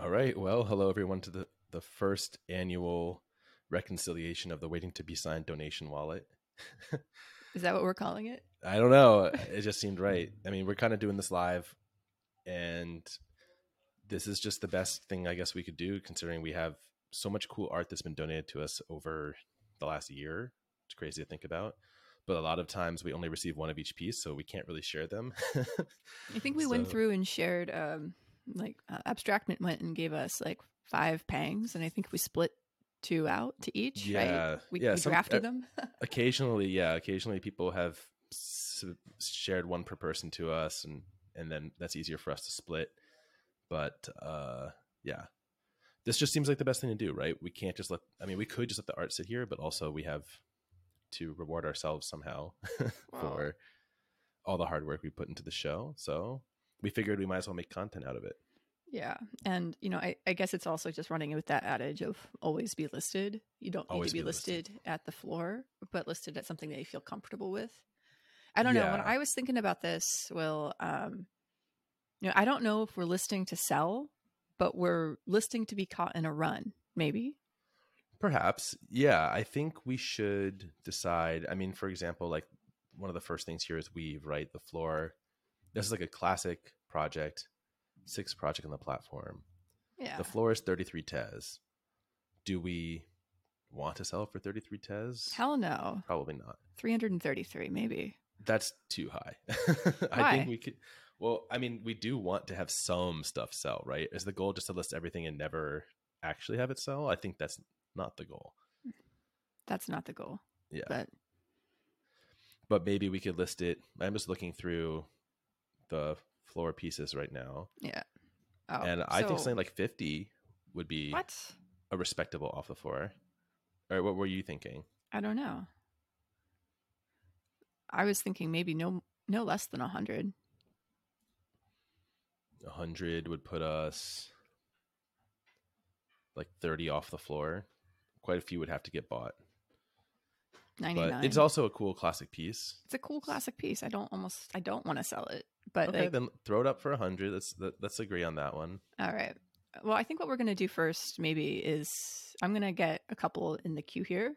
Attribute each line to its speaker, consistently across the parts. Speaker 1: All right. Well, hello everyone to the, the first annual reconciliation of the waiting to be signed donation wallet.
Speaker 2: Is that what we're calling it?
Speaker 1: I don't know. It just seemed right. I mean, we're kind of doing this live and this is just the best thing I guess we could do considering we have so much cool art that's been donated to us over the last year. It's crazy to think about. But a lot of times we only receive one of each piece, so we can't really share them.
Speaker 2: I think we went
Speaker 1: So-
Speaker 2: through and shared, um, like, uh, Abstractment went and gave us like five pangs, and I think we split two out to each,
Speaker 1: Yeah.
Speaker 2: right? We,
Speaker 1: Yeah,
Speaker 2: we
Speaker 1: some-
Speaker 2: drafted
Speaker 1: uh,
Speaker 2: them.
Speaker 1: occasionally yeah occasionally people have s- shared one per person to us and and then that's easier for us to split but uh yeah this just seems like the best thing to do right we can't just let i mean we could just let the art sit here but also we have to reward ourselves somehow for all the hard work we put into the show so we figured we might as well make content out of it
Speaker 2: yeah. And, you know, I, I guess it's also just running with that adage of always be listed. You don't need
Speaker 1: Always
Speaker 2: to be,
Speaker 1: be listed.
Speaker 2: listed. at the floor, but listed at something that you feel comfortable with. I don't know. When
Speaker 1: Yeah.
Speaker 2: I was thinking about this, Will, um, you know, I don't know if we're listing to sell, but we're listing to be caught in a run, maybe.
Speaker 1: Perhaps. Yeah. I think we should decide. I mean, for example, like one of the first things here is Weave, right? The floor. This is like a classic project, sixth project on the platform.
Speaker 2: Yeah.
Speaker 1: The floor is 33 Tes. Do we want to sell for 33 Tes?
Speaker 2: Hell no.
Speaker 1: Probably not.
Speaker 2: 333, maybe.
Speaker 1: That's too high. I
Speaker 2: Why?
Speaker 1: think we could. Well, I mean, we do want to have some stuff sell, right? Is the goal just to list everything and never actually have it sell? I think that's not the goal.
Speaker 2: That's not the goal.
Speaker 1: Yeah.
Speaker 2: But
Speaker 1: but maybe we could list it. I'm just looking through the floor pieces right now,
Speaker 2: oh,
Speaker 1: and I think
Speaker 2: so-
Speaker 1: something like 50 would be
Speaker 2: What?
Speaker 1: a respectable off the floor. Or what were you thinking?
Speaker 2: I don't know. I was thinking maybe no no less than 100.
Speaker 1: 100 would put us like 30 off the floor. Quite a few would have to get bought,
Speaker 2: 99.
Speaker 1: but it's also a cool classic piece.
Speaker 2: It's a cool classic piece. I don't almost I don't want to sell it. But
Speaker 1: Okay,
Speaker 2: like,
Speaker 1: then throw it up for 100. Let's let, let's agree on that one.
Speaker 2: all right. Well, I think what we're going to do first maybe is I'm going to get a couple in the queue here,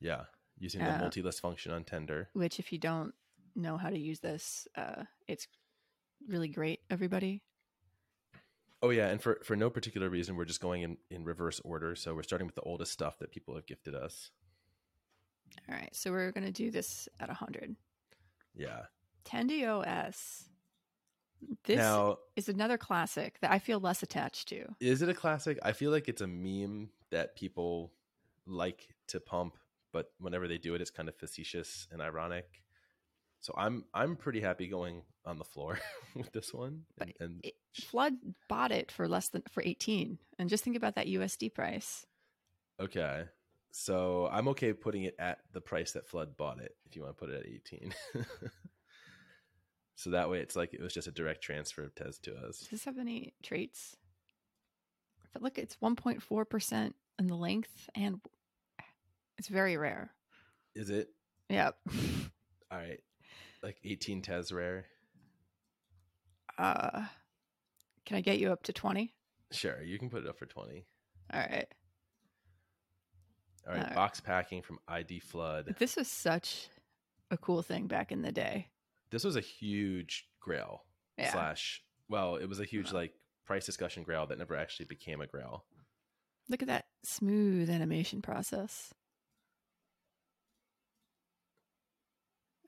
Speaker 1: Yeah, using the
Speaker 2: Yeah.
Speaker 1: multi-list function on Tender.
Speaker 2: which if you don't know how to use this, uh it's really great everybody.
Speaker 1: Oh yeah, and for for no particular reason, we're just going in in reverse order. So we're starting with the oldest stuff that people have gifted us.
Speaker 2: All right. So we're going to do this at 100.
Speaker 1: Yeah.
Speaker 2: 10DOS. This
Speaker 1: now,
Speaker 2: is another classic that I feel less attached to.
Speaker 1: is it a classic? I feel like it's a meme that people like to pump, but whenever they do it, it's kind of facetious and ironic. So I'm I'm pretty happy going on the floor with this one.
Speaker 2: But
Speaker 1: And, and
Speaker 2: It, Flood bought it for less than for 18. And just think about that USD price.
Speaker 1: okay, so I'm okay putting it at the price that Flood bought it. If you want to put it at 18. So that way, it's like it was just a direct transfer of Tez to us.
Speaker 2: Does this have any traits? But look, it's 1.4% in the length and it's very rare.
Speaker 1: Is it
Speaker 2: Yep.
Speaker 1: all right? Like eighteen Tez rare.
Speaker 2: Uh, can I get you up to 20?
Speaker 1: Sure, you can put it up for twenty.
Speaker 2: All right.
Speaker 1: All right,
Speaker 2: All right.
Speaker 1: box packing from ID Flood.
Speaker 2: This was such a cool thing back in the day.
Speaker 1: This was a huge grail
Speaker 2: Yeah.
Speaker 1: slash. Well, it was a huge
Speaker 2: Uh-huh.
Speaker 1: like price discussion grail that never actually became a grail.
Speaker 2: Look at that smooth animation process.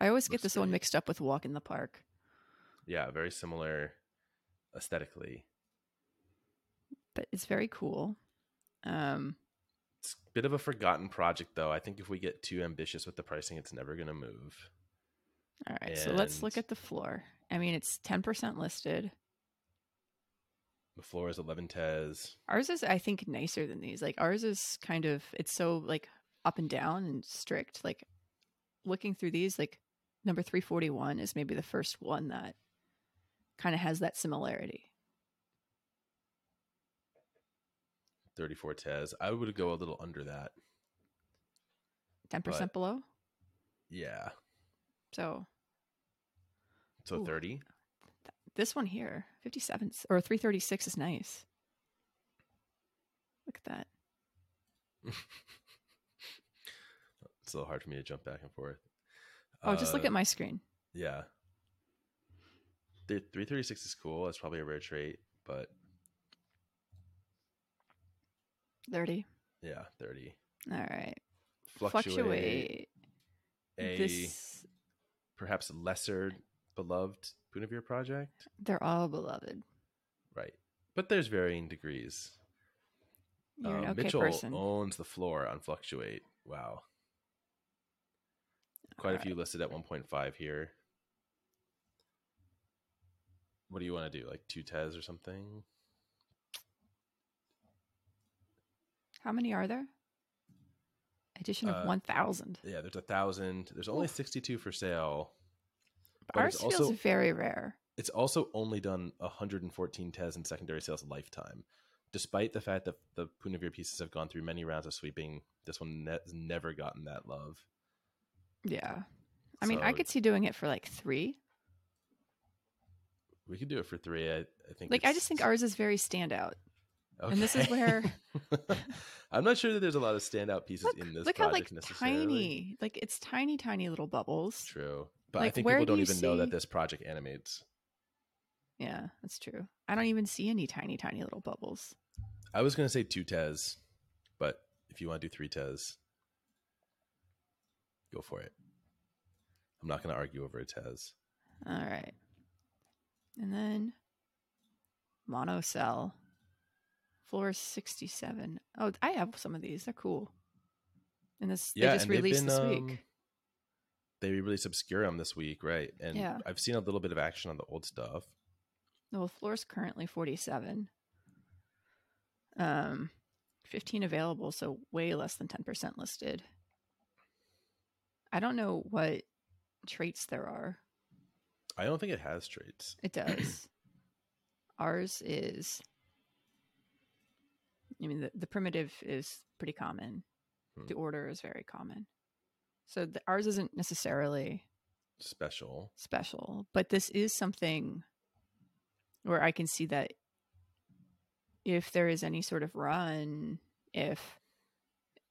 Speaker 2: I always get
Speaker 1: Looks
Speaker 2: this one
Speaker 1: great.
Speaker 2: mixed up with Walk in the Park.
Speaker 1: Yeah, very similar aesthetically.
Speaker 2: but it's very cool. Um,
Speaker 1: It's a bit of a forgotten project though. I think if we get too ambitious with the pricing, it's never going to move.
Speaker 2: all right, so let's look
Speaker 1: And-
Speaker 2: at the floor. I mean, it's ten percent listed.
Speaker 1: The floor is eleven Tez.
Speaker 2: Ours is, I think, nicer than these. Like ours is kind of it's so like up and down and strict. Like looking through these, like number three forty one is maybe the first one that kind of has that similarity.
Speaker 1: 34 Tez. I would go a little under that.
Speaker 2: Ten percent below,
Speaker 1: Yeah.
Speaker 2: so
Speaker 1: So
Speaker 2: Ooh.
Speaker 1: 30.
Speaker 2: this one here, fifty seven or three thirty six is nice. Look at that.
Speaker 1: It's a little hard for me to jump back and forth.
Speaker 2: Oh, just look
Speaker 1: Uh,
Speaker 2: at my screen.
Speaker 1: Yeah. The 336 is cool. It's probably a rare trait, but
Speaker 2: 30.
Speaker 1: yeah, 30.
Speaker 2: All right.
Speaker 1: Fluctuate.
Speaker 2: Fluctuate.
Speaker 1: A
Speaker 2: This,
Speaker 1: perhaps lesser beloved Punavir project.
Speaker 2: they're all beloved.
Speaker 1: Right. But there's varying degrees.
Speaker 2: You're an
Speaker 1: Um,
Speaker 2: okay
Speaker 1: Mitchell
Speaker 2: person.
Speaker 1: owns the floor on Fluctuate. Wow. Quite a
Speaker 2: Alright.
Speaker 1: few listed at 1.5 here. What do you want to do? Like two Tes or something?
Speaker 2: How many are there? Edition of
Speaker 1: Uh,
Speaker 2: 1,000.
Speaker 1: Yeah, there's a thousand. There's only 62 for sale. but
Speaker 2: Ours
Speaker 1: it's
Speaker 2: feels
Speaker 1: also-
Speaker 2: very rare.
Speaker 1: It's also only done 114 tes in secondary sales lifetime, despite the fact that the Punavir pieces have gone through many rounds of sweeping. This one ne- has never gotten that love.
Speaker 2: Yeah. I mean, I
Speaker 1: So-
Speaker 2: could see doing it for like three.
Speaker 1: We could do it for three. I, I think.
Speaker 2: Like, I
Speaker 1: it's-
Speaker 2: just think ours is very standout.
Speaker 1: okay.
Speaker 2: and this is where-
Speaker 1: I'm not sure that there's a lot of standout pieces
Speaker 2: Look,
Speaker 1: in this.
Speaker 2: look how like
Speaker 1: project necessarily.
Speaker 2: tiny, like it's tiny, tiny little bubbles.
Speaker 1: True, but I
Speaker 2: Like,
Speaker 1: think
Speaker 2: where
Speaker 1: people
Speaker 2: do
Speaker 1: don't
Speaker 2: you
Speaker 1: even know that
Speaker 2: see-
Speaker 1: this project animates.
Speaker 2: Yeah, that's true. I don't even see any tiny, tiny little bubbles.
Speaker 1: I was gonna say two tes, but if you want to do three tes, go for it. I'm not gonna argue over a tes.
Speaker 2: All right. And then monocell. Floor 67. Oh, I have some of these. They're cool. And this they just
Speaker 1: they've
Speaker 2: released
Speaker 1: been,
Speaker 2: this
Speaker 1: um,
Speaker 2: week.
Speaker 1: They released Obscurum this week, right? And
Speaker 2: Yeah.
Speaker 1: I've seen a little bit of action on the old stuff.
Speaker 2: Well, floor's currently 47. Um 15 available, so way less than 10% listed. I don't know what traits there are.
Speaker 1: I don't think it has traits.
Speaker 2: It does. Ours is. I mean, the, the primitive is pretty common.
Speaker 1: Hmm.
Speaker 2: The order is very common. So the, ours isn't necessarily
Speaker 1: Special.
Speaker 2: special, but this is something where I can see that if there is any sort of run, if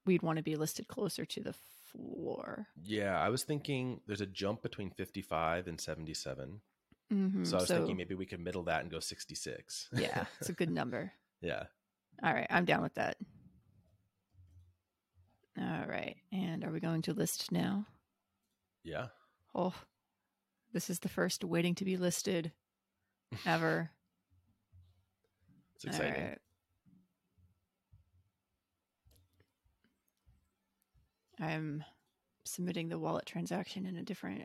Speaker 2: we'd want to be listed closer to the floor.
Speaker 1: Yeah, I was thinking there's a jump between 55 and 77.
Speaker 2: Mhm,
Speaker 1: So I was thinking maybe we could middle that and go 66.
Speaker 2: yeah, it's a good number.
Speaker 1: yeah.
Speaker 2: All right, I'm down with that. All right, and are we going to list now?
Speaker 1: Yeah.
Speaker 2: Oh, this is the first waiting to be listed ever.
Speaker 1: It's exciting.
Speaker 2: All right. I'm submitting the wallet transaction in a different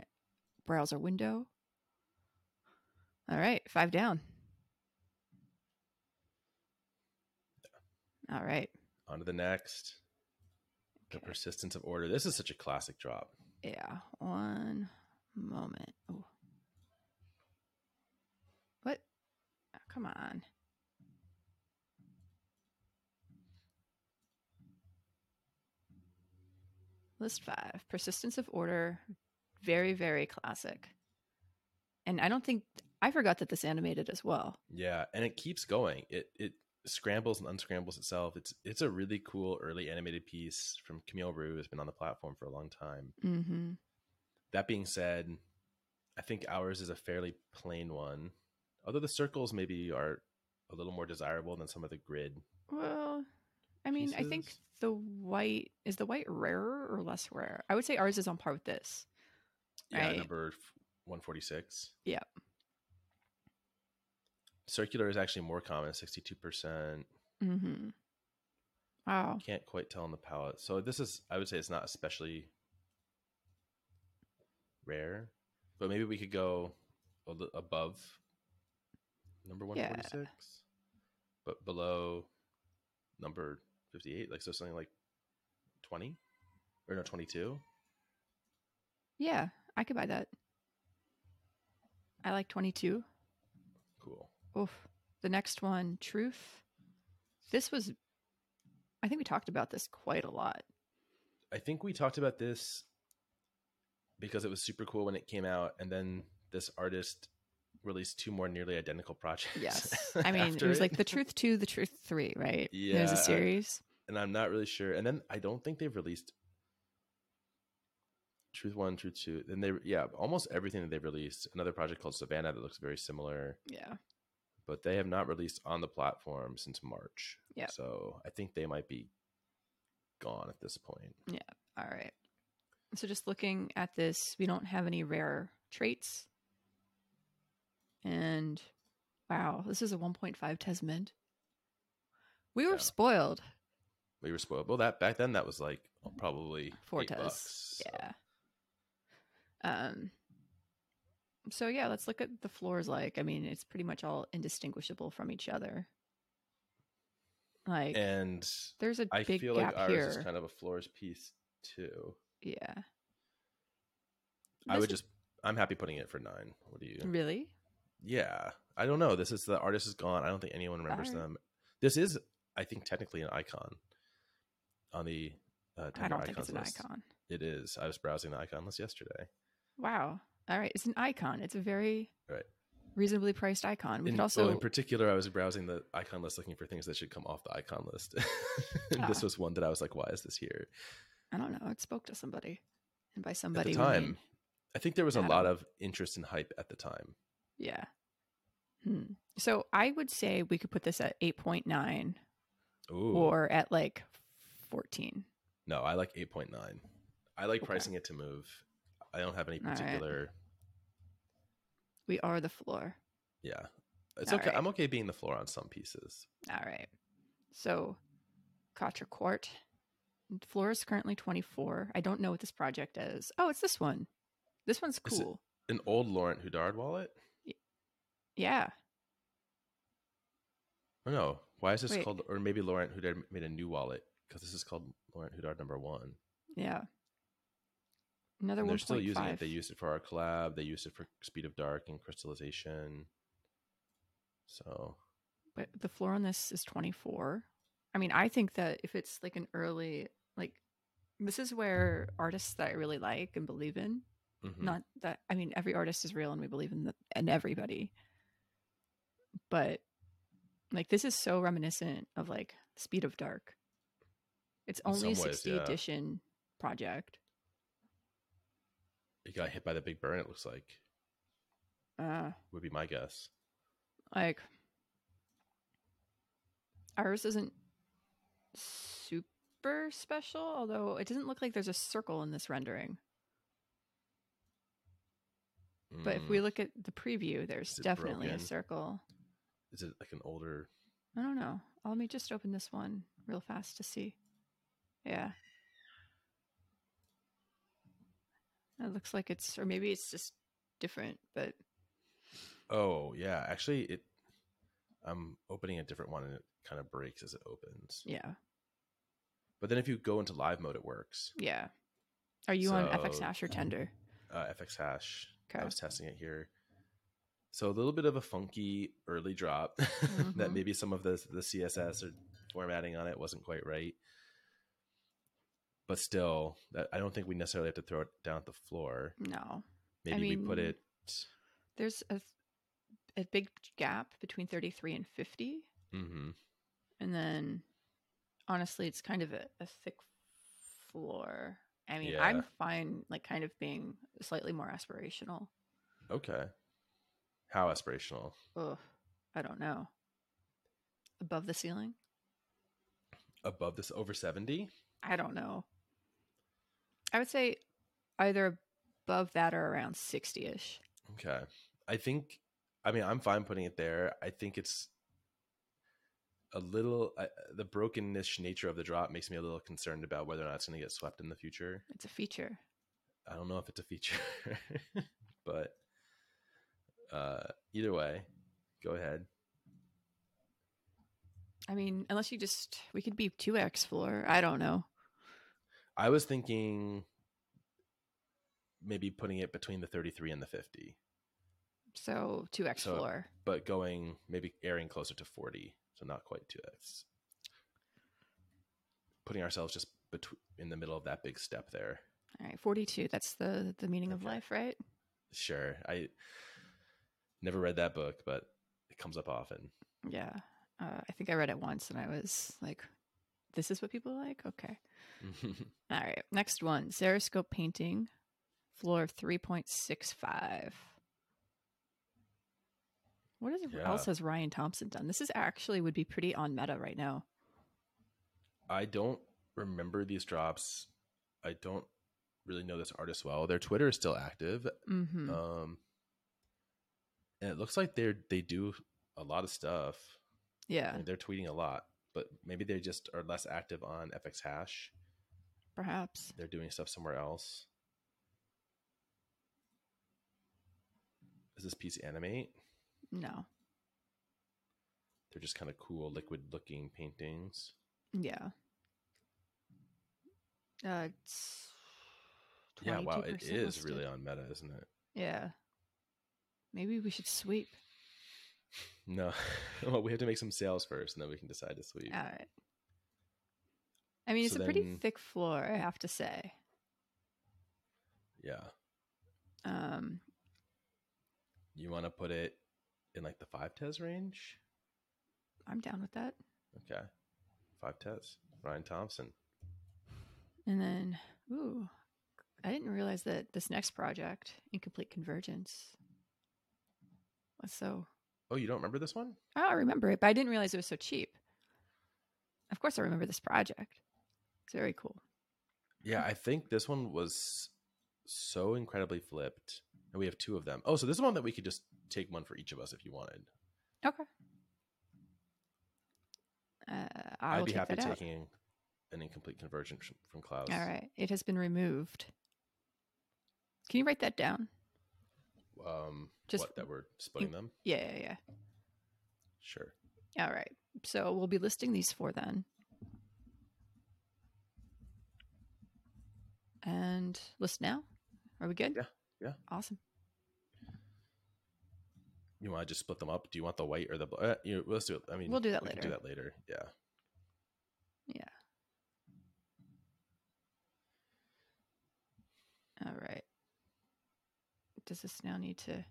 Speaker 2: browser window. All right, five down. All right.
Speaker 1: On to the next. The
Speaker 2: Okay.
Speaker 1: persistence of order. This is such a classic drop.
Speaker 2: Yeah, one moment. Oh. What? Oh, come on. List five persistence of order. Very, very classic. And I don't think I forgot that this animated as well.
Speaker 1: Yeah, and it keeps going. It it scrambles and unscrambles itself. It's it's a really cool early animated piece from Camille Rue has been on the platform for a long time.
Speaker 2: Mm-hmm.
Speaker 1: That being said, I think ours is a fairly plain one. Although the circles maybe are a little more desirable than some of the grid.
Speaker 2: Well, I mean, I think
Speaker 1: Pieces?
Speaker 2: the white is the white rarer or less rare? I would say ours is on par with this.
Speaker 1: Yeah,
Speaker 2: Right.
Speaker 1: number 146.
Speaker 2: Yep.
Speaker 1: Circular is actually more common, 62%.
Speaker 2: Mm-hmm. Wow.
Speaker 1: Can't quite tell on the palette. So this is, I would say, it's not especially rare, but maybe we could go a li- above number one
Speaker 2: Yeah.
Speaker 1: forty six, but below number fifty eight. Like so, something like twenty or no twenty two.
Speaker 2: Yeah, I could buy that. I like 22.
Speaker 1: Cool.
Speaker 2: Oof. The next one, Truth. This was, I think we talked about this quite a lot.
Speaker 1: I think we talked about this because it was super cool when it came out, and then this artist released two more nearly identical projects.
Speaker 2: Yes. I mean, it
Speaker 1: after
Speaker 2: was like The Truth 2, The Truth 3, right? There's
Speaker 1: Yeah, I-
Speaker 2: a series.
Speaker 1: and I'm not really sure. And then I don't think they've released Truth One, Truth Two. Then they yeah, almost everything that they've released. Another project called Savannah that looks very similar,
Speaker 2: Yeah.
Speaker 1: but they have not released on the platform since March.
Speaker 2: Yep.
Speaker 1: So I think they might be gone at this point.
Speaker 2: All right. So just looking at this, we don't have any rare traits. And wow, this is a 1.5 Tesmint. We were
Speaker 1: Yeah.
Speaker 2: spoiled.
Speaker 1: We were spoiled. Well, that back then that was like probably
Speaker 2: Four
Speaker 1: eight
Speaker 2: tes.
Speaker 1: bucks.
Speaker 2: Yeah. Um so yeah, let's look at the floors like. I mean, it's pretty much all indistinguishable from each other. Like
Speaker 1: And
Speaker 2: there's a
Speaker 1: I
Speaker 2: big
Speaker 1: feel like
Speaker 2: gap
Speaker 1: ours
Speaker 2: here.
Speaker 1: is kind of a floors piece too.
Speaker 2: yeah.
Speaker 1: I
Speaker 2: This
Speaker 1: would
Speaker 2: is-
Speaker 1: just I'm happy putting it for nine. What do you?
Speaker 2: Really?
Speaker 1: Yeah, I don't know. This is the artist is gone. I don't think anyone remembers
Speaker 2: Alright.
Speaker 1: them. This is, I think, technically an icon on the. Uh,
Speaker 2: I
Speaker 1: Tumblr
Speaker 2: don't think
Speaker 1: icons
Speaker 2: it's an
Speaker 1: list.
Speaker 2: icon.
Speaker 1: It is. I was browsing the icon list yesterday.
Speaker 2: Wow. All right. It's an icon. It's a very
Speaker 1: Right.
Speaker 2: reasonably priced icon. We
Speaker 1: in,
Speaker 2: could
Speaker 1: well,
Speaker 2: also
Speaker 1: in particular, I was browsing the icon list looking for things that should come off the icon list. And
Speaker 2: Ah.
Speaker 1: This was one that I was like, "Why is this here?"
Speaker 2: I don't know, it spoke to somebody. And by somebody
Speaker 1: at the
Speaker 2: we
Speaker 1: time,
Speaker 2: mean-
Speaker 1: I think there was a
Speaker 2: Adam.
Speaker 1: lot of interest and hype at the time.
Speaker 2: yeah. Hmm. So I would say we could put this at eight point nine
Speaker 1: Ooh,
Speaker 2: or at like fourteen.
Speaker 1: no, I like eight point nine. I like
Speaker 2: Okay.
Speaker 1: pricing it to move. I don't have any
Speaker 2: Alright.
Speaker 1: particular.
Speaker 2: We are the floor.
Speaker 1: Yeah. It's
Speaker 2: All
Speaker 1: okay.
Speaker 2: right.
Speaker 1: I'm okay being the floor on some pieces.
Speaker 2: All right. So Kotra Court. Floor is currently twenty four. I don't know what this project is. Oh, it's this one. This one's
Speaker 1: Is it-
Speaker 2: cool.
Speaker 1: An old Laurent Hudard wallet?
Speaker 2: Yeah.
Speaker 1: Oh no. Why is this
Speaker 2: Wait.
Speaker 1: called or maybe Laurent Hudard made a new wallet because this is called Laurent Hudard number 1.
Speaker 2: Yeah. Another
Speaker 1: And
Speaker 2: one.
Speaker 1: they're still using it. They used it for our collab, they used it for Speed of Dark and Crystallization. So,
Speaker 2: but the floor on this is 24 i mean i think that if it's like an early like this is where artists that i really like and believe in
Speaker 1: mhm.
Speaker 2: not that i mean every artist is real and we believe in the, and everybody but like this is so reminiscent of like speed of dark it's
Speaker 1: In
Speaker 2: only a
Speaker 1: some ways,
Speaker 2: 60
Speaker 1: yeah.
Speaker 2: edition project
Speaker 1: it got hit by the big burn it looks like.
Speaker 2: uh
Speaker 1: Would be my guess.
Speaker 2: like ours isn't super special although it doesn't look like there's a circle in this rendering but if
Speaker 1: Mm.
Speaker 2: we look at the preview there's
Speaker 1: Is it
Speaker 2: definitely a
Speaker 1: broken?
Speaker 2: circle
Speaker 1: is it like an older
Speaker 2: i don't know let me just open this one real fast to see yeah it looks like it's or maybe it's just different but
Speaker 1: Oh, yeah. Actually, it I'm opening a different one and it kind of breaks as it opens.
Speaker 2: yeah
Speaker 1: But then if you go into live mode, it works.
Speaker 2: yeah are you on fx
Speaker 1: So-
Speaker 2: hash or tender
Speaker 1: Uh, FX hash. I
Speaker 2: Okay.
Speaker 1: was testing it here. So a little bit of a funky early drop that
Speaker 2: Mhm.
Speaker 1: maybe some of the the CSS or formatting on it wasn't quite right. But still, that, I don't think we necessarily have to throw it down at the floor.
Speaker 2: no
Speaker 1: Maybe we put
Speaker 2: mean,
Speaker 1: it.
Speaker 2: there's a a big gap between 33 and 50
Speaker 1: hmm
Speaker 2: and then honestly it's kind of a, a thick floor i mean i'm
Speaker 1: Yeah.
Speaker 2: fine like kind of being slightly more aspirational
Speaker 1: Okay. How aspirational?
Speaker 2: Ugh, i don't know above the ceiling
Speaker 1: Above this, over seventy.
Speaker 2: i don't know i would say either above that or around 60ish
Speaker 1: Okay. I think I mean I'm fine putting it there. I think it's a little I, the brokenness nature of the drop makes me a little concerned about whether or not it's going to get swept in the future.
Speaker 2: it's a feature
Speaker 1: I don't know if it's a feature, but uh either way, go ahead.
Speaker 2: i mean unless you just we could be 2x floor i don't know
Speaker 1: I was thinking maybe putting it between the 33 and the 50,
Speaker 2: so 2x
Speaker 1: So-
Speaker 2: floor
Speaker 1: but going maybe airing closer to 40, so not quite 2x. Putting ourselves just between in the middle of that big step there.
Speaker 2: All right, 42. That's the the meaning of
Speaker 1: Okay.
Speaker 2: life, right?
Speaker 1: Sure. I Never read that book, but it comes up often.
Speaker 2: Yeah. Uh, I think I read it once and I was like, this is what people like? Okay. All right. Next one Cerescope painting, floor of 3.65. What is,
Speaker 1: Yeah.
Speaker 2: else has Ryan Thompson done? This is actually would be pretty on meta right now.
Speaker 1: I don't remember these drops. I don't really know this artist well. Their Twitter is still active.
Speaker 2: Mm-hmm.
Speaker 1: Um, and it looks like they're they do a lot of stuff. I
Speaker 2: yeah,
Speaker 1: mean, they're tweeting a lot, but maybe they just are less active on FX Hash.
Speaker 2: perhaps.
Speaker 1: They're doing stuff somewhere else. Is this piece animate?
Speaker 2: No.
Speaker 1: They're just kind of cool, liquid looking paintings.
Speaker 2: Yeah. Uh, it's
Speaker 1: Yeah, wow, it
Speaker 2: 22%
Speaker 1: is really
Speaker 2: listed.
Speaker 1: on meta, isn't it?
Speaker 2: Yeah. Maybe we should sweep.
Speaker 1: No, well, we have to make some sales first, and then we can decide to sweep.
Speaker 2: All right. I mean, it's
Speaker 1: So
Speaker 2: a pretty
Speaker 1: then-
Speaker 2: thick floor, I have to say.
Speaker 1: Yeah,
Speaker 2: Um,
Speaker 1: you want to put it in like the five tes range?
Speaker 2: I'm down with that.
Speaker 1: Okay, five tes. Ryan Thompson.
Speaker 2: And then, ooh, I didn't realize that this next project, Incomplete Convergence. was So oh,
Speaker 1: Oh, you don't remember this one?
Speaker 2: I don't remember it, but I didn't realize it was so cheap. Of course, I remember this project. It's very cool.
Speaker 1: Yeah, I think this one was so incredibly flipped, and we have two of them. Oh, so this is one that we could just take one for each of us if you wanted.
Speaker 2: Okay. Uh, I
Speaker 1: I'd
Speaker 2: will
Speaker 1: be
Speaker 2: check
Speaker 1: happy
Speaker 2: that out.
Speaker 1: taking an incomplete convergence from- from Klaus.
Speaker 2: All right. It has been removed. Can you write that down?
Speaker 1: Um,
Speaker 2: Just-
Speaker 1: what that we're splitting them?
Speaker 2: Yeah, yeah,
Speaker 1: Sure.
Speaker 2: yeah. All right. So we'll be listing these four then. And list now. Are we good?
Speaker 1: Yeah, yeah.
Speaker 2: Awesome.
Speaker 1: You want to just split them up? Do you want the white or the black? Uh, you let's do it. I mean,
Speaker 2: We'll do that
Speaker 1: we can
Speaker 2: later.
Speaker 1: do that later. Yeah.
Speaker 2: All right. Does this now need to?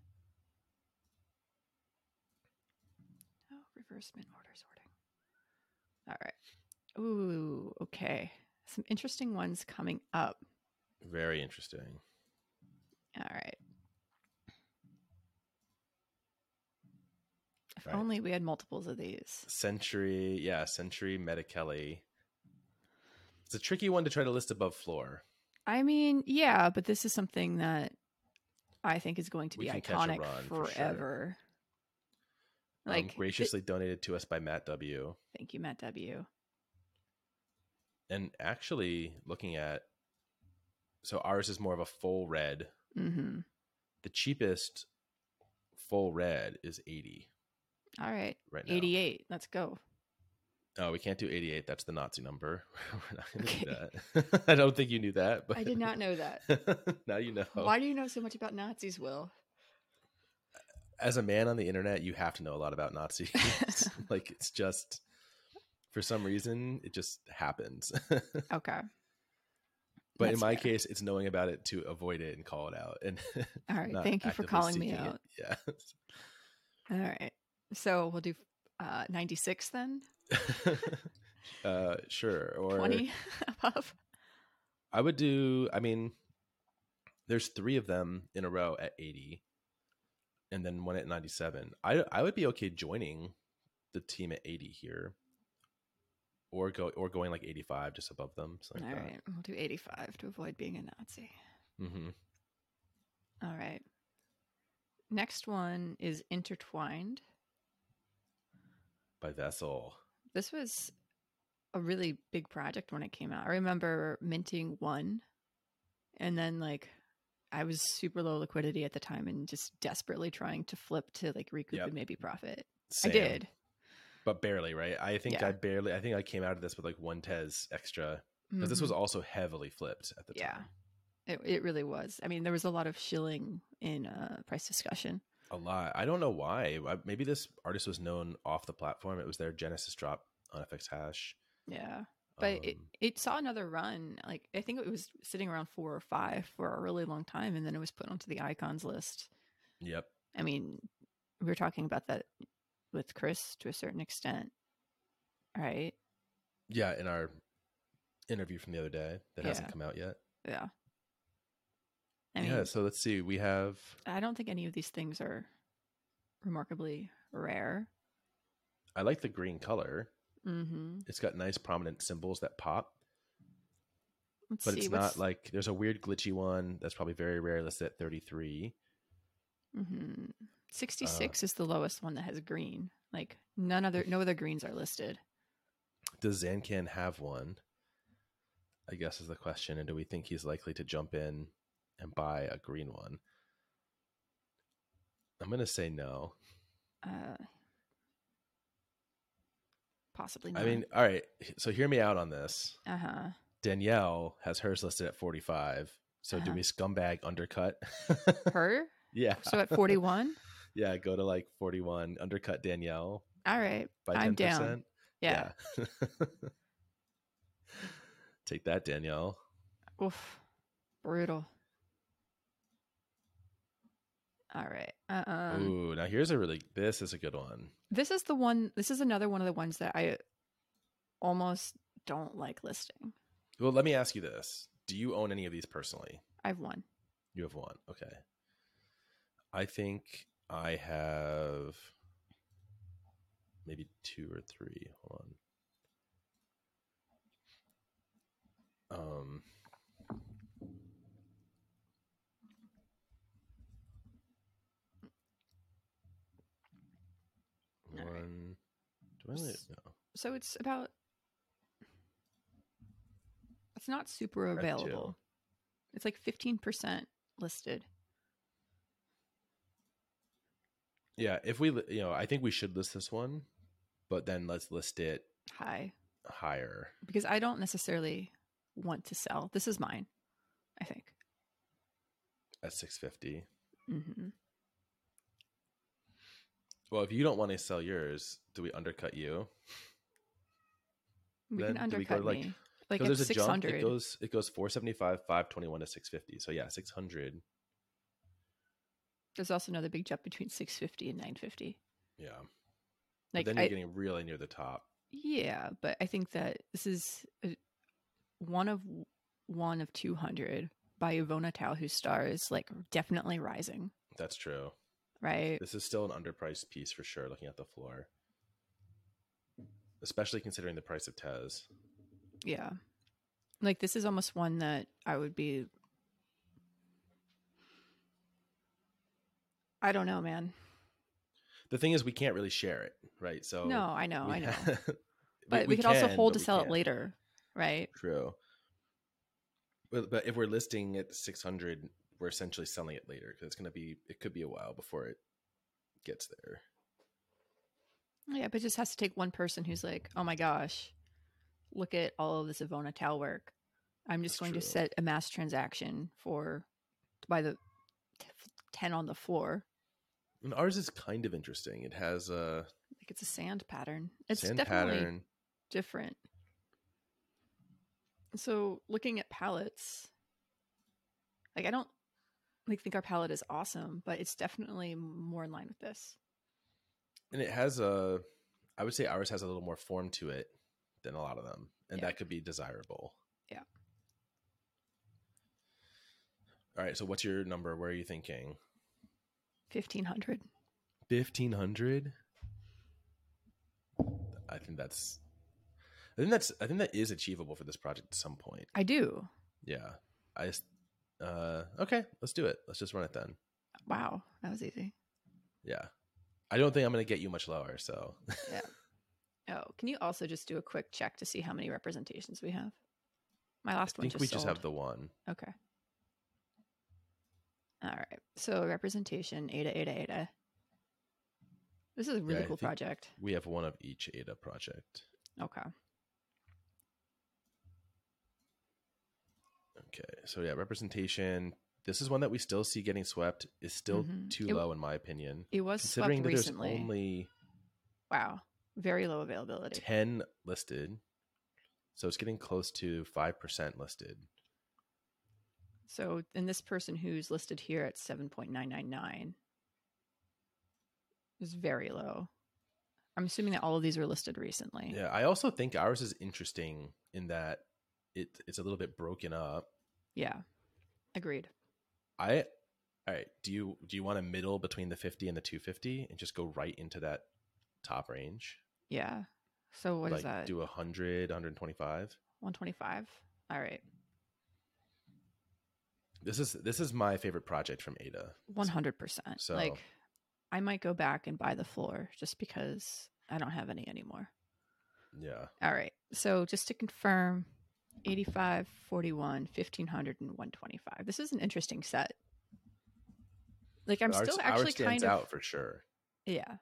Speaker 2: Oh, reverse min order sorting. All right. Ooh, okay. Some interesting ones coming up.
Speaker 1: Very interesting.
Speaker 2: All right. If
Speaker 1: Right.
Speaker 2: only we had multiples of these.
Speaker 1: Century, yeah, Century Meta Kelly. It's a tricky one to try to list above floor.
Speaker 2: I mean, yeah, but this is something that I think is going to
Speaker 1: We
Speaker 2: be
Speaker 1: can catch a
Speaker 2: iconic
Speaker 1: run for sure.
Speaker 2: forever.
Speaker 1: Um,
Speaker 2: Like thi-
Speaker 1: graciously donated to us by Matt W.
Speaker 2: thank you, Matt W.
Speaker 1: And actually, looking at so ours is more of a full red.
Speaker 2: Mm-hmm.
Speaker 1: The cheapest full red is eighty
Speaker 2: All right,
Speaker 1: right now.
Speaker 2: eighty-eight. Let's go.
Speaker 1: Oh, we can't do eighty-eight. That's the Nazi number. We're not going to
Speaker 2: Okay.
Speaker 1: do that. I don't think you knew that. But
Speaker 2: I did not know that.
Speaker 1: now you know.
Speaker 2: Why do you know so much about Nazis, Will?
Speaker 1: as a man on the internet, you have to know a lot about Nazis. like it's just for some reason it just happens. but
Speaker 2: Okay.
Speaker 1: in
Speaker 2: That's
Speaker 1: my
Speaker 2: fair.
Speaker 1: case, it's knowing about it to avoid it and call it out. And
Speaker 2: all right.
Speaker 1: not
Speaker 2: Thank you for
Speaker 1: actively
Speaker 2: calling me
Speaker 1: seeking it.
Speaker 2: out.
Speaker 1: Yeah.
Speaker 2: All right. So we'll do uh, ninety-six then.
Speaker 1: uh, sure. Or
Speaker 2: Twenty above.
Speaker 1: I would do. I mean, there's three of them in a row at 80, and then one at 97. I I would be okay joining the team at 80 here, or go or going like 85, just above them.
Speaker 2: All
Speaker 1: Something like
Speaker 2: right. We'll do eighty-five to avoid being a Nazi.
Speaker 1: that. hmm
Speaker 2: All right. Next one is intertwined.
Speaker 1: By vessel.
Speaker 2: This was a really big project when it came out. I remember minting one and then like I was super low liquidity at the time and just desperately trying to flip to like recoup
Speaker 1: Yep.
Speaker 2: and maybe profit.
Speaker 1: Same,
Speaker 2: I did.
Speaker 1: but barely. Right. I think
Speaker 2: Yeah.
Speaker 1: I barely. I think I came out of this with like one tes extra because this
Speaker 2: Mhm.
Speaker 1: was also heavily flipped at the
Speaker 2: Yeah.
Speaker 1: time.
Speaker 2: it, it really was. I mean, there was a lot of shilling in uh, price discussion.
Speaker 1: a lot. I don't know why. I- Maybe this artist was known off the platform. It was their Genesis drop on FX Hash.
Speaker 2: Yeah. But it,
Speaker 1: Um,
Speaker 2: it saw another run. Like I think it was sitting around four or five for a really long time and then it was put onto the icons list.
Speaker 1: yep,
Speaker 2: I mean, we were talking about that with Chris to a certain extent, right?
Speaker 1: Yeah, in our interview from the other day that hasn't
Speaker 2: Yeah.
Speaker 1: come out yet.
Speaker 2: Yeah. I mean,
Speaker 1: yeah, so let's see. We have
Speaker 2: I don't think any of these things are remarkably rare.
Speaker 1: I like the green color.
Speaker 2: Mm-hmm.
Speaker 1: It's got nice prominent symbols that pop,
Speaker 2: Let's
Speaker 1: but
Speaker 2: see.
Speaker 1: it's not
Speaker 2: what's-
Speaker 1: like there's a weird glitchy one that's probably very rare. Let's at 33.
Speaker 2: Mhm.
Speaker 1: Uh,
Speaker 2: 66 is the lowest one that has green. Like none other, no other greens are listed.
Speaker 1: Does Zancan have one? I guess is the question. And do we think he's likely to jump in and buy a green one? I'm going to say no.
Speaker 2: Uh, possibly not.
Speaker 1: I mean, all right. So hear me out on this.
Speaker 2: uh huh.
Speaker 1: Danielle has hers listed at 45. So do
Speaker 2: Uh-huh.
Speaker 1: we scumbag undercut?
Speaker 2: Her?
Speaker 1: yeah.
Speaker 2: So at 41?
Speaker 1: Yeah, go to like 41, undercut Danielle
Speaker 2: All right.
Speaker 1: by 10%.
Speaker 2: I'm down. Yeah.
Speaker 1: Yeah. Take that, Danielle.
Speaker 2: Oof. Brutal. All right. Uh uh
Speaker 1: Ooh, now here's a really, this is a good one.
Speaker 2: This is the one, this is another one of the ones that I almost don't like listing.
Speaker 1: Well, let me ask you this. Do you own any of these personally?
Speaker 2: I've won.
Speaker 1: You have one. Okay. I think I have maybe two or three. Hold on. Um,
Speaker 2: All right.
Speaker 1: one. Do I only,
Speaker 2: S-
Speaker 1: no.
Speaker 2: So it's about, it's not super
Speaker 1: Got two.
Speaker 2: available. It's like 15% listed.
Speaker 1: Yeah, if we, li- you know, I think we should list this one, but then let's list it
Speaker 2: high
Speaker 1: higher.
Speaker 2: because I don't necessarily want to sell. This is mine, I think.
Speaker 1: at 650
Speaker 2: hmm
Speaker 1: Mm-hmm. well if you don't want to sell yours do we undercut you
Speaker 2: We can
Speaker 1: Then do we go
Speaker 2: undercut
Speaker 1: like-
Speaker 2: me. Like
Speaker 1: 'Cause
Speaker 2: at
Speaker 1: there's a
Speaker 2: six
Speaker 1: jump it
Speaker 2: hundred,
Speaker 1: goes it goes 475 521 to 650 so yeah 600
Speaker 2: there's also another big jump between six fifty and nine fifty.
Speaker 1: yeah but
Speaker 2: Like,
Speaker 1: then you're
Speaker 2: I,
Speaker 1: getting really near the top
Speaker 2: yeah, but I think that this is a, one of one of two hundred by Ivona Tao, whose star is like definitely rising,
Speaker 1: that's true
Speaker 2: right?
Speaker 1: this is still an underpriced piece for sure looking at the floor especially considering the price of tez
Speaker 2: Yeah. Like this is almost one that I would be I don't know, man.
Speaker 1: the thing is we can't really share it right so
Speaker 2: no, I know,
Speaker 1: we
Speaker 2: I know.
Speaker 1: ha- Oh, we-
Speaker 2: But we, could also
Speaker 1: can,
Speaker 2: hold
Speaker 1: but
Speaker 2: to
Speaker 1: we
Speaker 2: sell it
Speaker 1: can't.
Speaker 2: later, right?
Speaker 1: True. But, but if we're listing at 600, we're essentially selling it later because it's going to be, it could be a while before it gets there.
Speaker 2: Yeah, but it just has to take one person who's like, "Oh my gosh, look at all of this Avona Tau work. I'm just
Speaker 1: That's
Speaker 2: going to
Speaker 1: true.
Speaker 2: set a mass transaction for by the t- 10 on the floor."
Speaker 1: And ours is kind of interesting. It has a
Speaker 2: Like it's a sand pattern. It's
Speaker 1: sand
Speaker 2: definitely
Speaker 1: pattern.
Speaker 2: different. So looking at palettes, like I don't like think our palette is awesome, but it's definitely more in line with this.
Speaker 1: And it has a, I would say ours has a little more form to it than a lot of them. And
Speaker 2: Yeah.
Speaker 1: that could be desirable.
Speaker 2: Yeah.
Speaker 1: All right. So what's your number? Where are you thinking?
Speaker 2: Fifteen hundred.
Speaker 1: 1500 i think that's i think that's i think that is achievable for this project at some point
Speaker 2: I do.
Speaker 1: yeah i s- uh okay let's do it let's just run it then
Speaker 2: Wow, that was easy.
Speaker 1: yeah i don't think i'm gonna get you much lower so
Speaker 2: Oh, can you also just do a quick check to see how many representations we have? My
Speaker 1: i
Speaker 2: last one
Speaker 1: think
Speaker 2: just
Speaker 1: we just have
Speaker 2: sold.
Speaker 1: the one
Speaker 2: Okay. All right. So representation eta eta eta. This is a really
Speaker 1: Yeah, I
Speaker 2: cool
Speaker 1: think-
Speaker 2: project.
Speaker 1: we have one of each ada project
Speaker 2: Okay.
Speaker 1: okay so yeah representation this is one that we still see getting swept is still
Speaker 2: Mhm.
Speaker 1: too
Speaker 2: It-
Speaker 1: low in my opinion
Speaker 2: It was
Speaker 1: considering
Speaker 2: swept
Speaker 1: that
Speaker 2: recently.
Speaker 1: there's only
Speaker 2: Wow. Very low availability.
Speaker 1: 10 listed so it's getting close to 5% listed
Speaker 2: So, and this person who's listed here at 7.999 is very low. I'm assuming that all of these were listed recently.
Speaker 1: Yeah, I also think ours is interesting in that it it's a little bit broken up.
Speaker 2: Yeah. Agreed.
Speaker 1: I all right, do you do you want a middle between the 50 and the 250 and just go right into that top range?
Speaker 2: Yeah. So what is
Speaker 1: like
Speaker 2: that?
Speaker 1: do 100, 125?
Speaker 2: 125. All right.
Speaker 1: This is this is my favorite project from Ada.
Speaker 2: 100%.
Speaker 1: So-
Speaker 2: Like I might go back and buy the floor just because I don't have any anymore.
Speaker 1: Yeah.
Speaker 2: All right. So just to confirm 85, 41, 1500 and 125. This is an interesting set. Like I'm
Speaker 1: ours,
Speaker 2: still
Speaker 1: ours
Speaker 2: actually
Speaker 1: stands
Speaker 2: kind of
Speaker 1: out for sure.
Speaker 2: Yeah.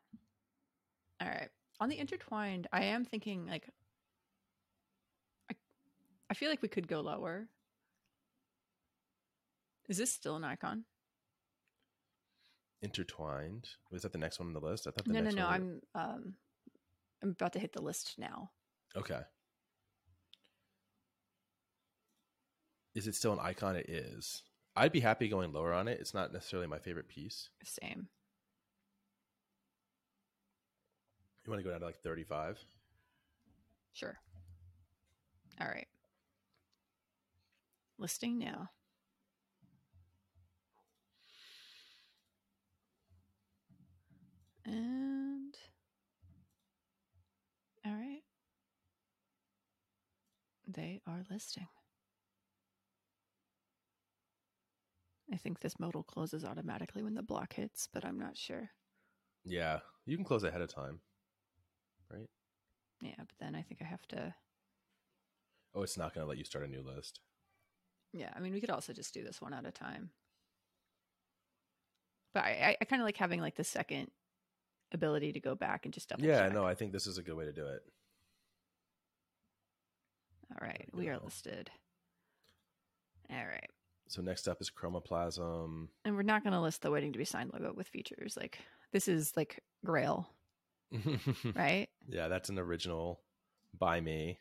Speaker 2: All right. On the intertwined, I am thinking like I I feel like we could go lower. Is this still an icon?
Speaker 1: Intertwined. Was that the next one on the list? I thought the
Speaker 2: No, no,
Speaker 1: next
Speaker 2: no.
Speaker 1: one was-
Speaker 2: I'm um I'm about to hit the list now.
Speaker 1: Okay. Is it still an icon? It is. I'd be happy going lower on it. It's not necessarily my favorite piece.
Speaker 2: Same.
Speaker 1: You want to go down to like 35?
Speaker 2: Sure. All right. Listing now. And all right. They are listing. I think this modal closes automatically when the block hits, but I'm not sure.
Speaker 1: Yeah. You can close ahead of time.
Speaker 2: Yeah, but then I think I have to.
Speaker 1: Oh, it's not going to let you start a new list.
Speaker 2: Yeah, I mean, we could also just do this one at a time. But I, I, I kind of like having like the second ability to go back and just double.
Speaker 1: yeah,
Speaker 2: check.
Speaker 1: no, I think this is a good way to do it.
Speaker 2: All right,
Speaker 1: There we
Speaker 2: we are
Speaker 1: go.
Speaker 2: listed. All right,
Speaker 1: So next up is Chromoplasm.
Speaker 2: and we're not going to list the waiting to be signed logo with features. Like this is like Grail, right?
Speaker 1: yeah, that's an original by me.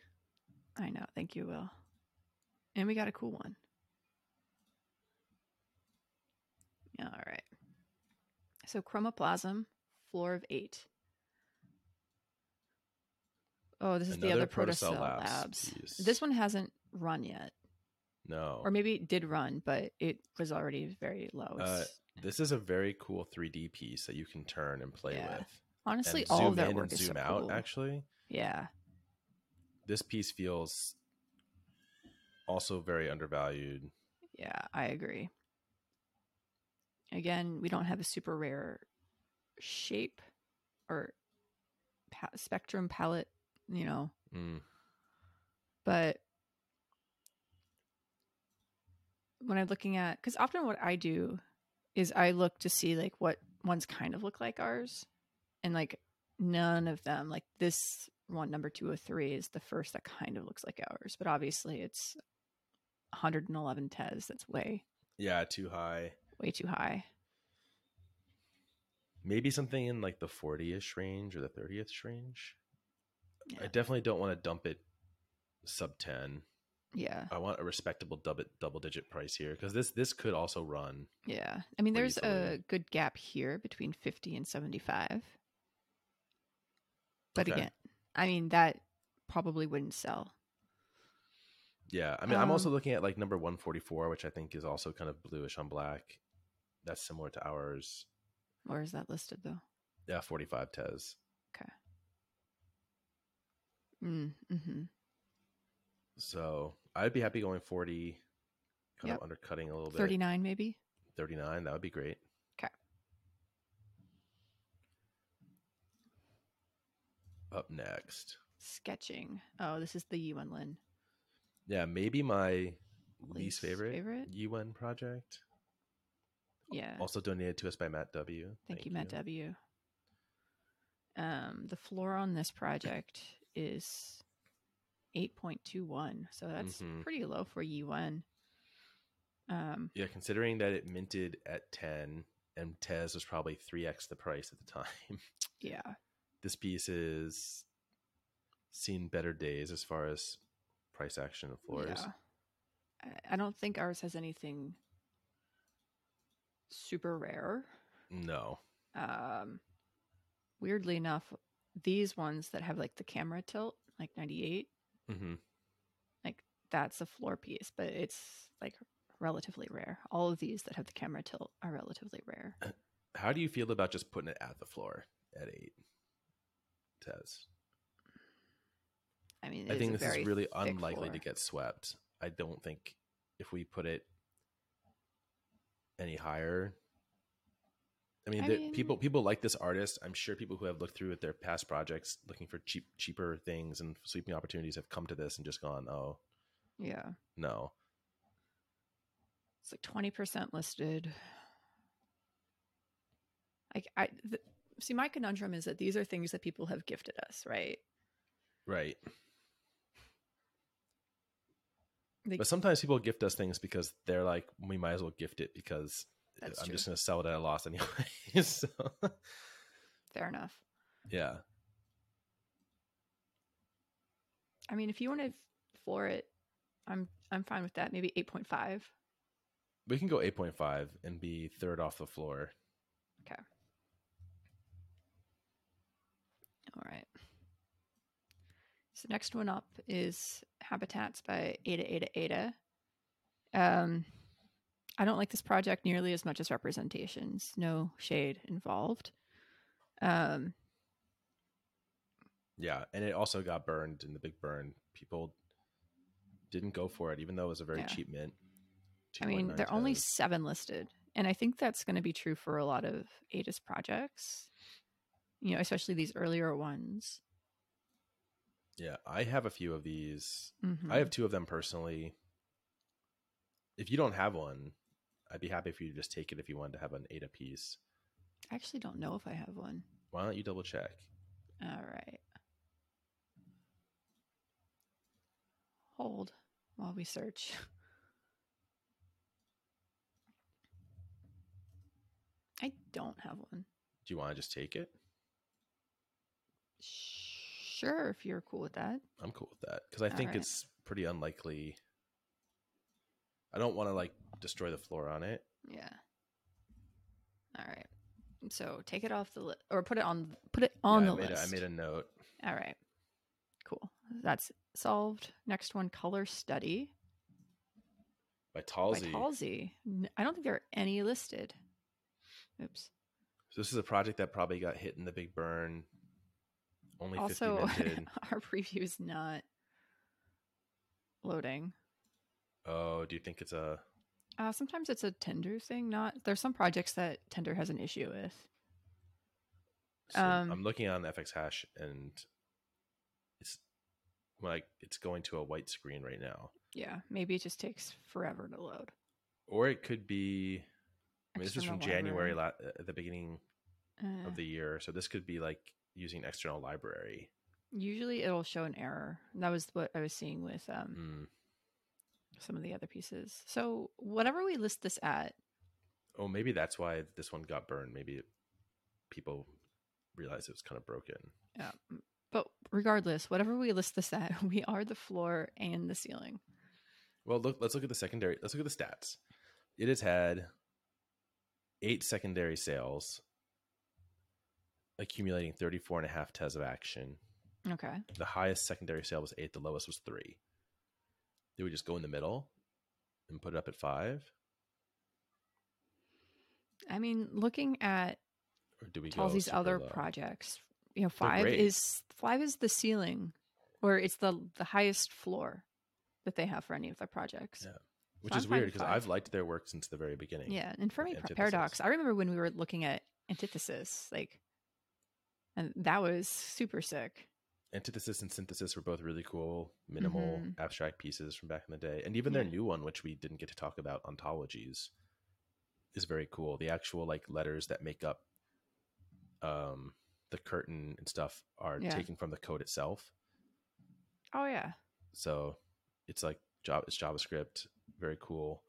Speaker 2: I know. Thank you, Will. And we got a cool one. All right. So chromoplasm, floor of eight. Oh, this is the
Speaker 1: Another
Speaker 2: other
Speaker 1: Protocell
Speaker 2: protocell labs.
Speaker 1: Labs piece.
Speaker 2: This one hasn't run yet,
Speaker 1: No.
Speaker 2: or maybe it did run, but it was already very low.
Speaker 1: Uh,
Speaker 2: It's-
Speaker 1: this is a very cool 3D piece that you can turn and play
Speaker 2: Yeah.
Speaker 1: with.
Speaker 2: honestly,
Speaker 1: and
Speaker 2: all
Speaker 1: zoom
Speaker 2: of their
Speaker 1: in
Speaker 2: work
Speaker 1: and
Speaker 2: is
Speaker 1: zoom
Speaker 2: so
Speaker 1: out,
Speaker 2: cool.
Speaker 1: actually.
Speaker 2: Yeah,
Speaker 1: this piece feels also very undervalued.
Speaker 2: yeah, I agree. Again, we don't have a super rare shape or pa- spectrum palette, you know,
Speaker 1: Mm.
Speaker 2: but when I'm looking at, because often what I do is I look to see like what ones kind of look like ours, and like none of them, like this one, number 203, is the first that kind of looks like ours, but obviously it's 111 tes. That's way,
Speaker 1: Yeah, too high.
Speaker 2: way too high.
Speaker 1: Maybe something in like the 40ish range or the 30th range. I
Speaker 2: Yeah.
Speaker 1: definitely don't want to dump it sub 10.
Speaker 2: Yeah.
Speaker 1: I want a respectable double double digit price here cuz this this could also run.
Speaker 2: Yeah. I mean,
Speaker 1: pretty
Speaker 2: there's a
Speaker 1: easily.
Speaker 2: good gap here between 50 and 75. But
Speaker 1: Okay.
Speaker 2: again, I mean, that probably wouldn't sell.
Speaker 1: Yeah, I mean I'm also
Speaker 2: Um,
Speaker 1: looking at like number 144 which I think is also kind of bluish on black. That's similar to ours.
Speaker 2: Where is that listed, though?
Speaker 1: Yeah, 45 Tez.
Speaker 2: Mm, hmm
Speaker 1: So, I'd be happy going 40 kind
Speaker 2: Yep.
Speaker 1: of undercutting a little bit.
Speaker 2: 39, maybe?
Speaker 1: 39 that would be great
Speaker 2: 'Kay.
Speaker 1: up next
Speaker 2: Sketching. Oh, this is the Yuan Lin.
Speaker 1: yeah maybe my least,
Speaker 2: Least
Speaker 1: favorite,
Speaker 2: favorite?
Speaker 1: un project
Speaker 2: Yeah.
Speaker 1: also donated to us by matt w
Speaker 2: oh, Thank, you, Matt W. Um, the floor on this project is 8.21. So that's
Speaker 1: Mhm.
Speaker 2: pretty low for Yuan. Um,
Speaker 1: yeah considering that it minted at 10 and tez was probably 3x the price at the time
Speaker 2: yeah.
Speaker 1: this piece is seen better days as far as price action of floors
Speaker 2: Yeah. I- I don't think ours has anything super rare.
Speaker 1: no
Speaker 2: Um, weirdly enough, these ones that have like the camera tilt, like 98,
Speaker 1: Mm-hmm.
Speaker 2: that's a floor piece, but it's like relatively rare. All of these that have the camera tilt are relatively rare.
Speaker 1: Uh, How do you feel about just putting it at the floor at eight? Tez,
Speaker 2: I mean,
Speaker 1: I
Speaker 2: it's
Speaker 1: think
Speaker 2: a
Speaker 1: this is
Speaker 2: very
Speaker 1: really
Speaker 2: thick
Speaker 1: unlikely to
Speaker 2: floor.
Speaker 1: get swept. I don't think if we put it any higher. I mean,
Speaker 2: I
Speaker 1: there,
Speaker 2: mean-
Speaker 1: people people like this artist. I'm sure people who have looked through at their past projects, looking for cheap cheaper things and sweeping opportunities, have come to this and just gone, "Oh
Speaker 2: Yeah.
Speaker 1: no,
Speaker 2: It's like twenty percent listed. Like I th- see, my conundrum is that these are things that people have gifted us, right?
Speaker 1: right."
Speaker 2: Like-
Speaker 1: but sometimes people gift us things because they're like, "We might as well gift it because
Speaker 2: That's
Speaker 1: I'm
Speaker 2: true.
Speaker 1: just going to sell it at a loss anyway." so,
Speaker 2: Fair enough.
Speaker 1: yeah.
Speaker 2: I mean, if you want to floor it, I'm I'm fine with that. Maybe eight point five.
Speaker 1: We can go 8.5 and be third off the floor.
Speaker 2: All right. So next one up is Habitats by Ada Ada Ada. Um, I don't like this project nearly as much as Representations. No shade involved. Um,
Speaker 1: Yeah. And it also got burned in the big burn. People didn't go for it, even though it was a very
Speaker 2: Yeah.
Speaker 1: cheap mint.
Speaker 2: I mean, they're only
Speaker 1: 2.9.
Speaker 2: seven listed. And I think that's going to be true for a lot of ADIS projects, you know, especially these earlier ones.
Speaker 1: Yeah. I have a few of these.
Speaker 2: Mhm.
Speaker 1: I have two of them personally. If you don't have one, I'd be happy for you to just take it if you wanted to have an 8 a piece.
Speaker 2: I actually don't know if I have one.
Speaker 1: Why don't you double check?
Speaker 2: All right. Hold while we search. I don't have one.
Speaker 1: Do you want to just take it?
Speaker 2: Sure, if you're cool with that.
Speaker 1: I'm cool with that because I
Speaker 2: All
Speaker 1: think
Speaker 2: right.
Speaker 1: it's pretty unlikely. I don't want to like destroy the floor on it.
Speaker 2: Yeah. All right. So take it off the list or put it on put it on
Speaker 1: Yeah,
Speaker 2: the
Speaker 1: I made
Speaker 2: list.
Speaker 1: A, I made a note.
Speaker 2: All right. Cool. That's solved. Next one, color study
Speaker 1: by Talsy.
Speaker 2: by Halsey. N- I don't think there are any listed. Oops.
Speaker 1: So this is a project that probably got hit in the big burn. Only
Speaker 2: also
Speaker 1: 50 minted.
Speaker 2: our preview is not loading
Speaker 1: oh, do you think it's a?
Speaker 2: uh, sometimes it's a tender thing not there's some projects that tender has an issue with
Speaker 1: so
Speaker 2: Um,
Speaker 1: I'm looking on FX hash and it's like it's going to a white screen right now,
Speaker 2: yeah maybe it just takes forever to load
Speaker 1: or it could be. I mean, this is from
Speaker 2: External
Speaker 1: January
Speaker 2: library.
Speaker 1: la- at the beginning
Speaker 2: Uh,
Speaker 1: of the year, so this could be like using external library.
Speaker 2: usually it'll show an error And that was what i was seeing with um,
Speaker 1: Mm.
Speaker 2: some of the other pieces so whatever we list this at
Speaker 1: Oh, maybe that's why this one got burned. Maybe people realized it was kind of broken.
Speaker 2: yeah, m- but regardless whatever we list this at we are the floor and the ceiling
Speaker 1: Well, look. Let's look at the secondary. Let's look at the stats. It has had eight secondary sales, accumulating 34 and a half tes of action.
Speaker 2: okay
Speaker 1: The highest secondary sale was eight. The lowest was three. Did we just go in the middle and put it up at five,
Speaker 2: i mean looking at
Speaker 1: or do we go
Speaker 2: all these
Speaker 1: super
Speaker 2: other
Speaker 1: low?
Speaker 2: projects. You know, five
Speaker 1: great.
Speaker 2: is five is the ceiling, or it's the the highest floor that they have for any of their projects.
Speaker 1: Yeah. Which
Speaker 2: I'm
Speaker 1: is
Speaker 2: fine
Speaker 1: weird
Speaker 2: with
Speaker 1: because
Speaker 2: five.
Speaker 1: I've liked their work since the very beginning.
Speaker 2: Yeah, and for me,
Speaker 1: Like
Speaker 2: par-
Speaker 1: antithesis.
Speaker 2: paradox. I remember when we were looking at antithesis, like, and that was super sick.
Speaker 1: Antithesis and Synthesis were both really cool, minimal,
Speaker 2: Mhm.
Speaker 1: abstract pieces from back in the day. And even their
Speaker 2: Yeah.
Speaker 1: new one, which we didn't get to talk about, Ontologies, is very cool. The actual like letters that make up um the curtain and stuff are
Speaker 2: Yeah.
Speaker 1: taken from the code itself.
Speaker 2: Oh yeah,
Speaker 1: So it's like job it's JavaScript, very cool.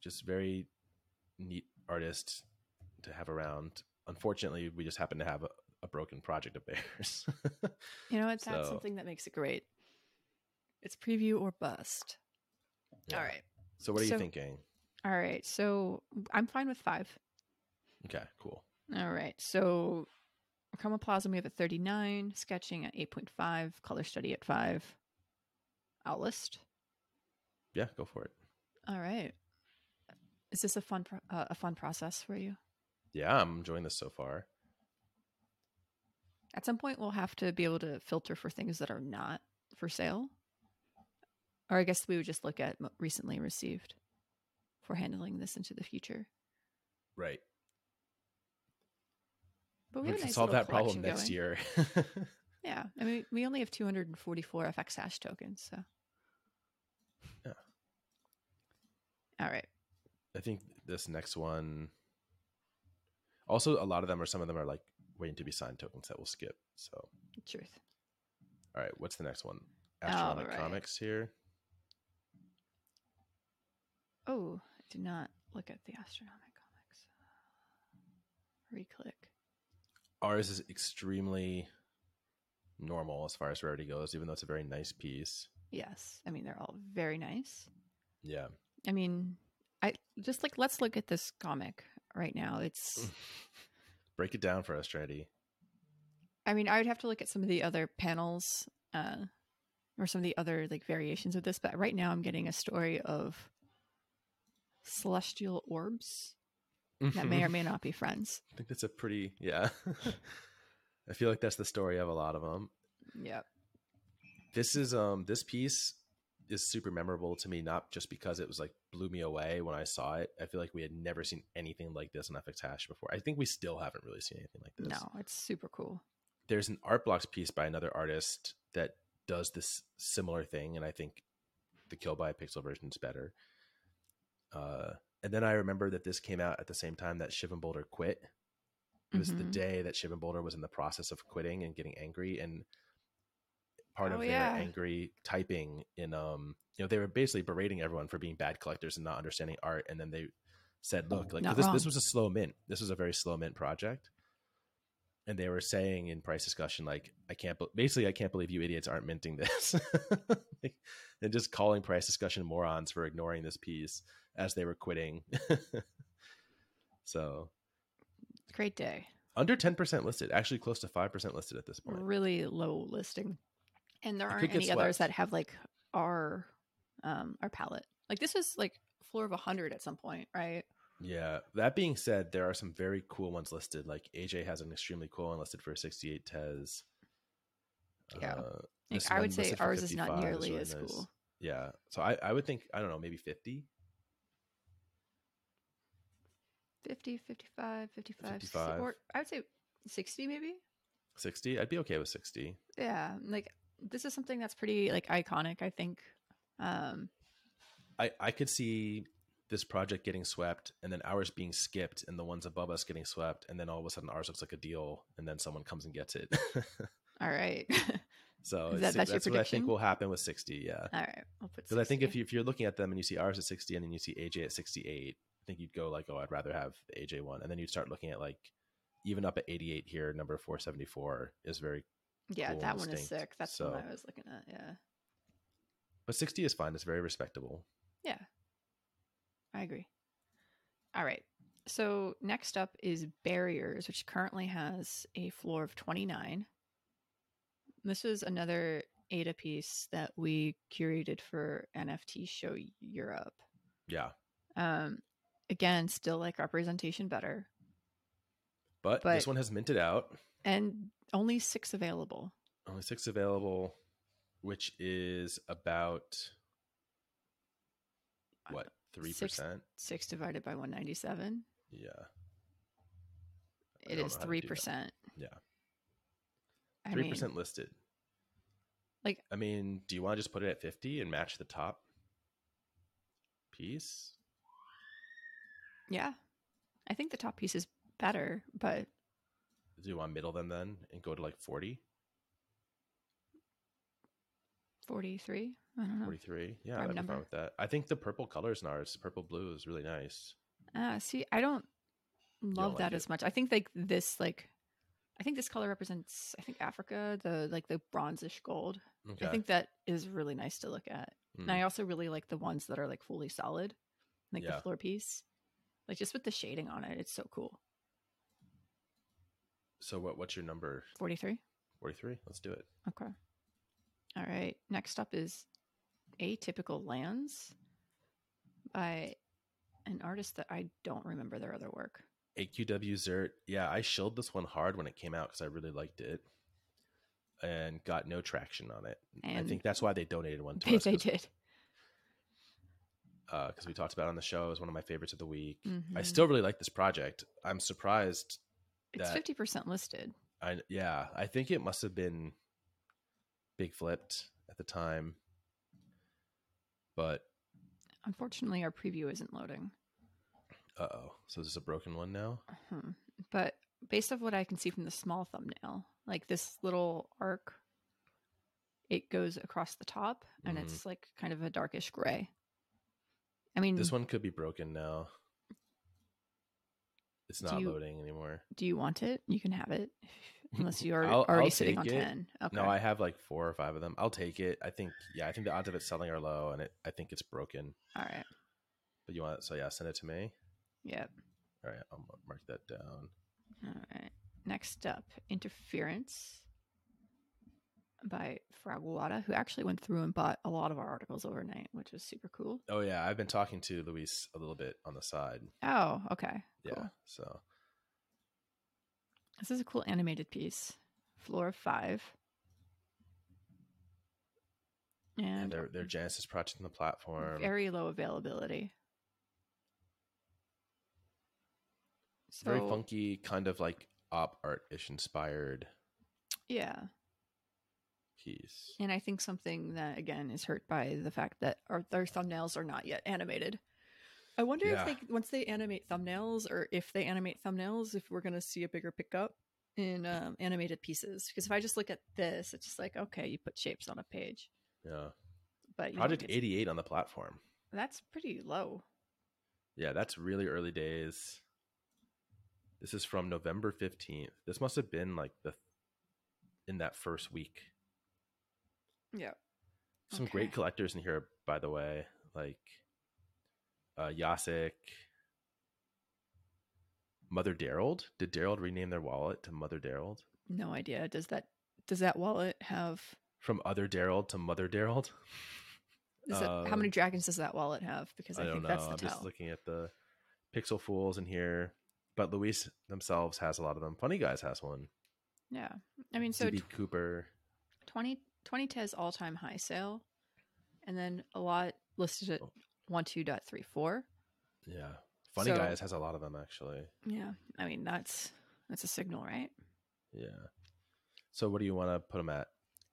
Speaker 1: Just very neat artist to have around. Unfortunately, we just happen to have a, a broken project of theirs.
Speaker 2: you know, it's that's
Speaker 1: So-
Speaker 2: something that makes it great. It's preview or bust.
Speaker 1: Yeah.
Speaker 2: All right,
Speaker 1: So what are
Speaker 2: So-
Speaker 1: you thinking?
Speaker 2: all right. So I'm fine with five.
Speaker 1: Okay, cool.
Speaker 2: All right. So Chromoplaza we have at 39, sketching at 8.5, color study at 5. Outlist.
Speaker 1: Yeah, go for it.
Speaker 2: All right. Is this a fun pro- uh, a fun process for you?
Speaker 1: Yeah, I'm enjoying this so far.
Speaker 2: At some point we'll have to be able to filter for things that are not for sale. Or I guess we would just look at mo- recently received for handling this into the future.
Speaker 1: Right.
Speaker 2: But
Speaker 1: We,
Speaker 2: we, have a
Speaker 1: can
Speaker 2: nice
Speaker 1: solve
Speaker 2: little
Speaker 1: that problem
Speaker 2: collection
Speaker 1: next
Speaker 2: going.
Speaker 1: year.
Speaker 2: Yeah. I mean, we only have 244 FX hash tokens. So.
Speaker 1: Yeah.
Speaker 2: All right.
Speaker 1: I think this next one. Also, a lot of them are some of them are like waiting to be signed tokens that we'll skip. So,
Speaker 2: Truth.
Speaker 1: all right, what's the next one?
Speaker 2: All
Speaker 1: Astronomic
Speaker 2: right.
Speaker 1: Comics here.
Speaker 2: Oh, I did not look at the astronomic comics. Reclick.
Speaker 1: Ours is extremely normal as far as rarity goes, even though it's a very nice piece.
Speaker 2: Yes. I mean, they're all very nice.
Speaker 1: Yeah.
Speaker 2: I mean, I just like, let's look at this comic right now. It's,
Speaker 1: Break it down for us, Trinity.
Speaker 2: I mean, I would have to look at some of the other panels uh, or some of the other like variations of this, but right now I'm getting a story of celestial orbs that may or may not be friends.
Speaker 1: I think that's a pretty, yeah. I feel like that's the story of a lot of them.
Speaker 2: Yep.
Speaker 1: this is um this piece is super memorable to me not just because it was like blew me away when i saw it i feel like we had never seen anything like this on fx hash before i think we still haven't really seen anything like this
Speaker 2: No, it's super cool.
Speaker 1: there's an art blocks piece by another artist that does this similar thing and i think the kill by pixel version is better uh and then i remember that this came out at the same time that shivan boulder quit it was the
Speaker 2: Mhm.
Speaker 1: day that Shivan Boulder was in the process of quitting and getting angry and part
Speaker 2: Oh,
Speaker 1: of their
Speaker 2: yeah.
Speaker 1: angry typing in um you know they were basically berating everyone for being bad collectors and not understanding art and then they said look like
Speaker 2: Oh, Not
Speaker 1: this
Speaker 2: wrong.
Speaker 1: this was a slow mint this was a very slow mint project and they were saying in price discussion like I can't be- basically I can't believe you idiots aren't minting this like, and just calling price discussion morons for ignoring this piece as they were quitting so
Speaker 2: Great day.
Speaker 1: under 10% listed actually close to 5% listed at this point
Speaker 2: Really low listing. And there
Speaker 1: It could
Speaker 2: aren't
Speaker 1: get
Speaker 2: any others
Speaker 1: swept.
Speaker 2: that have like our um our palette. Like this is like floor of 100 at some point, right?
Speaker 1: yeah that being said there are some very cool ones listed like aj has an extremely cool one listed for 68 tes
Speaker 2: Yeah.
Speaker 1: Uh,
Speaker 2: Like,
Speaker 1: this
Speaker 2: I
Speaker 1: one
Speaker 2: would say
Speaker 1: listed for
Speaker 2: ours is not
Speaker 1: 55
Speaker 2: nearly
Speaker 1: really
Speaker 2: as
Speaker 1: nice.
Speaker 2: cool.
Speaker 1: yeah so I, I would think i don't know maybe 50
Speaker 2: 50, 55, 55, 60,
Speaker 1: 55.
Speaker 2: or I would say 60 maybe.
Speaker 1: 60 i'd be okay with 60
Speaker 2: Yeah, like this is something that's pretty like iconic, I think. Um
Speaker 1: i i could see this project getting swept and then ours being skipped and the ones above us getting swept and then all of a sudden ours looks like a deal and then someone comes and gets it
Speaker 2: all right.
Speaker 1: so
Speaker 2: Is
Speaker 1: it's-
Speaker 2: that- that's your
Speaker 1: what i think
Speaker 2: prediction?
Speaker 1: will happen with 60 yeah
Speaker 2: all right. I'll put
Speaker 1: Because I think if
Speaker 2: 60.
Speaker 1: you if you're looking at them and you see ours at sixty and then you see AJ at sixty eight, I think you'd go like, oh, I'd rather have the AJ one, and then you'd start looking at like even up at eighty eight here, number four seventy four is very,
Speaker 2: Yeah,
Speaker 1: cool
Speaker 2: that one is
Speaker 1: distinct,
Speaker 2: sick. That's the one
Speaker 1: so-
Speaker 2: I was looking at. Yeah.
Speaker 1: but sixty is fine. It's very respectable.
Speaker 2: Yeah. I agree. All right. So next up is Barriers, which currently has a floor of 29. This is another ADA piece that we curated for NFT Show Europe.
Speaker 1: Yeah,
Speaker 2: Um, again, still like representation better,
Speaker 1: but, this
Speaker 2: But-
Speaker 1: one has minted out.
Speaker 2: and only six available.
Speaker 1: Only six available, which is about what three percent.
Speaker 2: Six divided by 197.
Speaker 1: Yeah, I
Speaker 2: It
Speaker 1: don't
Speaker 2: is
Speaker 1: know how to
Speaker 2: three
Speaker 1: do that.
Speaker 2: percent.
Speaker 1: Yeah.
Speaker 2: I
Speaker 1: three
Speaker 2: mean,
Speaker 1: percent listed.
Speaker 2: like-
Speaker 1: I mean, do you want to just put it at fifty and match the top piece?
Speaker 2: yeah. I think the top piece is better, but
Speaker 1: Do you want to middle them then and go to like 40,
Speaker 2: 43 i don't know
Speaker 1: 43? Yeah,
Speaker 2: Oh, Prime
Speaker 1: I'd be fine
Speaker 2: number.
Speaker 1: with that. I think the purple colors in ours, purple blue, is really nice.
Speaker 2: ah see i don't love
Speaker 1: like
Speaker 2: that
Speaker 1: it.
Speaker 2: as much i think like this like i think this color represents i think africa the like the bronzish gold
Speaker 1: Okay.
Speaker 2: i think that is really nice to look at and
Speaker 1: Mm.
Speaker 2: i also really like the ones that are like fully solid like
Speaker 1: Yeah.
Speaker 2: the floor piece like just with the shading on it it's so cool
Speaker 1: So what? What's your number?
Speaker 2: 43.
Speaker 1: Forty three. Let's do it.
Speaker 2: Okay. All right. Next up is Atypical Lands by an artist that I don't remember their other work.
Speaker 1: AQW Zert. Yeah, I shilled this one hard when it came out because I really liked it, and got no traction on it. I
Speaker 2: And-
Speaker 1: think that's why they donated one to
Speaker 2: They,
Speaker 1: us.
Speaker 2: they
Speaker 1: 'cause-
Speaker 2: did.
Speaker 1: because we talked about it on the show. It was one of my favorites of the week. I
Speaker 2: Mhm.
Speaker 1: still really like this project. I'm surprised.
Speaker 2: It's
Speaker 1: that-
Speaker 2: fifty percent listed.
Speaker 1: I yeah, I think it must have been big flipped at the time, but
Speaker 2: Unfortunately, our preview isn't loading.
Speaker 1: uh oh, so this is a broken one now.
Speaker 2: Hmm. But based off what I can see from the small thumbnail, like this little arc, it goes across the top, and
Speaker 1: Mhm.
Speaker 2: it's like kind of a darkish gray. I mean,
Speaker 1: This one could be broken now. It's
Speaker 2: Do
Speaker 1: not
Speaker 2: you-
Speaker 1: loading anymore.
Speaker 2: do you want it? You can have it, unless you're
Speaker 1: I'll-
Speaker 2: already
Speaker 1: I'll
Speaker 2: sitting on
Speaker 1: take it.
Speaker 2: ten. Okay.
Speaker 1: No, I have like four or five of them. I'll take it. I think yeah, I think the odds of it selling are low, and it I think it's broken.
Speaker 2: All right.
Speaker 1: But you want so yeah, send it to me.
Speaker 2: Yep.
Speaker 1: All right, I'll mar- mark that down.
Speaker 2: All right. Next up, Interference by Fraguada, who actually went through and bought a lot of our articles overnight, which was super cool.
Speaker 1: Oh yeah, I've been talking to Luis a little bit on the side.
Speaker 2: Oh, okay.
Speaker 1: Yeah.
Speaker 2: Cool.
Speaker 1: So
Speaker 2: This is a cool animated piece. Floor five.
Speaker 1: yeah,
Speaker 2: And
Speaker 1: they're they're Genesis project on the platform.
Speaker 2: very low availability. So,
Speaker 1: Very funky, kind of like op art ish inspired
Speaker 2: Yeah.
Speaker 1: piece.
Speaker 2: And I think something that again is hurt by the fact that our their thumbnails are not yet animated. I wonder
Speaker 1: Yeah.
Speaker 2: if they once they animate thumbnails or if they animate thumbnails, if we're gonna see a bigger pickup in um, animated pieces. Because if I just look at this, it's just like okay, you put shapes on a page,
Speaker 1: Yeah.
Speaker 2: but you don't
Speaker 1: Project
Speaker 2: get-
Speaker 1: eighty eight on the platform.
Speaker 2: that's pretty low.
Speaker 1: Yeah, that's really early days. This is from November fifteenth. This must have been like the in that first week.
Speaker 2: Yeah.
Speaker 1: Some great
Speaker 2: Okay.
Speaker 1: collectors in here, by the way, like uh Yasek, Mother Darold. Did Darold rename their wallet to Mother Darold?
Speaker 2: No idea. Does that does that wallet have?
Speaker 1: From Other Darold to Mother Darold?
Speaker 2: Is that, how
Speaker 1: Um,
Speaker 2: many dragons does that wallet have? Because I,
Speaker 1: I, don't
Speaker 2: think
Speaker 1: know.
Speaker 2: that's the
Speaker 1: I'm
Speaker 2: tell.
Speaker 1: just looking at the Pixel Fools in here. But Luis themselves has a lot of them. Funny Guys has one.
Speaker 2: Yeah. I mean, so
Speaker 1: DB Cooper.
Speaker 2: 20 2010's all time high sale, and then a lot listed at
Speaker 1: Oh.
Speaker 2: 12.34.
Speaker 1: Yeah. Funny
Speaker 2: So-
Speaker 1: Guys has a lot of them, actually.
Speaker 2: Yeah, I mean that's that's a signal, right?
Speaker 1: Yeah. So what do you want to put them at?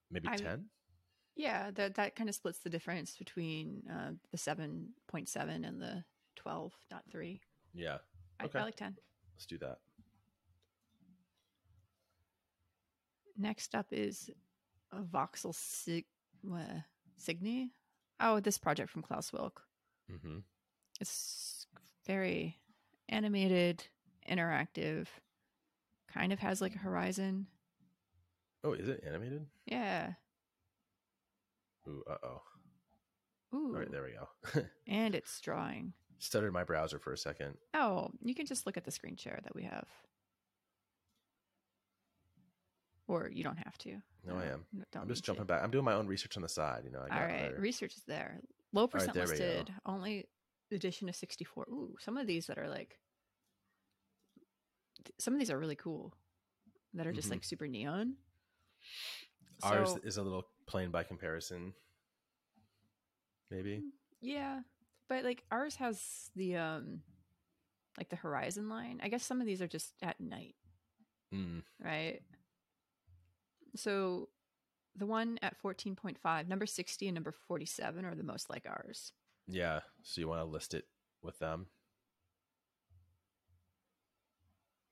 Speaker 1: Maybe
Speaker 2: I'm-
Speaker 1: 10?
Speaker 2: Yeah, that that kind of splits the difference between uh, the 7.7 and the 12.3.
Speaker 1: Yeah.
Speaker 2: I,
Speaker 1: Okay.
Speaker 2: I like 10.
Speaker 1: Let's do that.
Speaker 2: Next up is a voxel sig what, Signy. Oh, this project from Klaus Wilk.
Speaker 1: Mm-hmm.
Speaker 2: It's very animated, interactive. Kind of has like a horizon.
Speaker 1: Oh, is it animated?
Speaker 2: Yeah.
Speaker 1: Ooh, uh-oh.
Speaker 2: Ooh.
Speaker 1: All right, there we go.
Speaker 2: And it's drawing.
Speaker 1: Stuttered my browser for a second.
Speaker 2: Oh, you can just look at the screen share that we have. Or you don't have to.
Speaker 1: No, I am. I'm just jumping
Speaker 2: back.
Speaker 1: back. I'm doing my own research on the side. You know, I got
Speaker 2: All right,
Speaker 1: our-
Speaker 2: research is there. Low percent
Speaker 1: there we go.
Speaker 2: listed, only edition of 64. Ooh, some of these that are like, th- some of these are really cool that are just
Speaker 1: Mhm.
Speaker 2: like super neon.
Speaker 1: ours
Speaker 2: So,
Speaker 1: is a little plain by comparison. Maybe.
Speaker 2: yeah, but like ours has the, um, like the horizon line. I guess some of these are just at night, Hmm.
Speaker 1: Mm.
Speaker 2: right? So the one at 14.5, number 60 and number 47 are the most like ours.
Speaker 1: Yeah. So you want to list it with them?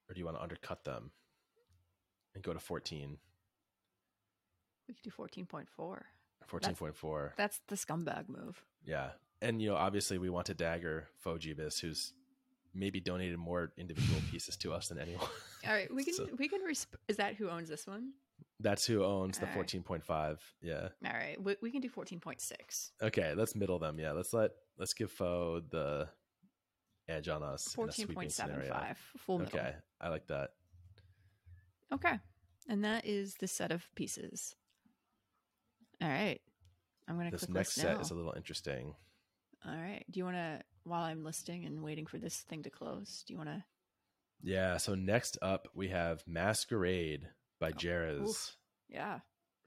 Speaker 1: Or do you want to undercut them and go to 14?
Speaker 2: We could do 14.4.
Speaker 1: 14.4.
Speaker 2: That's the scumbag move.
Speaker 1: Yeah. And, you know, obviously we want to dagger Fojibis, who's maybe donated more individual pieces to us than anyone.
Speaker 2: All right, we can
Speaker 1: So-
Speaker 2: we can. Resp- is that who owns this one?
Speaker 1: That's who owns the
Speaker 2: All right.
Speaker 1: 14.5. Yeah.
Speaker 2: All right, we, we can do fourteen point six.
Speaker 1: Okay, let's middle them. Yeah, let's let let's give Foe the edge on us. in a
Speaker 2: Fourteen
Speaker 1: sweeping
Speaker 2: point seven
Speaker 1: scenario.
Speaker 2: five. Full middle.
Speaker 1: Okay, I like that.
Speaker 2: Okay. And that is the set of pieces. All right. I'm going to
Speaker 1: This
Speaker 2: click
Speaker 1: next
Speaker 2: list now.
Speaker 1: set is a little interesting.
Speaker 2: All right. Do you want to, while I'm listing and waiting for this thing to close, do you want to?
Speaker 1: Yeah. So next up, we have Masquerade by Jerez
Speaker 2: Oh, oof. Yeah.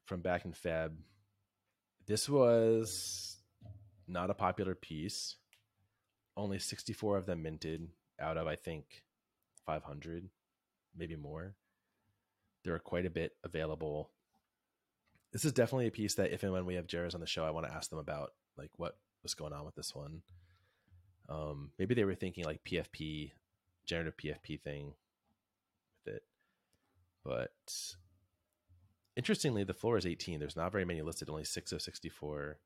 Speaker 1: from back in Feb. This was not a popular piece. Only 64 of them minted out of, I think, 500, maybe more. There are quite a bit available. This is definitely a piece that, if and when we have Jerez on the show, I want to ask them about, like, what was going on with this one. Um, maybe they were thinking like PFP, generative PFP thing with it. But interestingly, the floor is 18. There's not very many listed, only six of 64.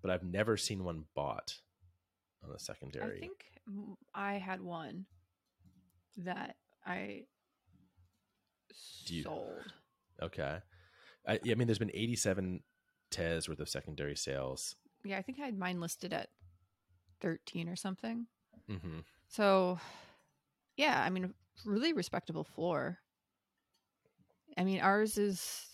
Speaker 1: But I've never seen one bought on the secondary.
Speaker 2: I think m- I had one that I
Speaker 1: Do you-
Speaker 2: sold.
Speaker 1: okay. I, yeah, I mean, there's been 87 TES worth of secondary sales.
Speaker 2: Yeah. I think I had mine listed at 13 or something.
Speaker 1: hmm
Speaker 2: So, yeah, I mean, really respectable floor. I mean, ours is,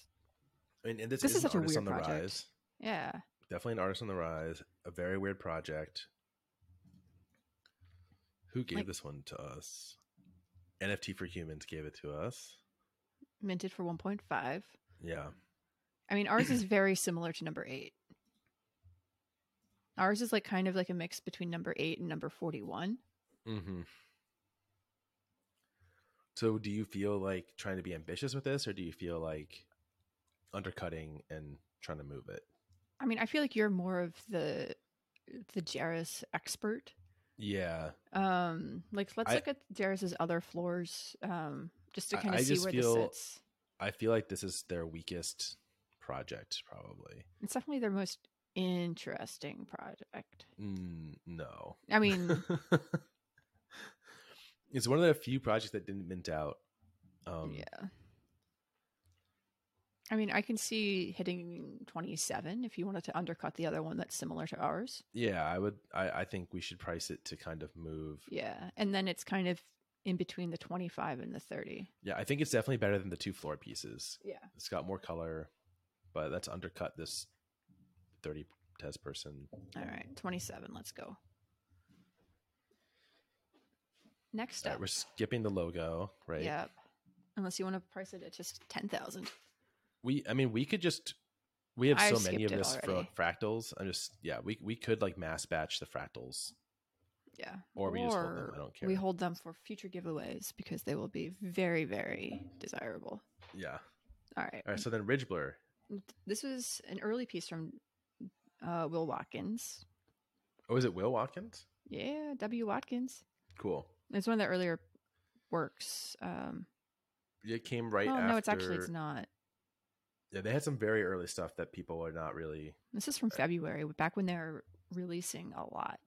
Speaker 1: And, and this,
Speaker 2: This
Speaker 1: is,
Speaker 2: is
Speaker 1: an
Speaker 2: such a
Speaker 1: artist
Speaker 2: weird
Speaker 1: on the
Speaker 2: project.
Speaker 1: rise.
Speaker 2: yeah.
Speaker 1: Definitely an artist on the rise. A very weird project. Who gave
Speaker 2: Like-
Speaker 1: this one to us? NFT for Humans gave it to us.
Speaker 2: minted for 1.5. I
Speaker 1: Yeah.
Speaker 2: mean, ours is very similar to number eight. Ours is like kind of like a mix between number eight and number 41.
Speaker 1: Mm-hmm. So, do you feel like trying to be ambitious with this, or do you feel like undercutting and trying to move it?
Speaker 2: I mean, I feel like you're more of the the Jairus expert.
Speaker 1: Yeah,
Speaker 2: Um, like let's
Speaker 1: I-
Speaker 2: look at Jairus's other floors, um, just to
Speaker 1: I-
Speaker 2: kind
Speaker 1: I
Speaker 2: of see
Speaker 1: just
Speaker 2: where
Speaker 1: feel-
Speaker 2: this sits.
Speaker 1: I feel like this is their weakest project, probably.
Speaker 2: It's definitely their most interesting project.
Speaker 1: Mm, no,
Speaker 2: I mean,
Speaker 1: it's one of the few projects that didn't mint out. Um,
Speaker 2: yeah. I mean, I can see hitting 27 if you wanted to undercut the other one that's similar to ours.
Speaker 1: yeah, I would. I, I think we should price it to kind of move.
Speaker 2: Yeah. And then it's kind of in between the 25 and the 30.
Speaker 1: Yeah, I think it's definitely better than the two floor pieces.
Speaker 2: Yeah.
Speaker 1: It's got more color, but that's undercut this 30 test person.
Speaker 2: All right. 27. Let's go. Next
Speaker 1: All
Speaker 2: up.
Speaker 1: right, we're skipping the logo, right?
Speaker 2: Yep. Unless you want to price it at just 10,000.
Speaker 1: We, I mean, we could just, we have
Speaker 2: I
Speaker 1: so many of
Speaker 2: skipped it
Speaker 1: this fro-
Speaker 2: already.
Speaker 1: fractals. I'm just, yeah, we, we could like mass batch the fractals.
Speaker 2: Yeah.
Speaker 1: Or we just hold them,
Speaker 2: Or
Speaker 1: I don't
Speaker 2: We
Speaker 1: care.
Speaker 2: hold them for future giveaways because they will be very, very desirable.
Speaker 1: Yeah.
Speaker 2: All right.
Speaker 1: All right. So then Ridge Blur.
Speaker 2: This was an early piece from uh, Will Watkins.
Speaker 1: Oh, is it Will Watkins?
Speaker 2: Yeah. W. Watkins.
Speaker 1: Cool.
Speaker 2: It's one of the earlier works. Um,
Speaker 1: It came right
Speaker 2: oh,
Speaker 1: after.
Speaker 2: no, it's actually, it's not.
Speaker 1: Yeah, they had some very early stuff that people are not really.
Speaker 2: This is from
Speaker 1: Uh,
Speaker 2: February, back when they were releasing a lot.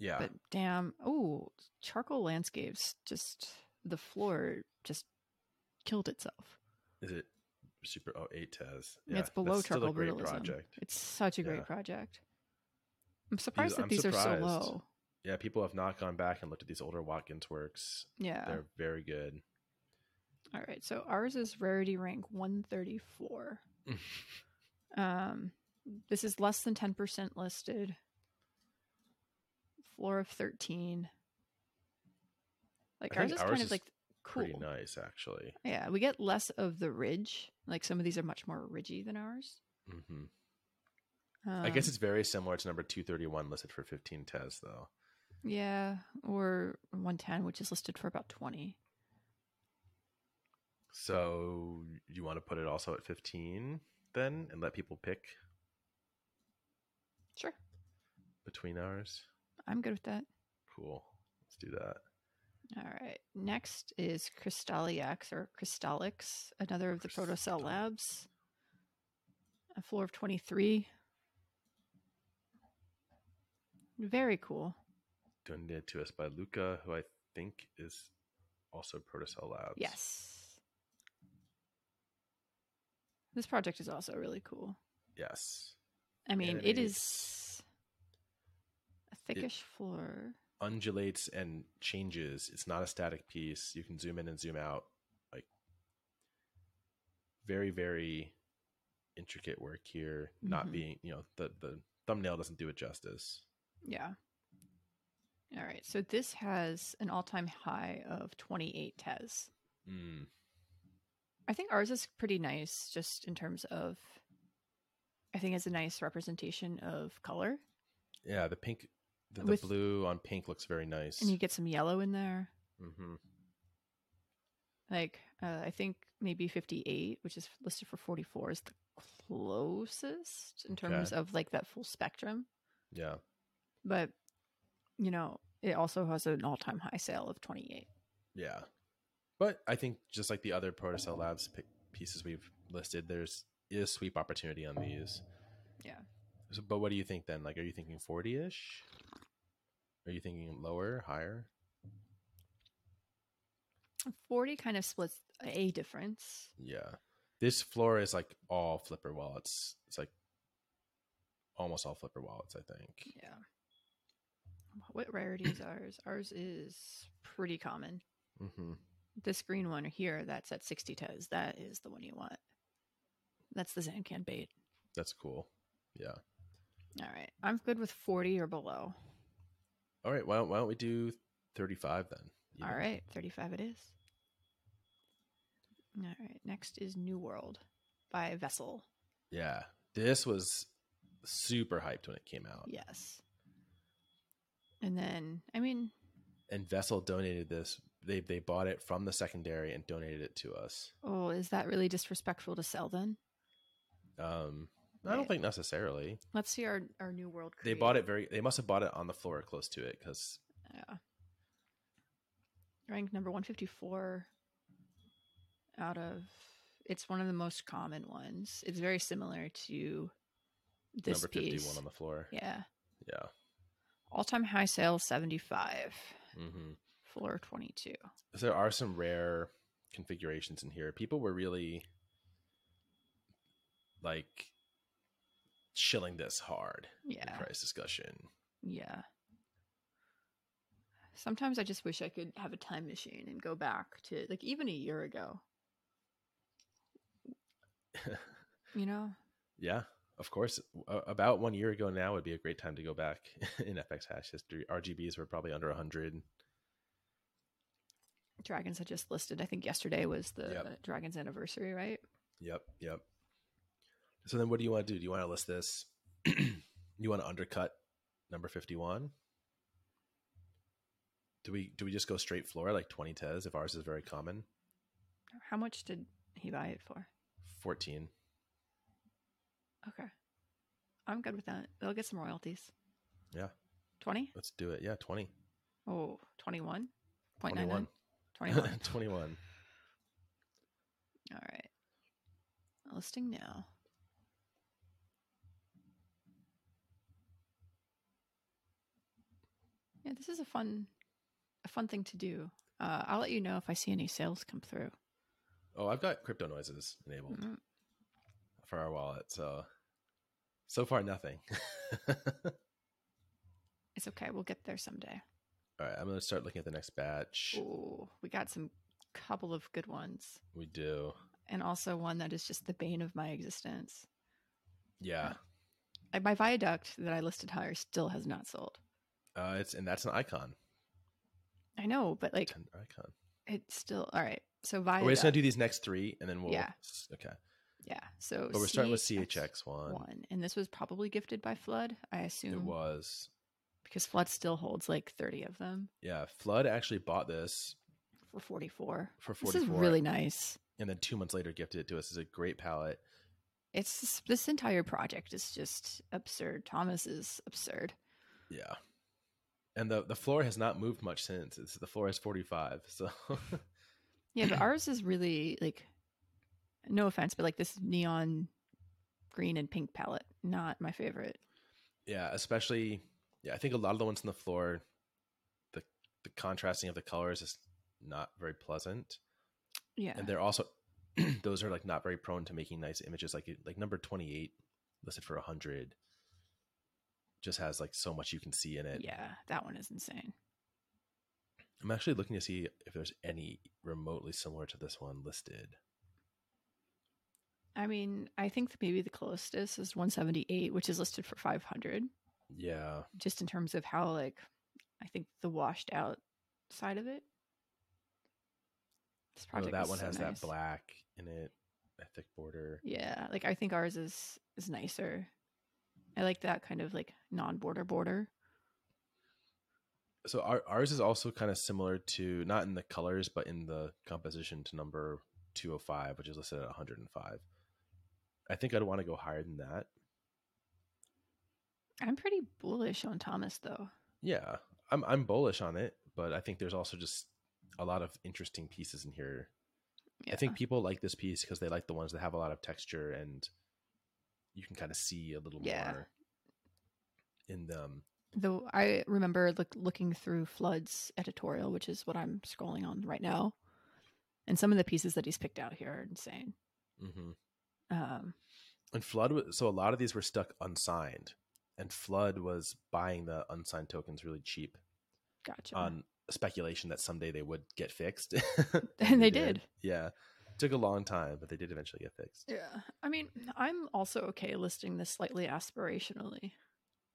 Speaker 1: Yeah.
Speaker 2: But damn, oh, charcoal landscapes. Just the floor just killed itself.
Speaker 1: is it super? Oh, eight Tez.
Speaker 2: Yeah, it's below
Speaker 1: that's still a
Speaker 2: charcoal
Speaker 1: great
Speaker 2: brutalism.
Speaker 1: project.
Speaker 2: It's such a great
Speaker 1: Yeah.
Speaker 2: project. I'm surprised that
Speaker 1: I'm
Speaker 2: these are
Speaker 1: surprised.
Speaker 2: so low.
Speaker 1: Yeah, people have not gone back and looked at these older Watkins works.
Speaker 2: Yeah.
Speaker 1: They're very good.
Speaker 2: All right. So ours is rarity rank 134. Um, this is less than 10% listed. Floor of 13. Like
Speaker 1: I
Speaker 2: ours
Speaker 1: think
Speaker 2: is
Speaker 1: ours
Speaker 2: kind
Speaker 1: is
Speaker 2: of like cool.
Speaker 1: Pretty nice, actually.
Speaker 2: Yeah, we get less of the ridge. Like some of these are much more ridgy than ours.
Speaker 1: hmm
Speaker 2: Um,
Speaker 1: I guess it's very similar to number 231 listed for 15 TES, though.
Speaker 2: yeah, or 110, which is listed for about 20.
Speaker 1: So you want to put it also at 15 then and let people pick
Speaker 2: Sure,
Speaker 1: between ours?
Speaker 2: I'm good with that.
Speaker 1: Cool. Let's do that.
Speaker 2: All right. Next is Crystaliax or Crystalix, another of the Protocell
Speaker 1: Crystalix.
Speaker 2: Labs. A floor of 23. Very cool.
Speaker 1: Donated to us by Luca, who I think is also Protocell Labs.
Speaker 2: Yes. This project is also really cool.
Speaker 1: Yes.
Speaker 2: I mean,
Speaker 1: Animates.
Speaker 2: it is a thickish floor.
Speaker 1: Undulates and changes. It's not a static piece. You can zoom in and zoom out like very very intricate work here. Not
Speaker 2: Mhm.
Speaker 1: being you know the the thumbnail doesn't do it justice.
Speaker 2: Yeah. All right. So this has an all time high of E 28 TES.
Speaker 1: Mm,
Speaker 2: I think ours is pretty nice just in terms of, I think it's a nice representation of color.
Speaker 1: yeah, the pink, the, the
Speaker 2: With-
Speaker 1: blue on pink looks very nice.
Speaker 2: And you get some yellow in there.
Speaker 1: hmm
Speaker 2: Like, uh, I think maybe 58, which is listed for 44, is the closest in terms of like that full spectrum.
Speaker 1: Yeah,
Speaker 2: But, you know, it also has an all time high sale of 28.
Speaker 1: yeah. But I think just like the other Protocell Labs pi- pieces we've listed, there's is sweep opportunity on these.
Speaker 2: Yeah.
Speaker 1: So, but what do you think then? Like, are you thinking forty ish? Are you thinking lower, higher?
Speaker 2: 40 kind of splits a difference.
Speaker 1: Yeah. This floor is like all flipper wallets. It's like almost all flipper wallets, I think.
Speaker 2: Yeah. What rarity is ours? Ours is pretty common.
Speaker 1: Mm-hmm.
Speaker 2: This green one here, that's at 60 tes. That is the one you want. That's the Zancan bait.
Speaker 1: That's cool. Yeah.
Speaker 2: All right. I'm good with 40 or below.
Speaker 1: All right. Why don't, why don't we do 35 then? You
Speaker 2: All
Speaker 1: know?
Speaker 2: right. 35 it is. All right. Next is New World by Vessel.
Speaker 1: Yeah. This was super hyped when it came out.
Speaker 2: Yes. And then, I mean,
Speaker 1: And Vessel donated this. They, they bought it from the secondary and donated it to us.
Speaker 2: oh, is that really disrespectful to sell then?
Speaker 1: Um, I don't
Speaker 2: Right.
Speaker 1: think necessarily.
Speaker 2: Let's see our, our New World.
Speaker 1: They
Speaker 2: creator.
Speaker 1: bought it very, they must have bought it on the floor or close to it because
Speaker 2: Yeah. Ranked number 154 out of it's one of the most common ones. It's very similar to this
Speaker 1: number
Speaker 2: piece.
Speaker 1: 51 on the floor.
Speaker 2: Yeah.
Speaker 1: Yeah.
Speaker 2: All-time high sale 75,
Speaker 1: Mm-hmm.
Speaker 2: floor 22.
Speaker 1: there are some rare configurations in here. People were really like chilling this hard in
Speaker 2: Yeah.
Speaker 1: price discussion.
Speaker 2: Yeah. Sometimes I just wish I could have a time machine and go back to like even a year ago, you know?
Speaker 1: yeah, of course. A- about one year ago now would be a great time to go back in FX hash history. RGBs were probably under 100.
Speaker 2: Dragons I just listed. I think yesterday was the
Speaker 1: Yep.
Speaker 2: uh, Dragons anniversary, right?
Speaker 1: Yep, yep. So then what do you want to do? Do you want to list this? you want to undercut number 51? Do we do we just go straight floor like 20 tes if ours is very common?
Speaker 2: How much did he buy it for?
Speaker 1: 14.
Speaker 2: Okay. I'm good with that. They'll get some royalties.
Speaker 1: Yeah.
Speaker 2: 20?
Speaker 1: Let's do it. Yeah, 20.
Speaker 2: Oh, 21?
Speaker 1: 21.
Speaker 2: 21. 21.
Speaker 1: 21.
Speaker 2: All right. Listing now. Yeah, this is a fun a fun thing to do. Uh, I'll let you know if I see any sales come through.
Speaker 1: Oh, I've got crypto noises enabled
Speaker 2: Mm,
Speaker 1: for our wallet. So, so far, nothing.
Speaker 2: It's okay. We'll get there someday.
Speaker 1: All right, I'm going to start looking at the next batch.
Speaker 2: Oh, we got some couple of good ones.
Speaker 1: We do.
Speaker 2: And also one that is just the bane of my existence.
Speaker 1: Yeah.
Speaker 2: I- my viaduct that I listed higher still has not sold.
Speaker 1: Uh, it's and that's an icon.
Speaker 2: I know, but like
Speaker 1: It's an icon.
Speaker 2: it's still all right. So
Speaker 1: Oh,
Speaker 2: viaduct,
Speaker 1: we're just going to do these next three and then we'll.
Speaker 2: Yeah.
Speaker 1: s- Okay.
Speaker 2: yeah. So,
Speaker 1: But we're starting with CHX1.
Speaker 2: one, and this was probably gifted by Flood, I assume,
Speaker 1: It was.
Speaker 2: because Flood still holds like thirty of them
Speaker 1: Yeah. Flood actually bought this
Speaker 2: for forty-four.
Speaker 1: for
Speaker 2: This
Speaker 1: 44
Speaker 2: is really nice.
Speaker 1: and then two months later gifted it to us. It's a great palette.
Speaker 2: It's just- this entire project is just absurd. Thomas is absurd.
Speaker 1: Yeah. And the, the floor has not moved much since. It's, the floor is 45. So,
Speaker 2: Yeah, but ours is really like, no offense, but like this neon green and pink palette, not my favorite.
Speaker 1: yeah, especially, yeah, I think a lot of the ones on the floor, the, the contrasting of the colors is not very pleasant.
Speaker 2: Yeah,
Speaker 1: And they're also, those are like not very prone to making nice images. Like, it- like number 28 listed for 100 just has like so much you can see in it.
Speaker 2: yeah, that one is insane.
Speaker 1: I'm actually looking to see if there's any remotely similar to this one listed.
Speaker 2: I mean, I think that maybe the closest is 178, which is listed for 500,
Speaker 1: Yeah.
Speaker 2: just in terms of how, like, I think the washed out side of it. This
Speaker 1: Oh,
Speaker 2: project
Speaker 1: that
Speaker 2: is
Speaker 1: one
Speaker 2: so
Speaker 1: has
Speaker 2: nice.
Speaker 1: that black in it, that thick border.
Speaker 2: Yeah, like I think ours is is nicer. I like that kind of like non-border border.
Speaker 1: So our, ours is also kind of similar to not in the colors, but in the composition to number 205, which is listed at 105. I think I'd want to go higher than that.
Speaker 2: I'm pretty bullish on Thomas though.
Speaker 1: Yeah, I'm I'm bullish on it, but I think there's also just a lot of interesting pieces in here. I think people like this piece because they like the ones that have a lot of texture and you can kind of see a little
Speaker 2: Yeah.
Speaker 1: more in them.
Speaker 2: Though I remember look, looking through Flood's editorial, which is what I'm scrolling on right now, and some of the pieces that he's picked out here are insane.
Speaker 1: hmm
Speaker 2: Um,
Speaker 1: And Flood, wa- so a lot of these were stuck unsigned, and Flood was buying the unsigned tokens really cheap
Speaker 2: gotcha.
Speaker 1: on speculation that someday they would get fixed.
Speaker 2: And they did.
Speaker 1: Yeah. Took a long time, but they did eventually get fixed.
Speaker 2: yeah, I mean, I'm also okay listing this slightly aspirationally.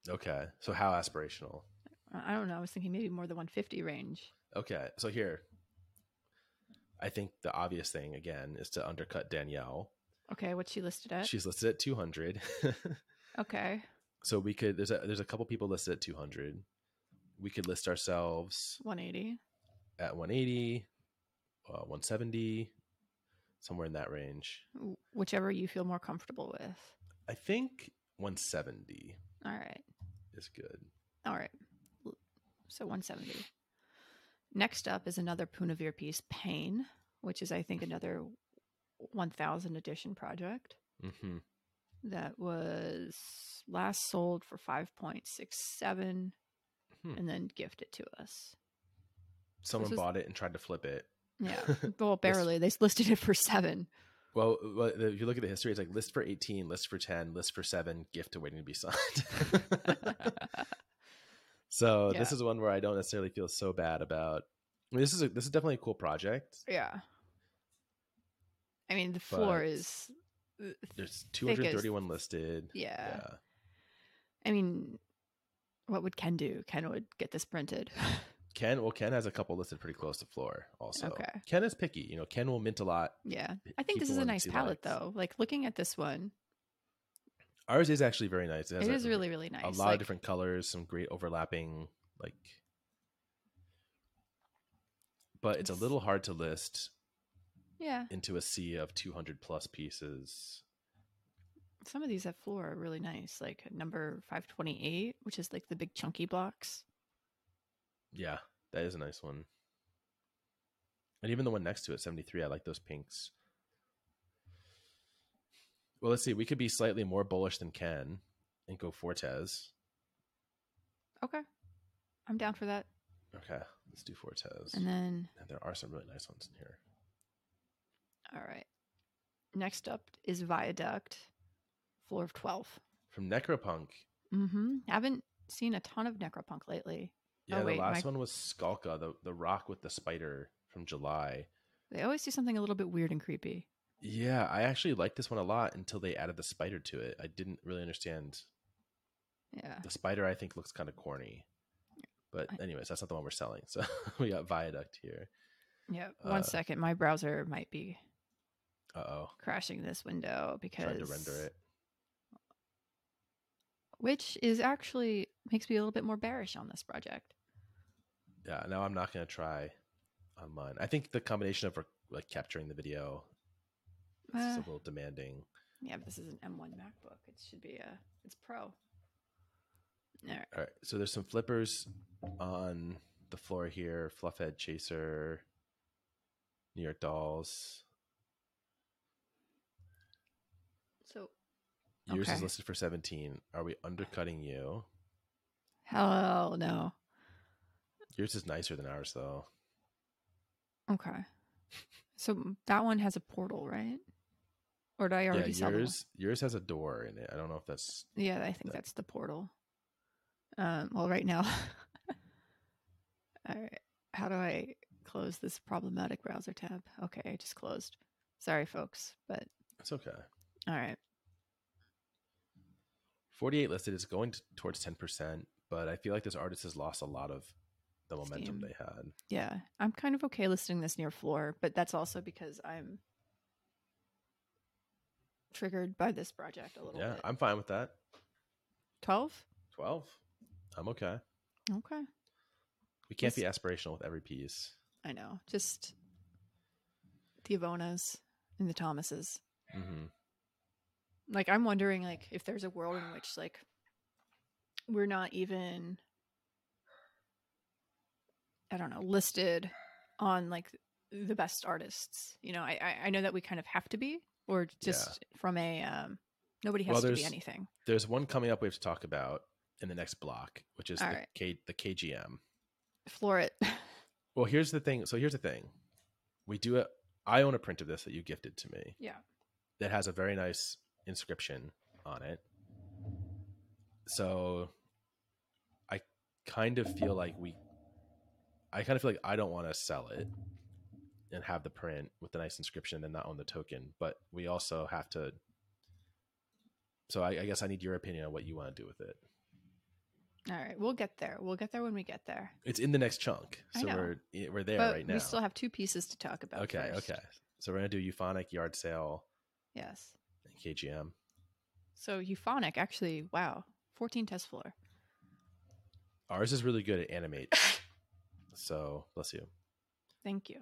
Speaker 1: Okay. So, how aspirational?
Speaker 2: I I don't know. I was thinking maybe more the 150 range.
Speaker 1: Okay, so here, I think the obvious thing again is to undercut Danielle.
Speaker 2: Okay, what's she listed at?
Speaker 1: She's listed at two hundred,
Speaker 2: okay,
Speaker 1: so we could there's a there's a couple people listed at two hundred. We could list ourselves
Speaker 2: 180.
Speaker 1: at one eighty, uh, one seventy, somewhere in that range.
Speaker 2: wh- Whichever you feel more comfortable with.
Speaker 1: I think one seventy
Speaker 2: All right.
Speaker 1: is good.
Speaker 2: All right. L- So 170. Next up is another Punavir piece, Pain, which is, I think, another 1000 edition project
Speaker 1: Mm-hmm.
Speaker 2: that was last sold for 5.67
Speaker 1: Hmm.
Speaker 2: and then gifted to us.
Speaker 1: Someone
Speaker 2: is-
Speaker 1: bought it and tried to flip it.
Speaker 2: Yeah. well, barely. They listed it for seven.
Speaker 1: Well, well, if you look at the history, it's like list for eighteen, list for ten, list for seven, gift to waiting to be signed. So this
Speaker 2: Yeah.
Speaker 1: is one where I don't necessarily feel so bad about. I mean, this is a, this is definitely a cool project.
Speaker 2: yeah. I mean, the floor
Speaker 1: But-
Speaker 2: is. uh,
Speaker 1: There's 231 listed.
Speaker 2: yeah.
Speaker 1: Yeah.
Speaker 2: I mean, what would Ken do? Ken would get this printed.
Speaker 1: Ken, well, Ken has a couple listed pretty close to floor. Also,
Speaker 2: Okay.
Speaker 1: Ken is picky. You know, Ken will mint a lot.
Speaker 2: yeah.
Speaker 1: p-
Speaker 2: I
Speaker 1: keep
Speaker 2: think this
Speaker 1: the
Speaker 2: is a
Speaker 1: ones
Speaker 2: nice
Speaker 1: he likes.
Speaker 2: palette, though. Like looking at this one,
Speaker 1: Ours is actually very nice. has
Speaker 2: it
Speaker 1: a-
Speaker 2: is really, really nice.
Speaker 1: a lot
Speaker 2: like,
Speaker 1: of different colors, some great overlapping. Like, but it's a
Speaker 2: It's-
Speaker 1: little hard to list
Speaker 2: Yeah.
Speaker 1: into a sea of 200 plus pieces.
Speaker 2: Some of these at floor are really nice. Like number 528, which is like the big chunky blocks.
Speaker 1: Yeah, that is a nice one. And even the one next to it, 73, I like those pinks. Well, let's see. We could be slightly more bullish than Ken and go Fortes.
Speaker 2: Okay. I'm down for that.
Speaker 1: Okay, let's do Fortes.
Speaker 2: And then,
Speaker 1: And there are some really nice ones in here.
Speaker 2: all right. Next up is Viaduct, floor of 12.
Speaker 1: From Necropunk.
Speaker 2: Mm-hmm. Haven't seen a ton of Necropunk lately.
Speaker 1: Yeah,
Speaker 2: wait,
Speaker 1: the last
Speaker 2: my-
Speaker 1: one was Skalka, the, the rock with the spider from July.
Speaker 2: They always do something a little bit weird and creepy.
Speaker 1: Yeah, I actually liked this one a lot until they added the spider to it. I didn't really understand.
Speaker 2: Yeah.
Speaker 1: The spider, I think, looks kind of corny. But,
Speaker 2: I-
Speaker 1: anyways, that's not the one we're selling. So we got Viaduct here.
Speaker 2: Yeah.
Speaker 1: Uh,
Speaker 2: One second, My browser might be
Speaker 1: Uh oh.
Speaker 2: crashing this window because
Speaker 1: Trying to render it.
Speaker 2: Which is actually makes me a little bit more bearish on this project.
Speaker 1: Yeah, no, I'm not going to try on mine. I think the combination of like capturing the video is
Speaker 2: Uh.
Speaker 1: a little demanding.
Speaker 2: Yeah, but this is an M1 MacBook. It should be a it's pro. All right.
Speaker 1: All right. So there's some flippers on the floor here Fluffhead Chaser, New York Dolls.
Speaker 2: So
Speaker 1: Yours is
Speaker 2: Okay.
Speaker 1: listed for 17. Are we undercutting you?
Speaker 2: hell no.
Speaker 1: Yours is nicer than ours, though.
Speaker 2: Okay. So that one has a portal, right? Or did I
Speaker 1: Yeah,
Speaker 2: already sell
Speaker 1: yours yours has a door in it. I don't know if that's
Speaker 2: the one? Yeah, I think that's the portal. Um, well, right now. All right. How do I close this problematic browser tab? Okay, I just closed. Sorry, folks, but
Speaker 1: it's okay.
Speaker 2: All right.
Speaker 1: 48 listed is going t- towards 10%, but I feel like this artist has lost a lot of the momentum
Speaker 2: Steam.
Speaker 1: they had.
Speaker 2: Yeah. I'm kind of okay listing this near floor, but that's also because I'm triggered by this project a little
Speaker 1: Yeah,
Speaker 2: bit.
Speaker 1: I'm fine with that.
Speaker 2: 12?
Speaker 1: 12. I'm okay.
Speaker 2: Okay.
Speaker 1: We can't
Speaker 2: This-
Speaker 1: be aspirational with every piece.
Speaker 2: I know. Just the Avonas and the Thomases.
Speaker 1: hmm
Speaker 2: Like I'm wondering like if there's a world in which like we're not even I don't know, listed on like the best artists. You know, I I- I know that we kind of have to be or just from a um nobody has
Speaker 1: Well,
Speaker 2: to be
Speaker 1: there's-
Speaker 2: anything.
Speaker 1: There's one coming up we have to talk about in the next block, which is the,
Speaker 2: All right.
Speaker 1: K- the KGM.
Speaker 2: Floor it.
Speaker 1: Well, here's the thing. So here's the thing. We do a, I own a print of this that you gifted to me.
Speaker 2: Yeah.
Speaker 1: That has a very nice inscription on it. So I kind of feel like we I kind of feel like I don't want to sell it and have the print with the nice inscription and not own the token, but we also have to so I, I guess I need your opinion on what you want to do with it.
Speaker 2: All right. We'll get there. We'll get there when we get there.
Speaker 1: It's in the next chunk,
Speaker 2: I
Speaker 1: so
Speaker 2: know.
Speaker 1: we're yeah, we're there
Speaker 2: but
Speaker 1: right now.
Speaker 2: we still have two pieces to talk about.
Speaker 1: okay,
Speaker 2: first.
Speaker 1: okay. So we're gonna do euphonic yard sale
Speaker 2: Yes.
Speaker 1: and KGM.
Speaker 2: So euphonic actually, wow. 14 test floor.
Speaker 1: Ours is really good at animate. so bless you.
Speaker 2: Thank you.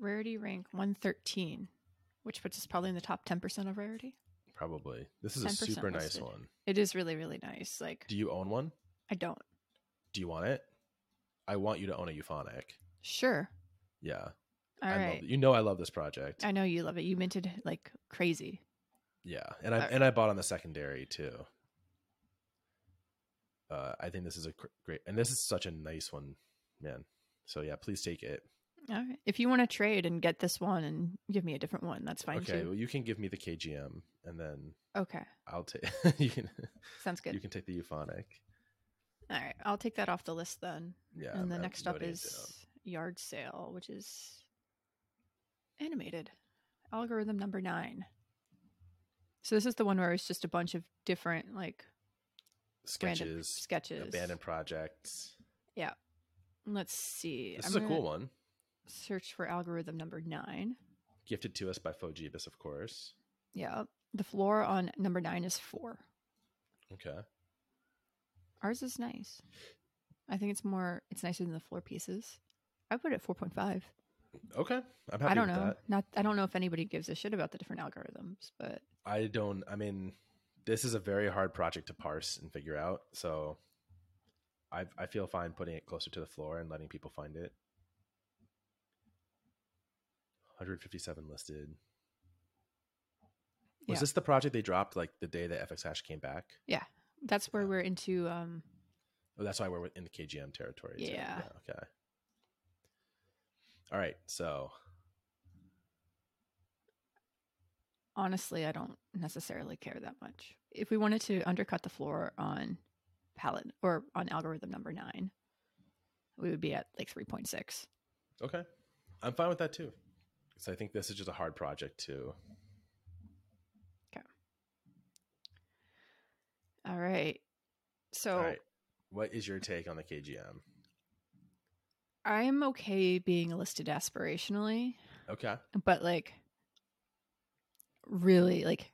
Speaker 2: Rarity rank 113, which puts us probably in the top 10% of rarity.
Speaker 1: Probably this is a
Speaker 2: 10%
Speaker 1: super nice
Speaker 2: listed.
Speaker 1: one.
Speaker 2: It is really, really nice. Like,
Speaker 1: Do you own one?
Speaker 2: I don't.
Speaker 1: Do you want it? I want you to own a euphonic.
Speaker 2: Sure.
Speaker 1: Yeah,
Speaker 2: All
Speaker 1: I
Speaker 2: right. I
Speaker 1: love. You know I love this project.
Speaker 2: know you love it. You minted it like crazy.
Speaker 1: yeah, and I
Speaker 2: All right.
Speaker 1: and I bought on the secondary too. Uh, I think this is a cr- great, and this is such a nice one, man. So yeah, please take it.
Speaker 2: All right. If you want to trade and get this one and give me a different one, that's fine
Speaker 1: okay,
Speaker 2: too.
Speaker 1: well you can give me the KGM, and then
Speaker 2: Okay.
Speaker 1: I'll take. you can
Speaker 2: Sounds good.
Speaker 1: you can take the euphonic.
Speaker 2: All right. I'll take that off the list then.
Speaker 1: Yeah,
Speaker 2: and the
Speaker 1: I'm
Speaker 2: next up
Speaker 1: noting it down.
Speaker 2: is Yard Sale, which is animated. Algorithm number nine. So this is the one where it's just a bunch of different like random
Speaker 1: sketches,
Speaker 2: sketches.
Speaker 1: abandoned projects.
Speaker 2: Let's see.
Speaker 1: This
Speaker 2: I'm
Speaker 1: is a cool
Speaker 2: gonna
Speaker 1: one.
Speaker 2: Search for algorithm number nine.
Speaker 1: Gifted to us by Fojibus, of course.
Speaker 2: Yeah. The floor on number nine is four.
Speaker 1: Okay.
Speaker 2: Ours is nice. I think it's more it's nicer than the floor pieces. I put it four point five.
Speaker 1: Okay. I'm happy
Speaker 2: I don't
Speaker 1: with
Speaker 2: know.
Speaker 1: that.
Speaker 2: Not I don't know if anybody gives a shit about the different algorithms, but
Speaker 1: I don't I mean, this is a very hard project to parse and figure out, so I I feel fine putting it closer to the floor and letting people find it. 157 listed. Was
Speaker 2: Yeah.
Speaker 1: this the project they dropped like the day that FX Hash came back?
Speaker 2: that's where
Speaker 1: Yeah.
Speaker 2: we're into um
Speaker 1: Oh, that's why we're in the KGM territory. too.
Speaker 2: Yeah.
Speaker 1: Okay. All right. So
Speaker 2: honestly, I don't necessarily care that much. If we wanted to undercut the floor on palette or on algorithm number nine, we would be at like 3.6.
Speaker 1: okay, I'm fine with that too. So I think this is just a hard project too.
Speaker 2: All right. So
Speaker 1: All right. What is your take on the KGM?
Speaker 2: I'm okay being listed aspirationally,
Speaker 1: Okay.
Speaker 2: but like really like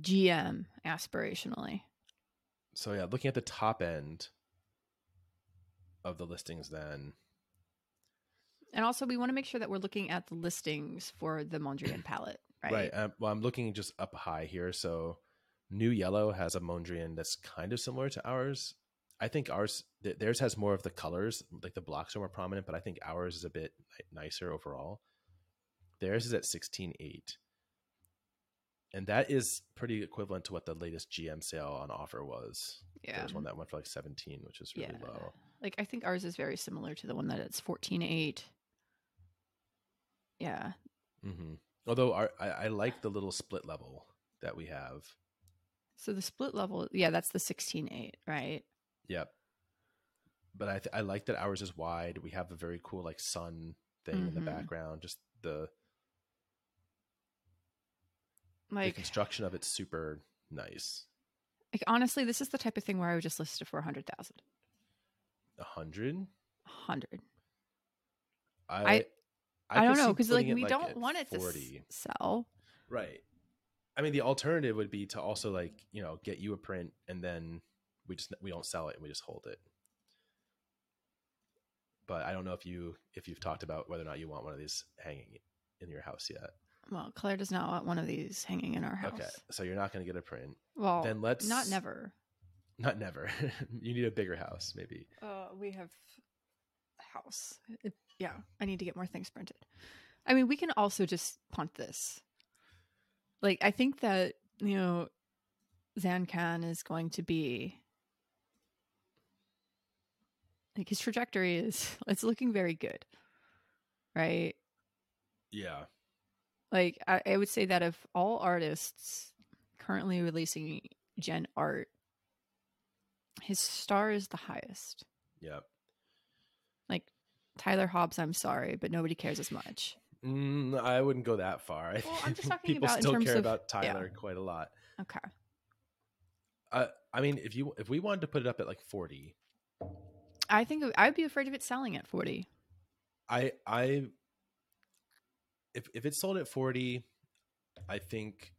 Speaker 2: GM aspirationally.
Speaker 1: So yeah, looking at the top end of the listings, then
Speaker 2: And also, we want to make sure that we're looking at the listings for the Mondrian palette, right?
Speaker 1: Um, well, I'm looking just up high here. So New Yellow has a Mondrian that's kind of similar to ours. I think ours th- theirs has more of the colors, like the blocks are more prominent, but I think ours is a bit ni- nicer overall. Theirs is at sixteen eight, and that is pretty equivalent to what the latest GM sale on offer was. There
Speaker 2: yeah.
Speaker 1: was one that went for like seventeen, which is really
Speaker 2: Yeah.
Speaker 1: low.
Speaker 2: Like I think ours is very similar to the one that it's fourteen eight. Yeah.
Speaker 1: hmm Although our, I, I like the little split level that we have.
Speaker 2: So the split level, yeah, that's the sixteen eight, right?
Speaker 1: Yep. But I th- I like that ours is wide. We have a
Speaker 2: Mm-hmm.
Speaker 1: very cool like sun thing in the
Speaker 2: Mhm.
Speaker 1: background. Just the the
Speaker 2: Like,
Speaker 1: construction of it's super nice.
Speaker 2: like honestly, this is the type of thing where I would just list it for a hundred thousand.
Speaker 1: A hundred.
Speaker 2: A hundred.
Speaker 1: I,
Speaker 2: I,
Speaker 1: could
Speaker 2: don't know
Speaker 1: see
Speaker 2: because like
Speaker 1: putting it,
Speaker 2: we don't
Speaker 1: at
Speaker 2: want it to
Speaker 1: forty.
Speaker 2: s- sell.
Speaker 1: Right. I mean, the alternative would be to also like you know get you a print and then we just we don't sell it and we just hold it. But I don't know if you if you've talked about whether or not you want one of these hanging in your house yet.
Speaker 2: Well, Claire does not want one of these hanging in our house.
Speaker 1: Okay, so you're not going to get a print.
Speaker 2: Well,
Speaker 1: then let's
Speaker 2: not never.
Speaker 1: Not never. you need a bigger house, maybe.
Speaker 2: Uh, we have a house. It- yeah, I need to get more things printed. I mean, we can also just punt this. Like, I think that you know, Zancan is going to be like his trajectory is it's looking very good, right?
Speaker 1: Yeah.
Speaker 2: Like, I, I would say that of all artists currently releasing Gen art, his star is the highest.
Speaker 1: Yep.
Speaker 2: like Tyler Hobbs, I'm sorry, but nobody cares as much.
Speaker 1: Mm, I wouldn't go that far. I
Speaker 2: Well, I'm
Speaker 1: think
Speaker 2: just talking
Speaker 1: people
Speaker 2: about in
Speaker 1: still
Speaker 2: terms
Speaker 1: care
Speaker 2: of-
Speaker 1: about Tyler quite a lot.
Speaker 2: Okay.
Speaker 1: Uh, I mean, if you if we wanted to put it up at like forty,
Speaker 2: I think I'd be afraid of it selling at 40.
Speaker 1: I I if if it's sold at 40, I think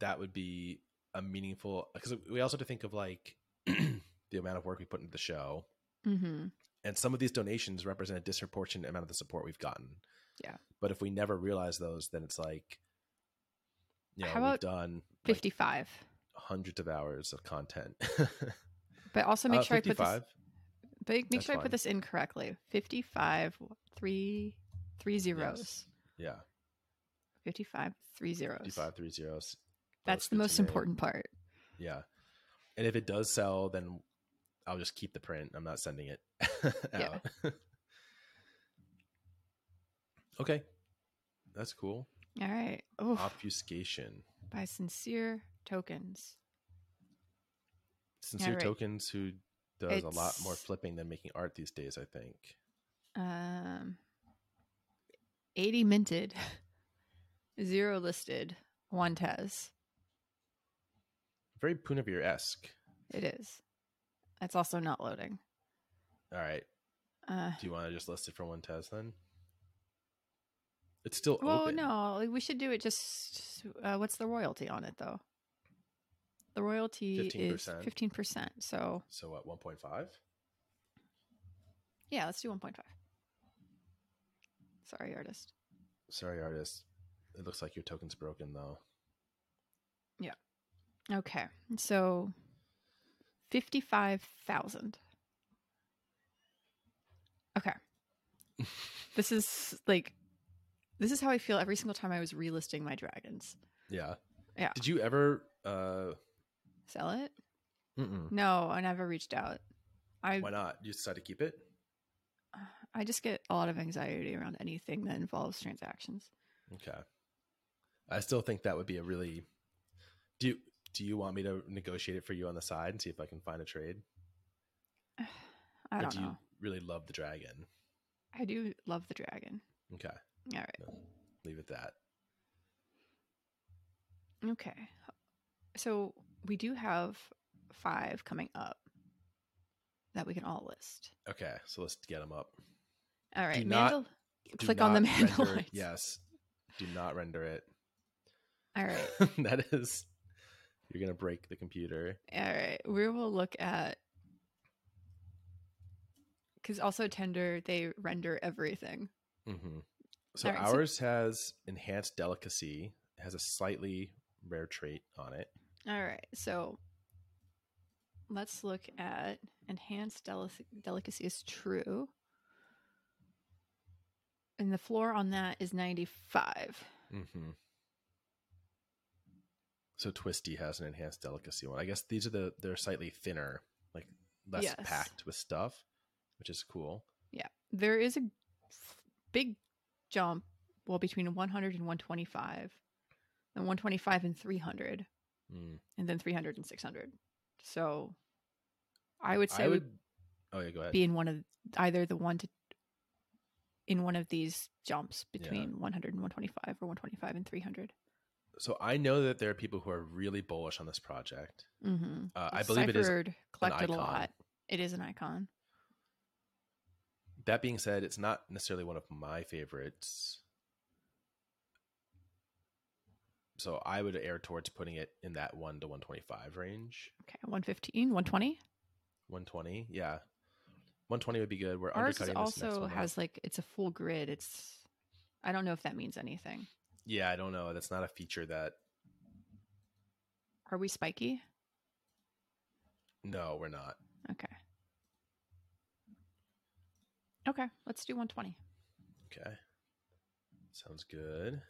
Speaker 1: that would be a meaningful because we also have to think of like the amount of work we put into the show.
Speaker 2: Mm-hmm.
Speaker 1: And some of these donations represent a disproportionate amount of the support we've gotten.
Speaker 2: Yeah.
Speaker 1: But if we never realize those, then it's like you know,
Speaker 2: How
Speaker 1: we've
Speaker 2: about
Speaker 1: done like,
Speaker 2: 55.
Speaker 1: hundreds of hours of content.
Speaker 2: But also make
Speaker 1: Uh,
Speaker 2: sure I put
Speaker 1: 55?
Speaker 2: this. but Make,
Speaker 1: That's
Speaker 2: sure I
Speaker 1: fine.
Speaker 2: put this in correctly. 55, three, three zeros.
Speaker 1: Yeah.
Speaker 2: 55, three zeros.
Speaker 1: 55 three zeros.
Speaker 2: That's
Speaker 1: Close
Speaker 2: the
Speaker 1: to
Speaker 2: most
Speaker 1: two million.
Speaker 2: important part.
Speaker 1: Yeah. And if it does sell, then I'll just keep the print. I'm not sending it
Speaker 2: Yeah.
Speaker 1: out. okay. That's cool.
Speaker 2: All right. Oh,
Speaker 1: Obfuscation.
Speaker 2: by sincere tokens.
Speaker 1: Sincere
Speaker 2: right.
Speaker 1: Tokens, who does a lot more
Speaker 2: It's-
Speaker 1: flipping than making art these days, I think.
Speaker 2: Um, 80 minted, zero listed, one Tez.
Speaker 1: Very Punavir esque.
Speaker 2: It is. It's also not loading.
Speaker 1: All right.
Speaker 2: Uh,
Speaker 1: Do you want to just list it for one test then? It's still
Speaker 2: well,
Speaker 1: open.
Speaker 2: no, like, we should do it. Just uh, what's the royalty on it though? The royalty is
Speaker 1: 15%.
Speaker 2: fifteen percent. So
Speaker 1: So what, 1.5?
Speaker 2: yeah, let's do one point five. Sorry, artist.
Speaker 1: Sorry, artist. It looks like your token's broken though.
Speaker 2: Okay, so fifty-five thousand. Okay, this is like, this is how I feel every single time I was relisting my dragons.
Speaker 1: Yeah.
Speaker 2: Yeah.
Speaker 1: Did you ever uh
Speaker 2: Sell it?
Speaker 1: mm-mm.
Speaker 2: No, I never reached out. I
Speaker 1: Why not? You decide to keep it?
Speaker 2: I just get a lot of anxiety around anything that involves transactions.
Speaker 1: Okay. I still think that would be a really do you, do you want me to negotiate it for you on the side and see if I can find a trade?
Speaker 2: I
Speaker 1: Or
Speaker 2: don't
Speaker 1: do
Speaker 2: know.
Speaker 1: you really love the dragon?
Speaker 2: I do love the dragon.
Speaker 1: Okay.
Speaker 2: All right.
Speaker 1: Leave it that.
Speaker 2: Okay. So we do have five coming up that we can all list.
Speaker 1: Okay. So let's get them up.
Speaker 2: All right.
Speaker 1: not-
Speaker 2: Mandal-
Speaker 1: Do
Speaker 2: click on the
Speaker 1: not render-
Speaker 2: mandalite.
Speaker 1: Yes. Do not render it.
Speaker 2: All right.
Speaker 1: that is you're going to break the computer.
Speaker 2: All right. We will look at because also Tender they render everything.
Speaker 1: Mhm. So
Speaker 2: All right, so-
Speaker 1: ours has enhanced delicacy, has a slightly rare trait on it.
Speaker 2: All right, so let's look at enhanced deli- delicacy is true. And the floor on that is 95.
Speaker 1: Mm-hmm. So Twisty has an enhanced delicacy one. I guess these are the they're slightly thinner, like less
Speaker 2: Yes.
Speaker 1: packed with stuff, which is cool.
Speaker 2: There is a f- big jump, well, between 100 and 125, and 125 and 300,
Speaker 1: Mm.
Speaker 2: and then 300 and 600. So I would say
Speaker 1: I
Speaker 2: we
Speaker 1: would. Oh yeah, go ahead.
Speaker 2: be in one of either the one to in one of these jumps
Speaker 1: Yeah.
Speaker 2: between 100 and 125 or 125 and 300.
Speaker 1: so I know that there are people who are really bullish on this project.
Speaker 2: Mm-hmm.
Speaker 1: Uh, I believe it is.
Speaker 2: collected a
Speaker 1: icon.
Speaker 2: lot. It is an icon.
Speaker 1: That being said, it's not necessarily one of my favorites. So I would err towards putting it in that one to one twenty five range.
Speaker 2: Okay, 115, 120.
Speaker 1: One twenty, yeah. One twenty would be good. We're
Speaker 2: Ours is
Speaker 1: undercutting this next
Speaker 2: also
Speaker 1: one.
Speaker 2: has like it's a full grid. It's I don't know if that means anything.
Speaker 1: Yeah, I don't know. That's not a feature that.
Speaker 2: Are we spiky?
Speaker 1: No, we're not.
Speaker 2: Okay. Okay, let's do 120.
Speaker 1: Okay. Sounds good.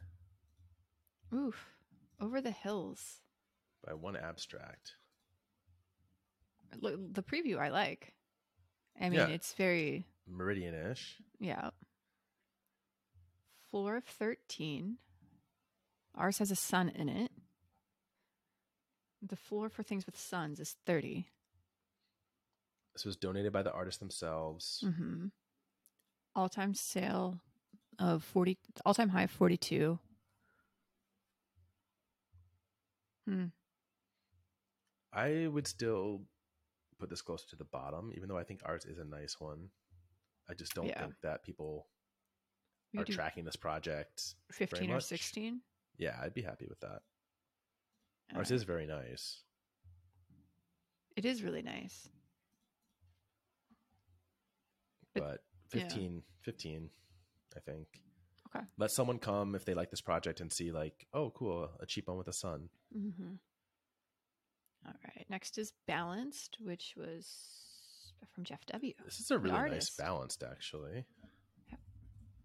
Speaker 2: Oof. Over the hills.
Speaker 1: By one abstract.
Speaker 2: L- the preview I like. I mean,
Speaker 1: Yeah.
Speaker 2: it's very
Speaker 1: Meridian ish.
Speaker 2: yeah. Floor of 13. Ours has a sun in it. The floor for things with suns is 30.
Speaker 1: This was donated by the artists themselves.
Speaker 2: Mm-hmm. All time sale of 40, all time high of 42.
Speaker 1: I would still put this closer to the bottom, even though I think ours is a nice one. I just don't
Speaker 2: Yeah.
Speaker 1: think that people
Speaker 2: We
Speaker 1: are
Speaker 2: could do
Speaker 1: tracking this project.
Speaker 2: 15 or
Speaker 1: much.
Speaker 2: 16.
Speaker 1: Yeah, I'd be happy with that. Ours
Speaker 2: Alright.
Speaker 1: is very nice.
Speaker 2: Uh, It is really nice. It-
Speaker 1: but
Speaker 2: yeah.
Speaker 1: 15 15 i think
Speaker 2: Okay.
Speaker 1: let someone come if they like this project and see like oh cool a cheap one with a sun
Speaker 2: Mm-hmm. All right. Next is Balanced, which was from Jeff W.
Speaker 1: this is a really nice
Speaker 2: artist.
Speaker 1: balanced actually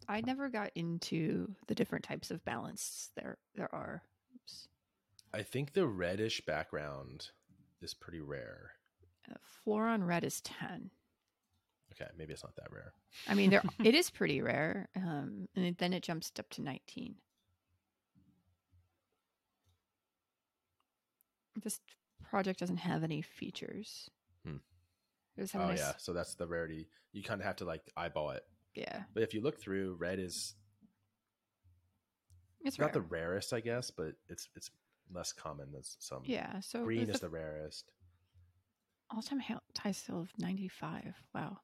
Speaker 2: I never got into the different types of balance there there are. Oops.
Speaker 1: i think the reddish background is pretty rare
Speaker 2: Uh, Floor on red is 10.
Speaker 1: okay maybe it's not that rare
Speaker 2: I mean, there it is pretty rare. Um, and it- then it jumps up to 19. This project doesn't have any features.
Speaker 1: Hmm.
Speaker 2: It does have a
Speaker 1: oh
Speaker 2: nice,
Speaker 1: yeah so that's the rarity you kind of have to like eyeball it
Speaker 2: yeah.
Speaker 1: but if you look through red is
Speaker 2: It's
Speaker 1: it's not
Speaker 2: rare.
Speaker 1: the rarest i guess but it's it's less common than some
Speaker 2: yeah. So
Speaker 1: green
Speaker 2: there's
Speaker 1: is
Speaker 2: the
Speaker 1: the rarest
Speaker 2: all time high sale of 95. Wow.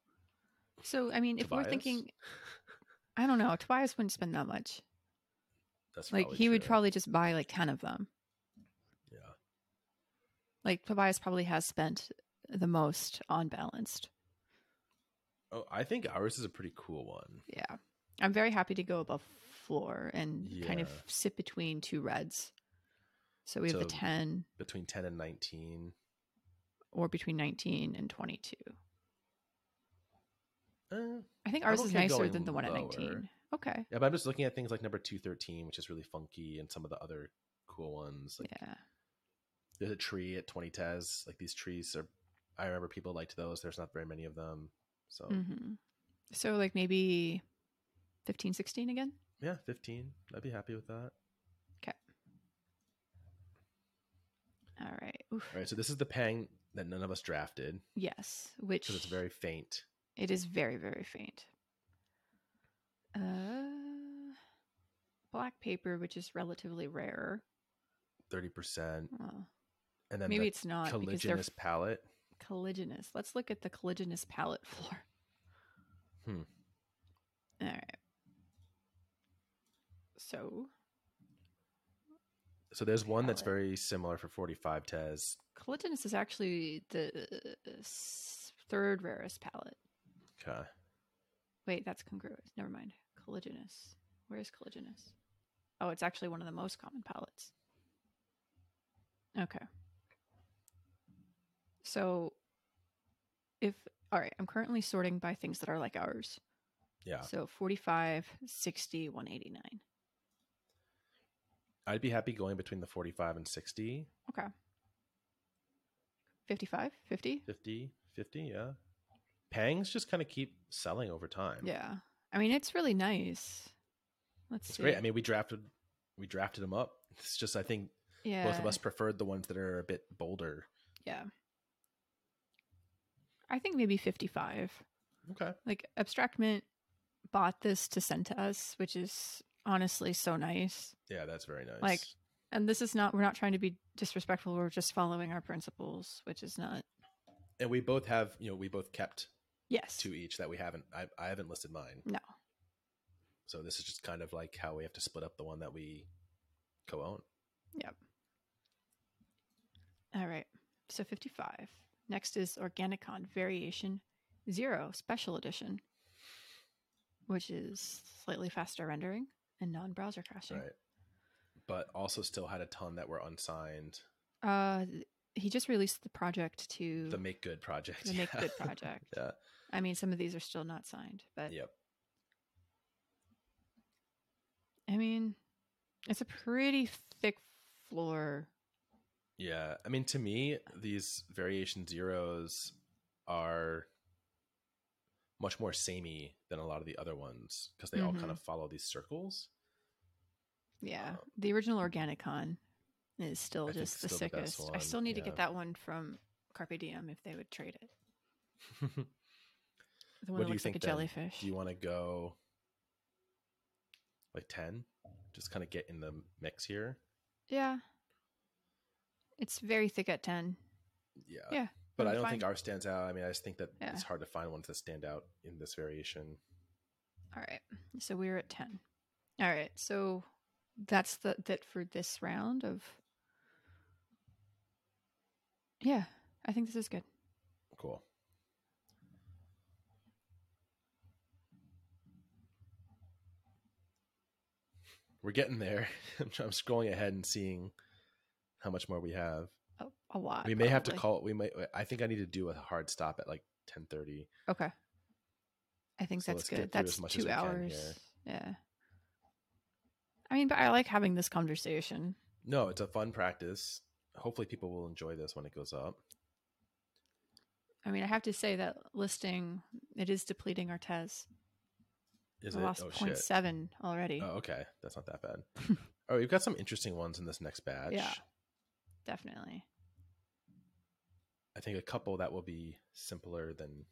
Speaker 2: So, I mean, if we're
Speaker 1: Tobias?
Speaker 2: thinking, I don't know, Tobias wouldn't spend that much.
Speaker 1: that's
Speaker 2: Like,
Speaker 1: probably
Speaker 2: he would
Speaker 1: true.
Speaker 2: probably just buy like 10 of them.
Speaker 1: yeah
Speaker 2: Like, Tobias probably has spent the most on balanced.
Speaker 1: oh i think ours is a pretty cool one
Speaker 2: Yeah. I'm very happy to go above floor and kind of
Speaker 1: Yeah.
Speaker 2: sit between two reds. So we have the
Speaker 1: So-
Speaker 2: 10
Speaker 1: between 10 and 19
Speaker 2: or between 19 and 22.
Speaker 1: uh,
Speaker 2: I think
Speaker 1: I'm
Speaker 2: ours is
Speaker 1: okay
Speaker 2: nicer
Speaker 1: going
Speaker 2: than the one
Speaker 1: lower.
Speaker 2: at 19. Okay.
Speaker 1: Yeah, but I'm just looking at things like number two thirteen, which is really funky, and some of the other cool ones. Like
Speaker 2: yeah.
Speaker 1: there's a tree at twenty Tez. Like these trees are, I remember people liked those. There's not very many of them, so
Speaker 2: hmm So like maybe 15, 16 again?
Speaker 1: yeah, fifteen. I'd be happy with that.
Speaker 2: All right. Oof.
Speaker 1: All right, so this is the Pang that none of us drafted
Speaker 2: Yes, which
Speaker 1: because it's very faint.
Speaker 2: it is very very faint. Uh, black paper, which is relatively rare.
Speaker 1: Thirty percent,
Speaker 2: Well,
Speaker 1: and then
Speaker 2: maybe
Speaker 1: the
Speaker 2: it's not because they're
Speaker 1: colliginous palette.
Speaker 2: colliginous. Let's look at the colliginous palette floor.
Speaker 1: Hmm.
Speaker 2: All right. So
Speaker 1: So there's one that's
Speaker 2: palette.
Speaker 1: very similar for forty five Tez.
Speaker 2: colliginous is actually the uh, s- third rarest palette.
Speaker 1: Okay,
Speaker 2: Wait, that's congruous. Never mind. Colliginous. Where's colliginous? Oh, it's actually one of the most common palettes. Okay. So, if, all right, I'm currently sorting by things that are like ours.
Speaker 1: yeah,
Speaker 2: So 45, 60, 189.
Speaker 1: I'd be happy going between the forty five and 60,
Speaker 2: Okay. 55, 50?
Speaker 1: 50, 50, Yeah, Pangs just kind of keep selling over time.
Speaker 2: Yeah. I mean, it's really nice. Let's
Speaker 1: It's
Speaker 2: see.
Speaker 1: great. I mean, we drafted we drafted them up. It's just I think
Speaker 2: yeah.
Speaker 1: both of us preferred the ones that are a bit bolder.
Speaker 2: Yeah. I think maybe 55.
Speaker 1: Okay.
Speaker 2: like abstractment bought this to send to us which is honestly so nice
Speaker 1: Yeah, that's very nice.
Speaker 2: Like, And this is not, we're not trying to be disrespectful. We're just following our principles, which is not.
Speaker 1: And we both have, you know, we both kept
Speaker 2: Yes.
Speaker 1: two each that we haven't. I, I haven't listed mine.
Speaker 2: No.
Speaker 1: So this is just kind of like how we have to split up the one that we co-own.
Speaker 2: All right. So 55. Next is Organicon Variation Zero Special Edition, which is slightly faster rendering and non browser crashing.
Speaker 1: Right. But also still had a ton that were unsigned.
Speaker 2: Uh, th- he just released the project to
Speaker 1: The Make Good Project.
Speaker 2: Mm. the Make
Speaker 1: yeah.
Speaker 2: Good project.
Speaker 1: yeah.
Speaker 2: I mean, some of these are still not signed, but
Speaker 1: Yep.
Speaker 2: I mean, it's a pretty thick floor.
Speaker 1: Yeah. I mean, to me, these variation zeros are much more samey than a lot of the other ones because they all kind
Speaker 2: Mhm.
Speaker 1: of follow these circles.
Speaker 2: Yeah.
Speaker 1: Uh,
Speaker 2: the original Organicon is still
Speaker 1: I think
Speaker 2: just the
Speaker 1: still the best
Speaker 2: sickest. I
Speaker 1: one,
Speaker 2: still need to
Speaker 1: yeah.
Speaker 2: get that one from Carpe Diem if they would trade it. The
Speaker 1: What
Speaker 2: one that
Speaker 1: do you
Speaker 2: looks like a
Speaker 1: think, then?
Speaker 2: jellyfish.
Speaker 1: Do you want to go like 10? Just kind of get in the mix here.
Speaker 2: Yeah. It's very thick at 10.
Speaker 1: Yeah.
Speaker 2: Yeah,
Speaker 1: But I
Speaker 2: I'm
Speaker 1: don't think
Speaker 2: fine.
Speaker 1: ours stands out. I mean, I just think that
Speaker 2: Yeah.
Speaker 1: it's hard to find ones that stand out in this variation.
Speaker 2: All right. So we're at 10. All right. So that's the that for this round of Yeah, I think this is good.
Speaker 1: Cool. We're getting there. I'm tr- I'm scrolling ahead and seeing how much more we have.
Speaker 2: A, a lot.
Speaker 1: we may have to
Speaker 2: probably.
Speaker 1: call. We might. I think I need to do a hard stop at like 10:30.
Speaker 2: Okay. I think
Speaker 1: So
Speaker 2: that's
Speaker 1: let's get
Speaker 2: good.
Speaker 1: through as
Speaker 2: That's
Speaker 1: much as
Speaker 2: 2
Speaker 1: we can
Speaker 2: hours. Yeah. I mean, but I like having this conversation.
Speaker 1: No, it's a fun practice. Hopefully, people will enjoy this when it goes up.
Speaker 2: I mean, I have to say that listing it is depleting Artez.
Speaker 1: Is
Speaker 2: I
Speaker 1: it?
Speaker 2: lost
Speaker 1: oh
Speaker 2: point
Speaker 1: shit.
Speaker 2: seven 0.7 already.
Speaker 1: Oh, okay. That's not that bad. oh, we've got some interesting ones in this next batch.
Speaker 2: Yeah. Definitely.
Speaker 1: I think a couple that will be simpler than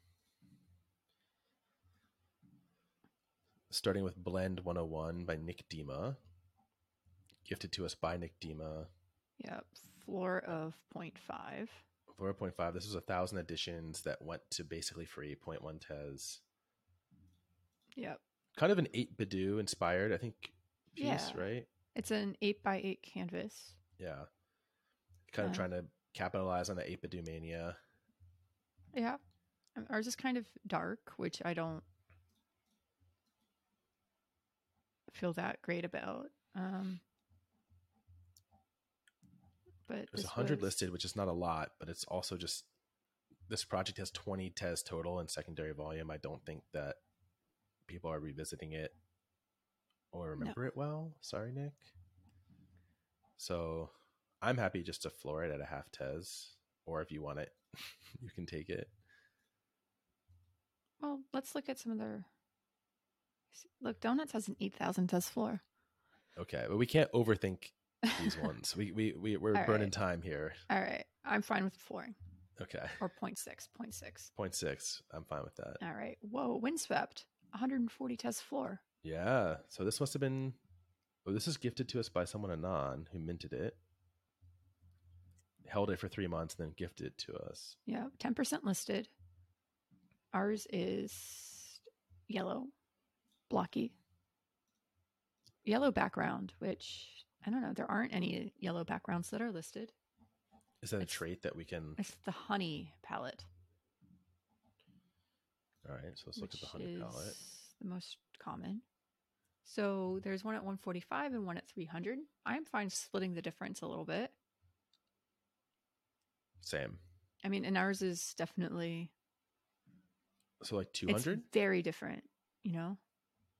Speaker 1: starting with Blend 101 by Nick Dima. Gifted to us by Nick Dima.
Speaker 2: Yep. Floor of 0.5.
Speaker 1: 4.5. This was a thousand editions that went to basically free 0.1 Tez.
Speaker 2: Yep.
Speaker 1: Kind of an 8 Bidoo inspired, I think, piece,
Speaker 2: Yeah.
Speaker 1: right?
Speaker 2: It's an eight by eight canvas.
Speaker 1: Yeah. Kind of
Speaker 2: Uh,
Speaker 1: trying to capitalize on the 8 Bidoo mania.
Speaker 2: Yeah. Um, Ours is kind of dark, which I don't feel that great about. Um, but
Speaker 1: There's
Speaker 2: this
Speaker 1: 100
Speaker 2: was-
Speaker 1: listed, which is not a lot, but it's also just this project has 20 tes total in secondary volume. I don't think that people are revisiting it or remember it well. Sorry, Nick. So I'm happy just to floor it at a half tes, or if you want it, you can take it.
Speaker 2: Well, let's look at some of their. Look, Donuts has an 8,000 test floor.
Speaker 1: Okay, but we can't overthink these ones. We we, we we're
Speaker 2: All
Speaker 1: burning
Speaker 2: right.
Speaker 1: time here.
Speaker 2: All right. I'm fine with flooring
Speaker 1: Okay,
Speaker 2: or 0.6, 0.6.
Speaker 1: point six. I'm fine with that.
Speaker 2: All right. Whoa, windswept. 140 test floor.
Speaker 1: Yeah. So this must have been. Oh, this is gifted to us by someone anon who minted it, held it for three months, and then gifted it to us.
Speaker 2: Yeah, ten percent listed. Ours is yellow, blocky, yellow background. Which I don't know. There aren't any yellow backgrounds that are listed.
Speaker 1: Is that a
Speaker 2: It's-
Speaker 1: trait that we can?
Speaker 2: It's the honey palette.
Speaker 1: All right. So let's look at the
Speaker 2: which
Speaker 1: honey palette.
Speaker 2: is The most common. So there's one at 145 and one at 300. I'm fine splitting the difference a little bit.
Speaker 1: Same.
Speaker 2: I mean, and ours is definitely
Speaker 1: So like two
Speaker 2: it's
Speaker 1: hundred.
Speaker 2: very different. You know,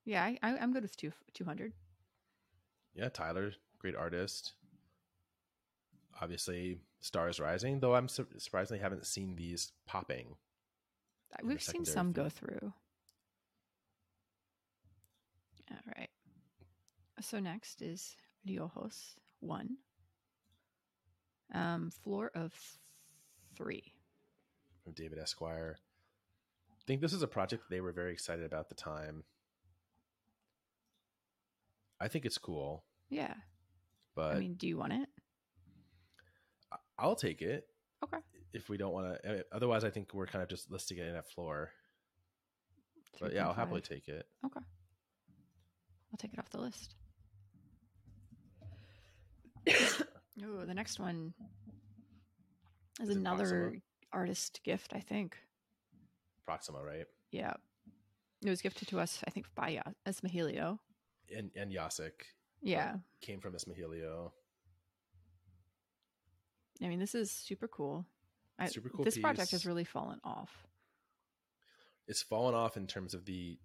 Speaker 2: yeah, I, I, I'm good with two 200.
Speaker 1: Yeah, Tyler, great artist. Obviously, stars rising. Though I'm sur- surprisingly haven't seen these popping.
Speaker 2: Uh,
Speaker 1: in the
Speaker 2: We've seen
Speaker 1: secondary
Speaker 2: some go
Speaker 1: feed.
Speaker 2: through. All right. So next is Riojos one. Um, floor of three.
Speaker 1: from David Esquire. I think this is a project they were very excited about at the time. I think it's cool,
Speaker 2: Yeah.
Speaker 1: But
Speaker 2: I mean, do you want it?
Speaker 1: I'll take it.
Speaker 2: Okay.
Speaker 1: If we don't want to, otherwise, I think we're kind of just listing it in at floor. But yeah, I'll
Speaker 2: 3.5.
Speaker 1: happily take it.
Speaker 2: I'll take it off the list. oh, the next one is,
Speaker 1: Is it
Speaker 2: another
Speaker 1: Proxima?
Speaker 2: artist gift, I think.
Speaker 1: Proxima, right?
Speaker 2: Yeah. It was gifted to us, I think, by Ya- Esmahilio.
Speaker 1: And and Yasik
Speaker 2: Yeah.
Speaker 1: came from Ismahilio.
Speaker 2: I mean, this is super cool. I,
Speaker 1: Super cool
Speaker 2: This project
Speaker 1: piece.
Speaker 2: has really fallen off.
Speaker 1: It's fallen off in terms of the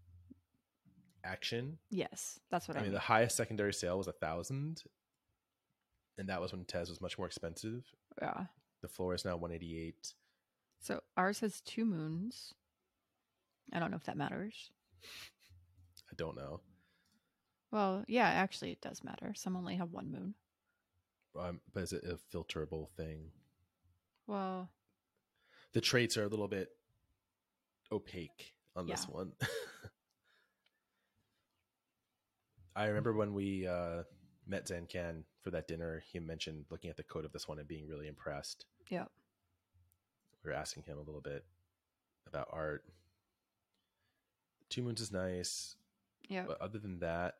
Speaker 1: action.
Speaker 2: Yes, that's what
Speaker 1: I
Speaker 2: I,
Speaker 1: mean, the highest secondary sale was a thousand, and that was when Tez was much more expensive.
Speaker 2: yeah.
Speaker 1: The floor is now one eighty eight.
Speaker 2: So ours has two moons. I don't know if that matters.
Speaker 1: I don't know.
Speaker 2: Well, yeah, actually, it does matter. Some only have one moon.
Speaker 1: Um, but is it a filterable thing?
Speaker 2: Well,
Speaker 1: The traits are a little bit opaque on this
Speaker 2: Yeah.
Speaker 1: one. I remember when we uh, met Zancan for that dinner, he mentioned looking at the code of this one and being really impressed.
Speaker 2: Yep.
Speaker 1: We were asking him a little bit about art. Two Moons is nice,
Speaker 2: yeah.
Speaker 1: but other than that,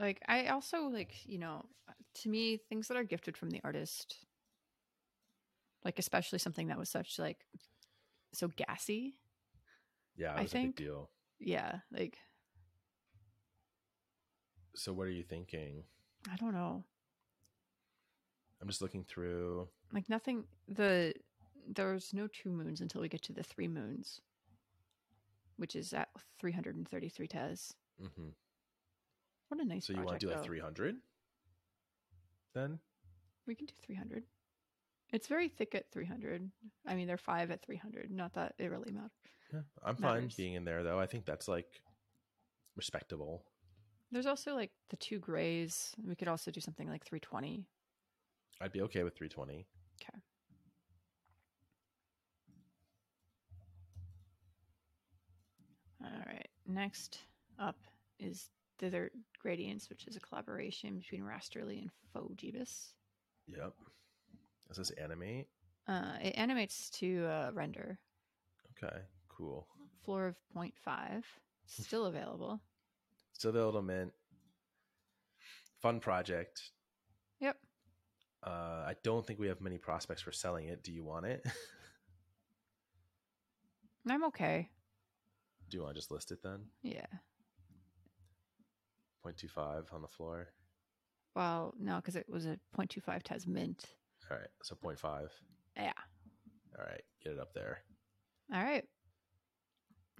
Speaker 2: like i also like you know to me things that are gifted from the artist like especially something that was such like so gassy
Speaker 1: yeah, it
Speaker 2: I
Speaker 1: was a
Speaker 2: think-
Speaker 1: big deal.
Speaker 2: yeah like
Speaker 1: So, what are you thinking?
Speaker 2: i don't know
Speaker 1: I'm just looking through.
Speaker 2: like nothing the there's no two moons until we get to the three moons which is at 333 tes
Speaker 1: hmm
Speaker 2: what a nice
Speaker 1: So, you want
Speaker 2: project,
Speaker 1: to do like
Speaker 2: though.
Speaker 1: 300 then?
Speaker 2: we can do 300 it's very thick at 300 i mean they're five at 300 not that it really matters
Speaker 1: Yeah, I'm
Speaker 2: matters.
Speaker 1: fine being in there though. I think that's like respectable.
Speaker 2: There's also like the two grays. We could also do something like 320.
Speaker 1: I'd be okay with 320.
Speaker 2: Okay. All right. Next up is Thither Gradients, which is a collaboration between Rasterly and Fojibus.
Speaker 1: Yep. This is animate.
Speaker 2: Uh, it animates to uh, render.
Speaker 1: Okay, cool.
Speaker 2: Floor of 0.5. Still available.
Speaker 1: Still the element. Fun project.
Speaker 2: Yep.
Speaker 1: Uh, I don't think we have many prospects for selling it. Do you want it?
Speaker 2: I'm okay.
Speaker 1: Do you want to just list it then?
Speaker 2: Yeah.
Speaker 1: 0.25 on the floor.
Speaker 2: Well, no, because it was a 0.25 times mint.
Speaker 1: All right, so 0.5. All
Speaker 2: Yeah.
Speaker 1: right, get it up there.
Speaker 2: All right.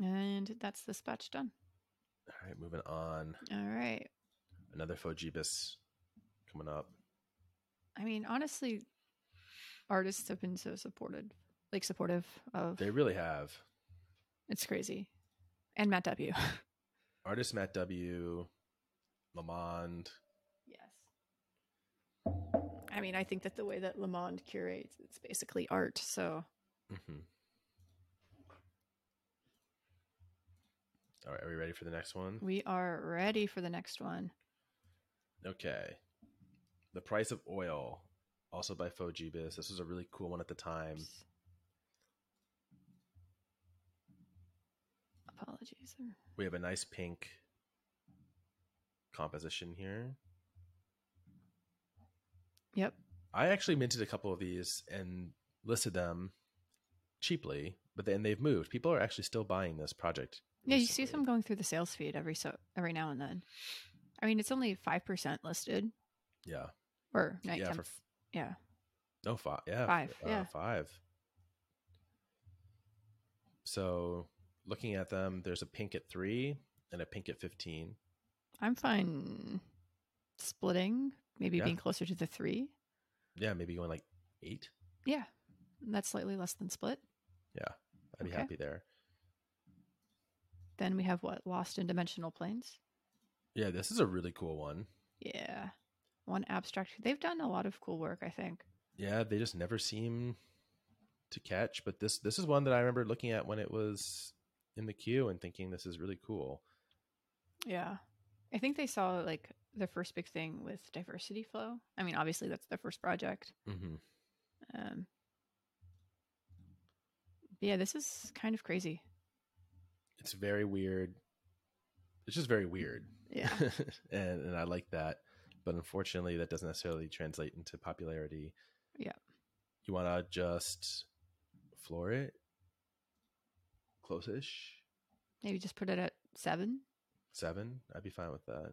Speaker 2: And that's this batch done.
Speaker 1: All right, moving on.
Speaker 2: All right.
Speaker 1: Another Fojibus coming up.
Speaker 2: I mean, honestly, artists have been so supported, like supportive of.
Speaker 1: They really have.
Speaker 2: It's crazy. And Matt W.
Speaker 1: artist Matt W, Lamond.
Speaker 2: yes. I mean, I think that the way that Lamond curates, it's basically art. So
Speaker 1: All right, are we ready for the next one?
Speaker 2: we are ready for the next one.
Speaker 1: Okay. The Price of Oil, also by Fojibis. This was a really cool one at the time.
Speaker 2: Apologies.
Speaker 1: We have a nice pink composition here.
Speaker 2: Yep.
Speaker 1: I actually minted a couple of these and listed them cheaply, but then they've moved. People are actually still buying this project.
Speaker 2: Yeah, you see
Speaker 1: recently.
Speaker 2: some going through the sales feed every so every now and then. I mean, it's only five percent listed
Speaker 1: Yeah.
Speaker 2: or not
Speaker 1: Yeah,
Speaker 2: ten-
Speaker 1: for
Speaker 2: yeah.
Speaker 1: No, five. Yeah,
Speaker 2: Five,
Speaker 1: uh,
Speaker 2: yeah.
Speaker 1: five. So, looking at them, there's a pink at three and a pink at fifteen.
Speaker 2: I'm fine splitting, maybe
Speaker 1: Yeah.
Speaker 2: being closer to the three.
Speaker 1: Yeah, maybe going like eight.
Speaker 2: Yeah, that's slightly less than split.
Speaker 1: Yeah, I'd be
Speaker 2: Okay.
Speaker 1: happy there.
Speaker 2: Then we have what lost in dimensional planes.
Speaker 1: Yeah, this is a really cool one.
Speaker 2: Yeah, one abstract. They've done a lot of cool work, I think.
Speaker 1: Yeah, they just never seem to catch. But this this is one that I remember looking at when it was in the queue and thinking this is really cool.
Speaker 2: Yeah, I think they saw like their first big thing with diversity flow. I mean, obviously that's their first project.
Speaker 1: Mm-hmm.
Speaker 2: Um, but yeah, this is kind of crazy.
Speaker 1: It's very weird. It's just very weird.
Speaker 2: Yeah.
Speaker 1: and and I like that, but unfortunately, that doesn't necessarily translate into popularity.
Speaker 2: Yeah.
Speaker 1: You want to just floor it, close-ish
Speaker 2: Maybe just put it at seven,
Speaker 1: seven. I'd be fine with that.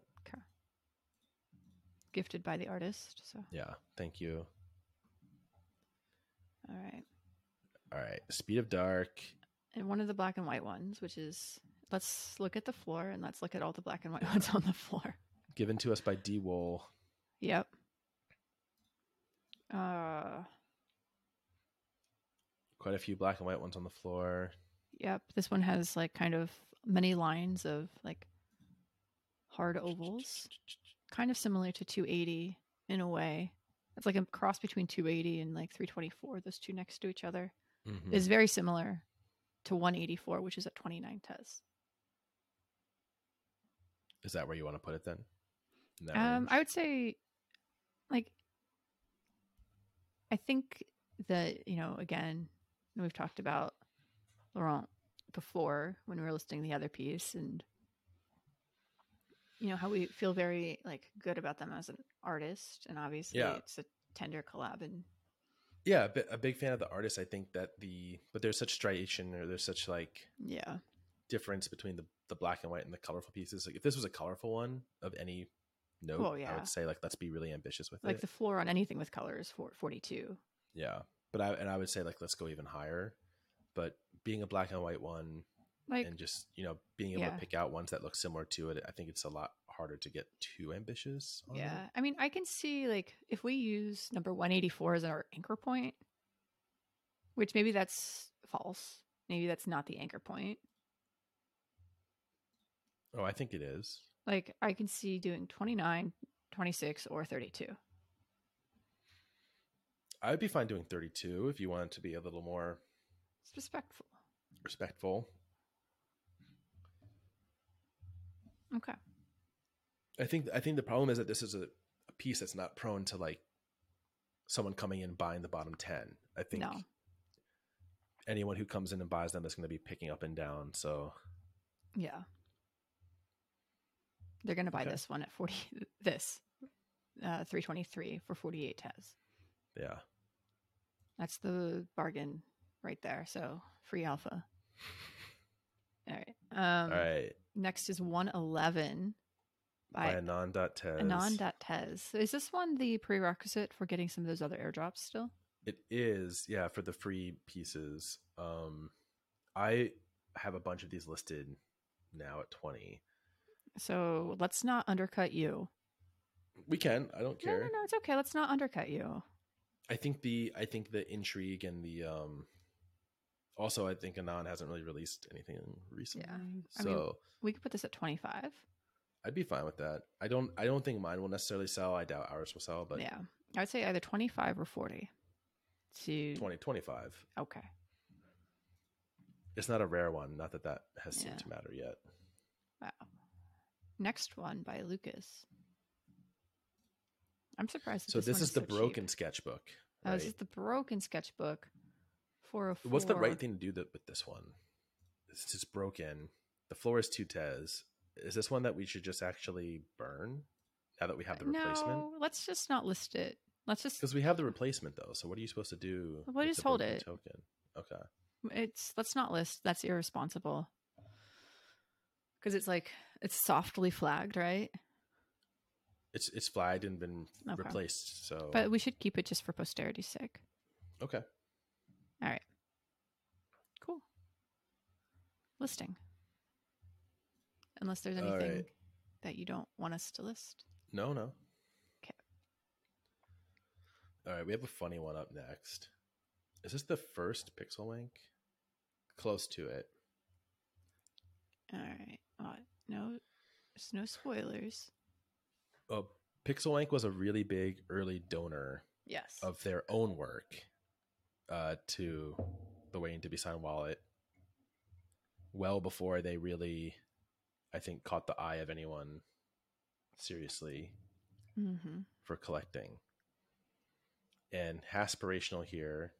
Speaker 2: gifted by the artist. So,
Speaker 1: Yeah. Thank you.
Speaker 2: all right.
Speaker 1: All right. Speed of Dark.
Speaker 2: And one of the black and white ones, which is let's look at the floor and let's look at all the black and white ones on the floor.
Speaker 1: given to us by D Wool.
Speaker 2: Yep. Uh,
Speaker 1: Quite a few black and white ones on the floor.
Speaker 2: yep. This one has like kind of many lines of like hard ovals, kind of similar to 280 in a way. It's like a cross between 280 and like 324, those two next to each other.
Speaker 1: Mhm.
Speaker 2: is very similar to 184, which is at 29 tes.
Speaker 1: Is that where you want to put it then? In that
Speaker 2: Um,
Speaker 1: range?
Speaker 2: I would say, like, I think that you know, again, we've talked about Laurent before when we were listing the other piece, and you know how we feel very like good about them as an artist, and obviously
Speaker 1: Yeah.
Speaker 2: it's a tender collab, and
Speaker 1: yeah, a, bi- a big fan of the artist. I think that the but there's such striation or there's such like
Speaker 2: yeah,
Speaker 1: difference between the the black and white and the colorful pieces. Like if this was a colorful one of any note,
Speaker 2: Well,
Speaker 1: I
Speaker 2: yeah.
Speaker 1: would say like let's be really ambitious with
Speaker 2: like
Speaker 1: it.
Speaker 2: the floor on anything with colors for 42.
Speaker 1: yeah, but I and I would say like let's go even higher. But being a black and white one
Speaker 2: Like,
Speaker 1: and just you know being able
Speaker 2: yeah.
Speaker 1: to pick out ones that look similar to it, I think it's a lot harder to get too ambitious. On it.
Speaker 2: Yeah. I mean, I can see like if we use number 184 as our anchor point, which maybe that's false. Maybe that's not the anchor point.
Speaker 1: Oh, I think it is.
Speaker 2: Like I can see doing 29, 26 or 32.
Speaker 1: I would be fine doing 32 if you wanted to be a little more
Speaker 2: It's respectful.
Speaker 1: respectful.
Speaker 2: Okay.
Speaker 1: I think I think the problem is that this is a, a piece that's not prone to like someone coming in buying the bottom 10. I think
Speaker 2: No.
Speaker 1: anyone who comes in and buys them is going to be picking up and down. So
Speaker 2: Yeah. They're going to buy
Speaker 1: Okay.
Speaker 2: this one at 40 this uh 323 for 48 has.
Speaker 1: yeah,
Speaker 2: That's the bargain right there. So, free alpha. All right. Um
Speaker 1: all right.
Speaker 2: Next is 111
Speaker 1: By
Speaker 2: by
Speaker 1: Anon.tez.
Speaker 2: Anon.Tez. So Is this one the prerequisite for getting some of those other airdrops still?
Speaker 1: It is, yeah, for the free pieces. Um, I have a bunch of these listed now at 20.
Speaker 2: So let's not undercut you.
Speaker 1: We can. I don't care.
Speaker 2: No, no, no, it's okay. Let's not undercut you.
Speaker 1: I think the I think the intrigue and the um also I think Anon hasn't really released anything recently.
Speaker 2: I
Speaker 1: so
Speaker 2: mean- We could put this at 25.
Speaker 1: I'd be fine with that. I don't I don't think mine will necessarily sell. I doubt ours will sell, but
Speaker 2: yeah. I would say either 25 or 40. To
Speaker 1: twenty twenty five. 20 25.
Speaker 2: Okay.
Speaker 1: It's not a rare one, not that that has
Speaker 2: Yeah.
Speaker 1: seemed to matter yet.
Speaker 2: Wow. Next one by Lucas. I'm surprised. that
Speaker 1: So this,
Speaker 2: one
Speaker 1: is the
Speaker 2: so cheap.
Speaker 1: broken sketchbook.
Speaker 2: Oh,
Speaker 1: Right?
Speaker 2: this is the broken sketchbook. 404.
Speaker 1: What's the right thing to do that with this one? It's just broken. The floor is two tes. Is this one that we should just actually burn now that we have the replacement?
Speaker 2: No, let's just not list it. Let's just
Speaker 1: Because we have the replacement though, so what are you supposed to do?
Speaker 2: Well,
Speaker 1: with
Speaker 2: just
Speaker 1: the
Speaker 2: hold
Speaker 1: broken
Speaker 2: it.
Speaker 1: Token. Okay.
Speaker 2: it's let's not list. That's irresponsible. Because it's like it's softly flagged, right?
Speaker 1: It's it's flagged and been
Speaker 2: Okay.
Speaker 1: replaced. So
Speaker 2: But we should keep it just for posterity's sake.
Speaker 1: Oh. okay.
Speaker 2: Cool. Listing. Unless there's
Speaker 1: All
Speaker 2: anything
Speaker 1: right.
Speaker 2: that you don't want us to list.
Speaker 1: No, no.
Speaker 2: 'Kay.
Speaker 1: All right, we have a funny one up next. Is this the first Pixel Link? Close to it.
Speaker 2: All right. Uh, no, it's no spoilers.
Speaker 1: Oh, Pixel Link was a really big early donor
Speaker 2: Yes.
Speaker 1: of their own work uh, to the Waiting to Be Signed wallet well before they really, I think, caught the eye of anyone seriously
Speaker 2: Mm-hmm.
Speaker 1: for collecting. And Haspirational here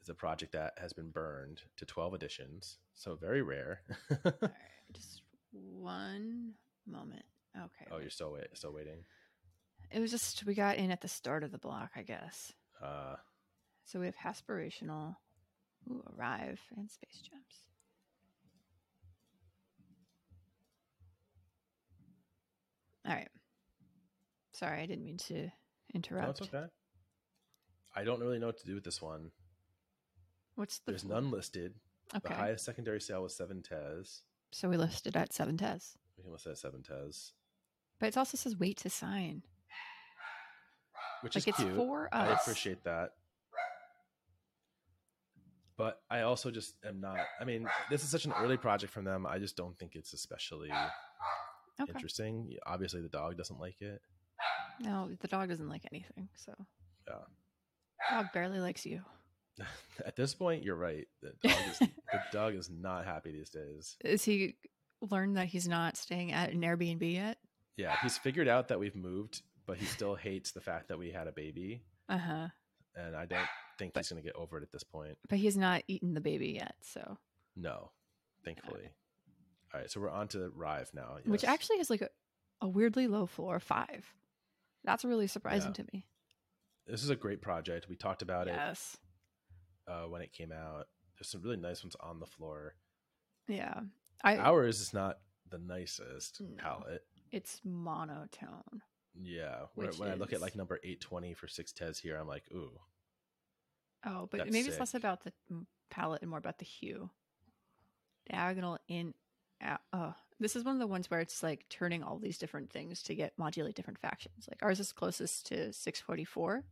Speaker 1: is a project that has been burned to 12 editions, so very rare.
Speaker 2: All right, just one moment. Okay.
Speaker 1: oh,
Speaker 2: wait.
Speaker 1: you're still wait, still waiting.
Speaker 2: It was just we got in at the start of the block, I guess.
Speaker 1: Uh,
Speaker 2: So we have aspirational, ooh, arrive, and space jumps. All right. Sorry, I didn't mean to interrupt.
Speaker 1: no, it's okay. I don't really know what to do with this one.
Speaker 2: What's the
Speaker 1: There's none listed.
Speaker 2: Okay.
Speaker 1: The highest secondary sale was seven Tez.
Speaker 2: So we listed at seven tes,
Speaker 1: We can list that at seven Tez,
Speaker 2: but it also says wait to sign.
Speaker 1: which
Speaker 2: Like
Speaker 1: is
Speaker 2: it's
Speaker 1: cute.
Speaker 2: for
Speaker 1: I
Speaker 2: us.
Speaker 1: appreciate that. But I also just am not. I mean, this is such an early project from them. I just don't think it's especially
Speaker 2: Okay.
Speaker 1: interesting. Obviously, the dog doesn't like it.
Speaker 2: No, the dog doesn't like anything. So.
Speaker 1: Yeah.
Speaker 2: Dog barely likes you.
Speaker 1: At this point, you're right. The dog is, the dog is not happy these days.
Speaker 2: Is he learned that he's not staying at an Airbnb yet?
Speaker 1: Yeah, he's figured out that we've moved, but he still hates the fact that we had a baby,
Speaker 2: Uh huh.
Speaker 1: and I don't think
Speaker 2: But-
Speaker 1: he's going to get over it at this point.
Speaker 2: But he's not eaten the baby yet, so
Speaker 1: No, thankfully. All right, so we're on to Rive now,
Speaker 2: which
Speaker 1: yes.
Speaker 2: actually has like a, a weirdly low floor of five. That's really surprising to me.
Speaker 1: this is a great project. We talked about it.
Speaker 2: yes.
Speaker 1: uh, when it came out. There's some really nice ones on the floor.
Speaker 2: Yeah. I
Speaker 1: Ours is not the nicest
Speaker 2: No.
Speaker 1: palette.
Speaker 2: it's monotone.
Speaker 1: Yeah. When,
Speaker 2: Which
Speaker 1: when I look at
Speaker 2: is-
Speaker 1: like number 820 for six Tez here, I'm like, ooh,
Speaker 2: Oh, but
Speaker 1: That's
Speaker 2: maybe it's less
Speaker 1: sick.
Speaker 2: about the mm, palette and more about the hue. Diagonal in out. Oh, this is one of the ones where it's like turning all these different things to get modulate different factions. Like ours is closest to 644.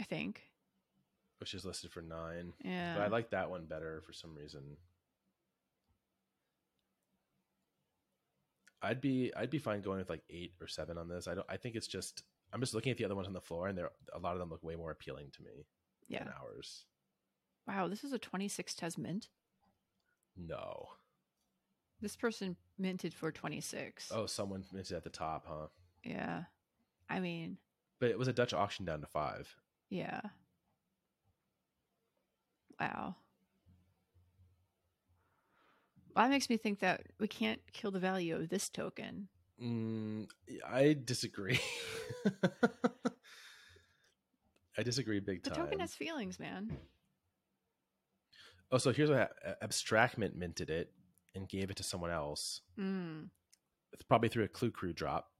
Speaker 2: I think.
Speaker 1: which is listed for nine.
Speaker 2: Yeah.
Speaker 1: But I like that one better for some reason. I'd be I'd be fine going with like eight or seven on this. I don't I think it's just I'm just looking at the other ones on the floor and they're a lot of them look way more appealing to me
Speaker 2: yeah.
Speaker 1: than ours.
Speaker 2: Wow, this is a 26 Tes mint.
Speaker 1: No.
Speaker 2: This person minted for 26.
Speaker 1: Oh, someone mentioned at the top, huh?
Speaker 2: Yeah. I mean,
Speaker 1: But it was a Dutch auction down to five.
Speaker 2: yeah. Wow. That makes me think that we can't kill the value of this token.
Speaker 1: Mm, I disagree. I disagree big
Speaker 2: The
Speaker 1: time.
Speaker 2: token has feelings, man.
Speaker 1: oh, so here's what hap- Abstractment minted it and gave it to someone else,
Speaker 2: Mm.
Speaker 1: It's probably through a Clue Crew drop.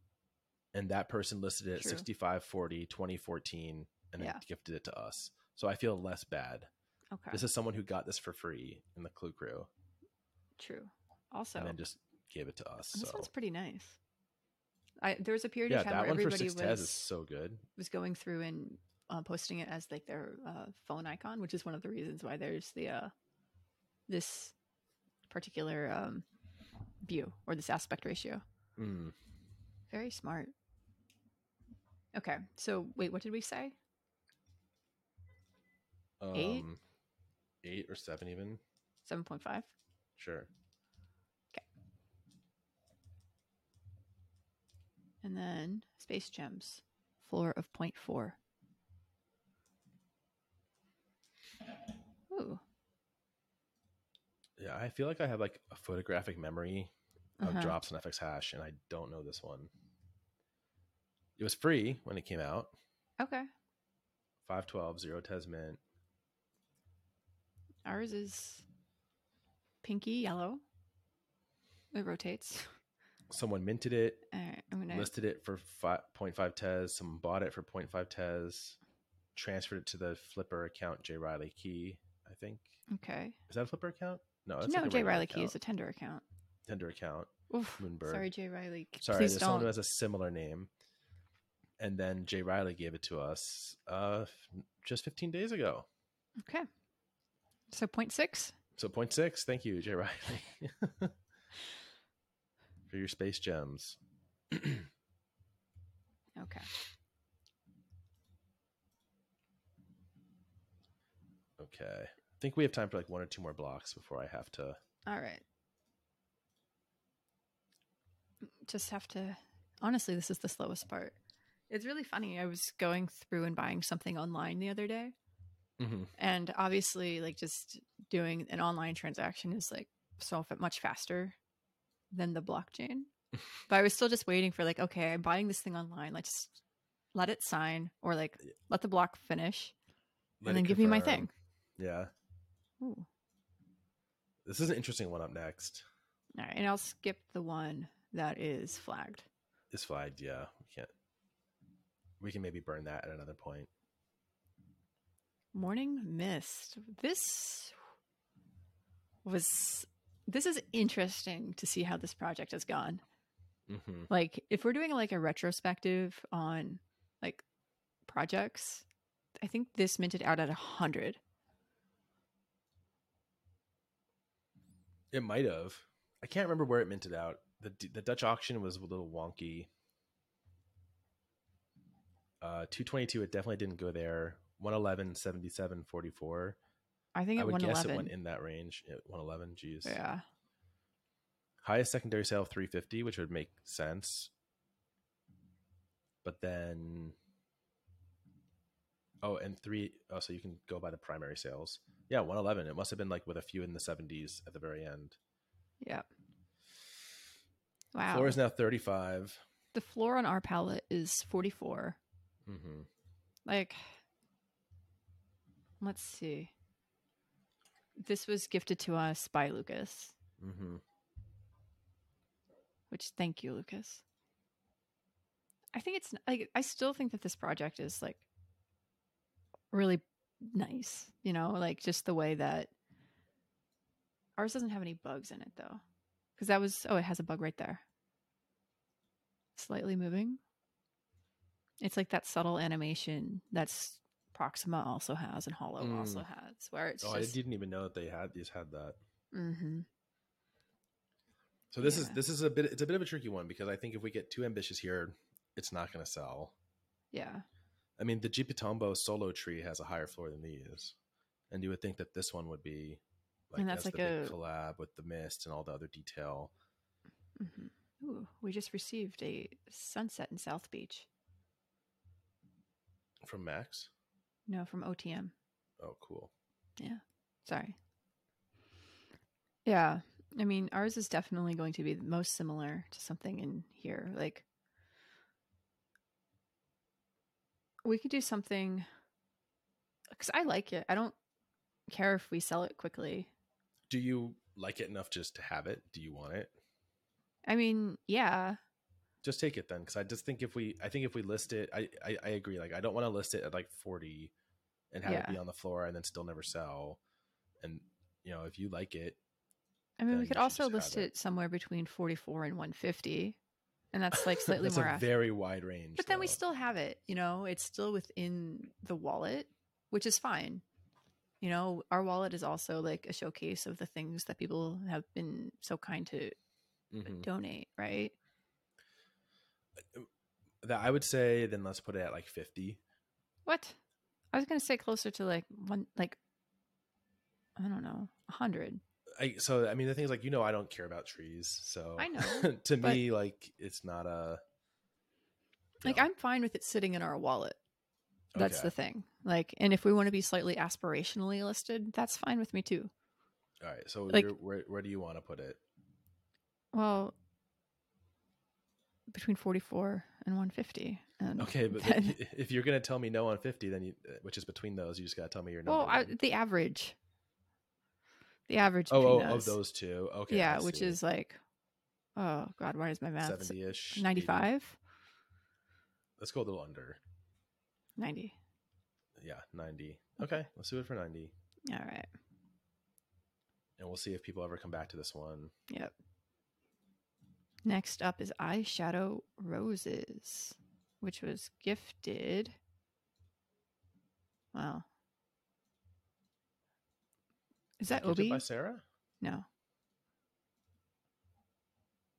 Speaker 1: And that person listed it
Speaker 2: True.
Speaker 1: 6540 2014 and then
Speaker 2: Yeah.
Speaker 1: gifted it to us. So I feel less bad.
Speaker 2: Okay.
Speaker 1: This is someone who got this for free in the Clue Crew
Speaker 2: True. Also,
Speaker 1: and then just gave it to us.
Speaker 2: this
Speaker 1: So
Speaker 2: one's pretty nice. I, there was a period
Speaker 1: yeah,
Speaker 2: of time
Speaker 1: that
Speaker 2: where
Speaker 1: one for
Speaker 2: everybody
Speaker 1: six Tez is
Speaker 2: was
Speaker 1: so good.
Speaker 2: was going through and uh, posting it as like their uh, phone icon, which is one of the reasons why there's the uh, this particular um, view or this aspect ratio.
Speaker 1: Mm.
Speaker 2: Very smart. Okay, so wait, what did we say? Eight?
Speaker 1: Um, eight or seven, even
Speaker 2: Seven point five.
Speaker 1: sure.
Speaker 2: And then Space Gems, floor of 0.4. Ooh.
Speaker 1: Yeah, I feel like I have like a photographic memory of
Speaker 2: uh-huh.
Speaker 1: drops and FX hash, and I don't know this one. It was free when it came out.
Speaker 2: Okay.
Speaker 1: 512, zero Tez mint.
Speaker 2: Ours is pinky yellow. It rotates.
Speaker 1: Someone minted it,
Speaker 2: All right, I'm gonna.
Speaker 1: listed it for fi- 0.5 Tez. Someone bought it for 0.5 Tez, transferred it to the Flipper account, J. Riley Key, I think.
Speaker 2: Okay.
Speaker 1: Is that a Flipper account? No, Oh, that's
Speaker 2: no,
Speaker 1: like a
Speaker 2: Jay
Speaker 1: regular
Speaker 2: Riley Key is a
Speaker 1: account.
Speaker 2: tender account.
Speaker 1: Tender account.
Speaker 2: Oof.
Speaker 1: Moonbird.
Speaker 2: Sorry, Jay Riley. K-
Speaker 1: Sorry,
Speaker 2: Please
Speaker 1: there's
Speaker 2: don't.
Speaker 1: someone who has a similar name. And then Jay Riley gave it to us uh, f- just 15 days ago.
Speaker 2: Okay. So point six.
Speaker 1: So point six, thank you, Jay Riley, for your space gems.
Speaker 2: Okay.
Speaker 1: Okay, I think we have time for like one or two more blocks before I have to.
Speaker 2: All right. just have to honestly this is the slowest part it's really funny i was going through and buying something online the other day
Speaker 1: Mm-hmm.
Speaker 2: and obviously like just doing an online transaction is like so fa- much faster than the blockchain but i was still just waiting for like okay i'm buying this thing online let's let it sign or like let the block finish and then give me my thing
Speaker 1: Yeah.
Speaker 2: Ooh.
Speaker 1: This is an interesting one up next.
Speaker 2: all right and i'll skip the one that is flagged
Speaker 1: Is flagged. Yeah. We can't. We can maybe burn that at another point.
Speaker 2: Morning Mist. This was this is interesting to see how this project has gone.
Speaker 1: Mm-hmm.
Speaker 2: Like if we're doing like a retrospective on like projects, I think this minted out at 100.
Speaker 1: It might have. I can't remember where it minted out. the D- The Dutch auction was a little wonky. Uh, two twenty two. It definitely didn't go there. One eleven seventy seven forty four.
Speaker 2: I think
Speaker 1: I
Speaker 2: at
Speaker 1: would guess it
Speaker 2: 111.
Speaker 1: went in that range. One eleven. Jeez.
Speaker 2: yeah.
Speaker 1: Highest secondary sale of three fifty, which would make sense. But then, oh, and three. Oh, so you can go by the primary sales. Yeah, one eleven. It must have been like with a few in the seventies at the very end.
Speaker 2: Yeah. Wow.
Speaker 1: Floor is now thirty five.
Speaker 2: the floor on our palette is 44.
Speaker 1: Mm-hmm.
Speaker 2: like let's see this was gifted to us by lucas
Speaker 1: Mm-hmm.
Speaker 2: which thank you lucas i think it's like i still think that this project is like really nice you know like just the way that ours doesn't have any bugs in it though because that was oh it has a bug right there slightly moving it's like that subtle animation that's proxima also has and hollow
Speaker 1: Mm.
Speaker 2: also has where it's
Speaker 1: Oh, I
Speaker 2: just
Speaker 1: didn't even know that they had these had that.
Speaker 2: hmm
Speaker 1: So this is
Speaker 2: Yeah.
Speaker 1: this is a bit it's a bit of a tricky one because I think if we get too ambitious here, it's not going to sell.
Speaker 2: yeah
Speaker 1: I mean, the Jipitombo solo tree has a higher floor than these, and you would think that this one would be like
Speaker 2: And that's
Speaker 1: as
Speaker 2: like
Speaker 1: the big
Speaker 2: a-
Speaker 1: collab with the mist and all the other detail.
Speaker 2: hmm Ooh, we just received a sunset in South Beach.
Speaker 1: from Max.
Speaker 2: No, from OTM.
Speaker 1: Oh, cool.
Speaker 2: Sorry. Yeah. I mean, ours is definitely going to be the most similar to something in here. Like, we could do something because I like it. I don't care if we sell it quickly.
Speaker 1: Do you like it enough just to have it? Do you want it?
Speaker 2: I mean, yeah.
Speaker 1: Just take it then, because I just think if we, I think if we list it, I, I, I agree. Like, I don't want to list it at like forty, and have it
Speaker 2: Yeah.
Speaker 1: be on the floor and then still never sell. And you know, if you like it,
Speaker 2: I mean,
Speaker 1: Then
Speaker 2: we
Speaker 1: you should
Speaker 2: could also
Speaker 1: just have
Speaker 2: list
Speaker 1: it.
Speaker 2: it. somewhere between 44 and 150. And that's like slightly
Speaker 1: that's
Speaker 2: more
Speaker 1: a
Speaker 2: after.
Speaker 1: very wide range.
Speaker 2: But then we
Speaker 1: though.
Speaker 2: still have it, you know, it's still within the wallet, which is fine. You know, our wallet is also like a showcase of the things that people have been so kind to
Speaker 1: Mhm.
Speaker 2: donate, right?
Speaker 1: that I would say then let's put it at like fifty.
Speaker 2: What? I was going to say closer to like one, like, I don't know, 100.
Speaker 1: I, so I mean the thing is like you know I don't care about trees, so
Speaker 2: I know,
Speaker 1: to
Speaker 2: but-
Speaker 1: me like it's not a
Speaker 2: Like,
Speaker 1: no.
Speaker 2: I'm fine with it sitting in our wallet. That's
Speaker 1: Okay.
Speaker 2: the thing. Like, and if we want to be slightly aspirationally listed, that's fine with me too.
Speaker 1: all right. So
Speaker 2: like-
Speaker 1: you're, where where do you want to put it?
Speaker 2: Well, between 44 and 150. And
Speaker 1: Okay, but
Speaker 2: then-
Speaker 1: if you're gonna tell me no on fifty, then you uh, which is between those, you just gotta tell me your number.
Speaker 2: Well, I,
Speaker 1: then.
Speaker 2: the average. The average.
Speaker 1: oh, oh
Speaker 2: between
Speaker 1: of
Speaker 2: those.
Speaker 1: those two, okay,
Speaker 2: yeah, which is like, oh God, why is my math?
Speaker 1: seventy ish,
Speaker 2: 95?
Speaker 1: Let's go a little under.
Speaker 2: 90.
Speaker 1: Yeah, ninety. Okay, let's do it for ninety,
Speaker 2: All right.
Speaker 1: and we'll see if people ever come back to this one.
Speaker 2: Yep. Next up is Eyeshadow Roses, which was gifted. Wow. Is that
Speaker 1: Gifted
Speaker 2: Obi?
Speaker 1: by Sarah?
Speaker 2: No.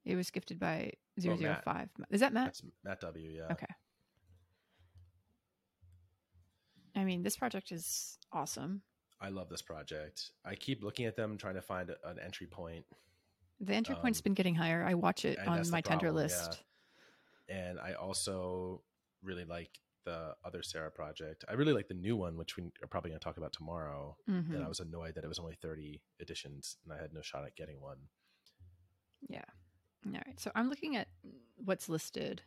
Speaker 2: It was gifted by
Speaker 1: Oh,
Speaker 2: 005.
Speaker 1: Matt.
Speaker 2: Is that Matt?
Speaker 1: That's Matt W. Yeah.
Speaker 2: Okay. I mean, this project is awesome.
Speaker 1: I love this project. I keep looking at them, trying to find a- an entry point.
Speaker 2: The entry point's
Speaker 1: Um,
Speaker 2: been getting higher. I watch it
Speaker 1: and that's
Speaker 2: on
Speaker 1: the
Speaker 2: my tender
Speaker 1: problem,
Speaker 2: list.
Speaker 1: and I also really like the other Sarah project. I really like the new one, which we are probably going to talk about tomorrow.
Speaker 2: Mhm.
Speaker 1: And I was annoyed that it was only 30 editions and I had no shot at getting one.
Speaker 2: Yeah. All right. So I'm looking at what's listed,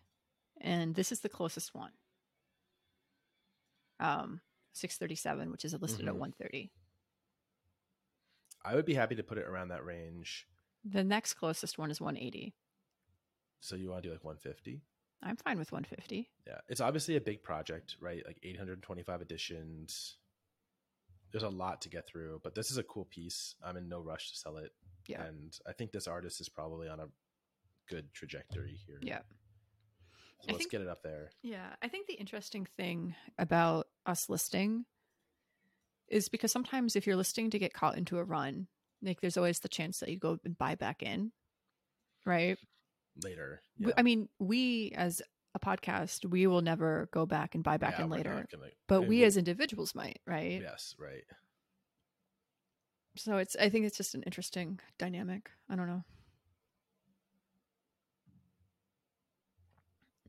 Speaker 2: and this is the closest one. Um, 637, which is listed at
Speaker 1: Mhm.
Speaker 2: 130.
Speaker 1: I would be happy to put it around that range.
Speaker 2: The next closest one is 180.
Speaker 1: So you want to do like 150?
Speaker 2: I'm fine with 150.
Speaker 1: Yeah. It's obviously a big project, right? Like 825 editions. There's a lot to get through, but this is a cool piece. I'm in no rush to sell it.
Speaker 2: Yeah.
Speaker 1: And I think this artist is probably on a good trajectory here.
Speaker 2: Yeah.
Speaker 1: So
Speaker 2: I
Speaker 1: let's
Speaker 2: think-
Speaker 1: get it up there.
Speaker 2: Yeah, I think the interesting thing about us listing is because sometimes if you're listing to get caught into a run, like there's always the chance that you go and buy back in, right?
Speaker 1: later.
Speaker 2: W- I mean, we as a podcast, we will never go back and buy back
Speaker 1: Yeah,
Speaker 2: in
Speaker 1: we're
Speaker 2: later,
Speaker 1: not gonna-
Speaker 2: but
Speaker 1: and
Speaker 2: we
Speaker 1: we'll-
Speaker 2: as individuals might, right?
Speaker 1: yes, right.
Speaker 2: So it's, I think it's just an interesting dynamic. I don't know.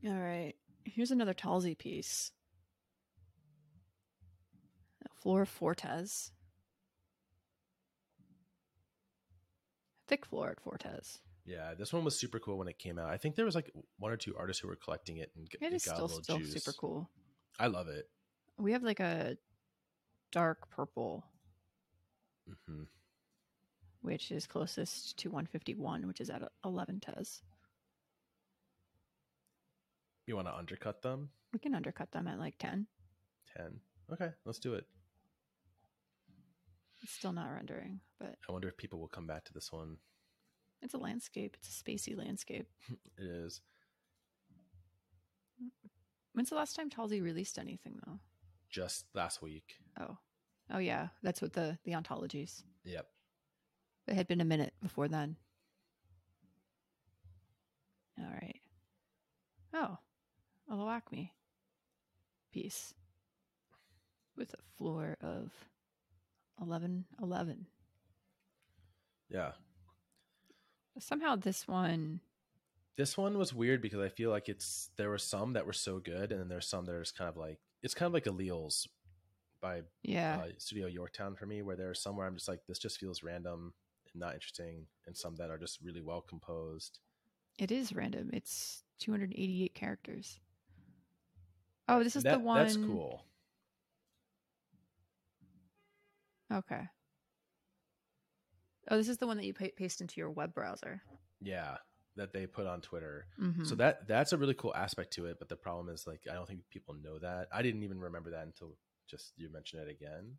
Speaker 2: All right. Here's another Talsy piece Flora Fortes. Thick floor at Fortes.
Speaker 1: Yeah, this one was super cool when it came out. I think there was like one or two artists who were collecting it and g-
Speaker 2: It
Speaker 1: it
Speaker 2: is
Speaker 1: got
Speaker 2: still,
Speaker 1: a little
Speaker 2: still
Speaker 1: juice.
Speaker 2: super cool.
Speaker 1: I love it.
Speaker 2: We have like a dark purple,
Speaker 1: hmm
Speaker 2: which is closest to 151, which is at E 11 Tes.
Speaker 1: You want to undercut them?
Speaker 2: We can undercut them at like 10.
Speaker 1: Ten. Okay, let's do it.
Speaker 2: It's still not rendering, but
Speaker 1: I wonder if people will come back to this one.
Speaker 2: It's a landscape. It's a spacey landscape.
Speaker 1: It is.
Speaker 2: When's the last time Talsy released anything though?
Speaker 1: just last week.
Speaker 2: Oh. Oh yeah. That's what the the ontologies.
Speaker 1: Yep.
Speaker 2: It had been a minute before then. All right. Oh. A Loacme piece. With a floor of eleven eleven.
Speaker 1: Yeah.
Speaker 2: Somehow this one
Speaker 1: This one was weird because I feel like it's there were some that were so good, and then there's some that are just kind of like it's kind of like Alleles by
Speaker 2: yeah.
Speaker 1: uh, Studio Yorktown for me, where there are some where I'm just like this just feels random and not interesting, and some that are just really well composed.
Speaker 2: It is random. It's 288 characters. Oh, this is
Speaker 1: That-
Speaker 2: the one.
Speaker 1: that's cool.
Speaker 2: Okay. Oh, this is the one that you pa- paste into your web browser.
Speaker 1: Yeah, that they put on Twitter.
Speaker 2: Mm-hmm.
Speaker 1: So that that's a really cool aspect to it, but the problem is like I don't think people know that. I didn't even remember that until just you mentioned it again.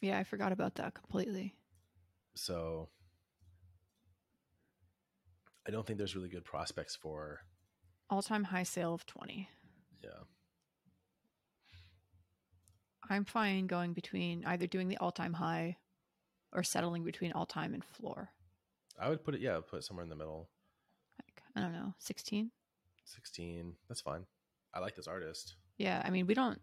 Speaker 2: yeah, I forgot about that completely.
Speaker 1: so I don't think there's really good prospects for
Speaker 2: All time high sale of 20.
Speaker 1: yeah
Speaker 2: I'm fine going between either doing the all time high or settling between all time and floor.
Speaker 1: I would put it yeah I'd put it somewhere in the middle
Speaker 2: Like, I don't know, 16?
Speaker 1: 16 that's fine I like this artist
Speaker 2: Yeah, I mean, we don't,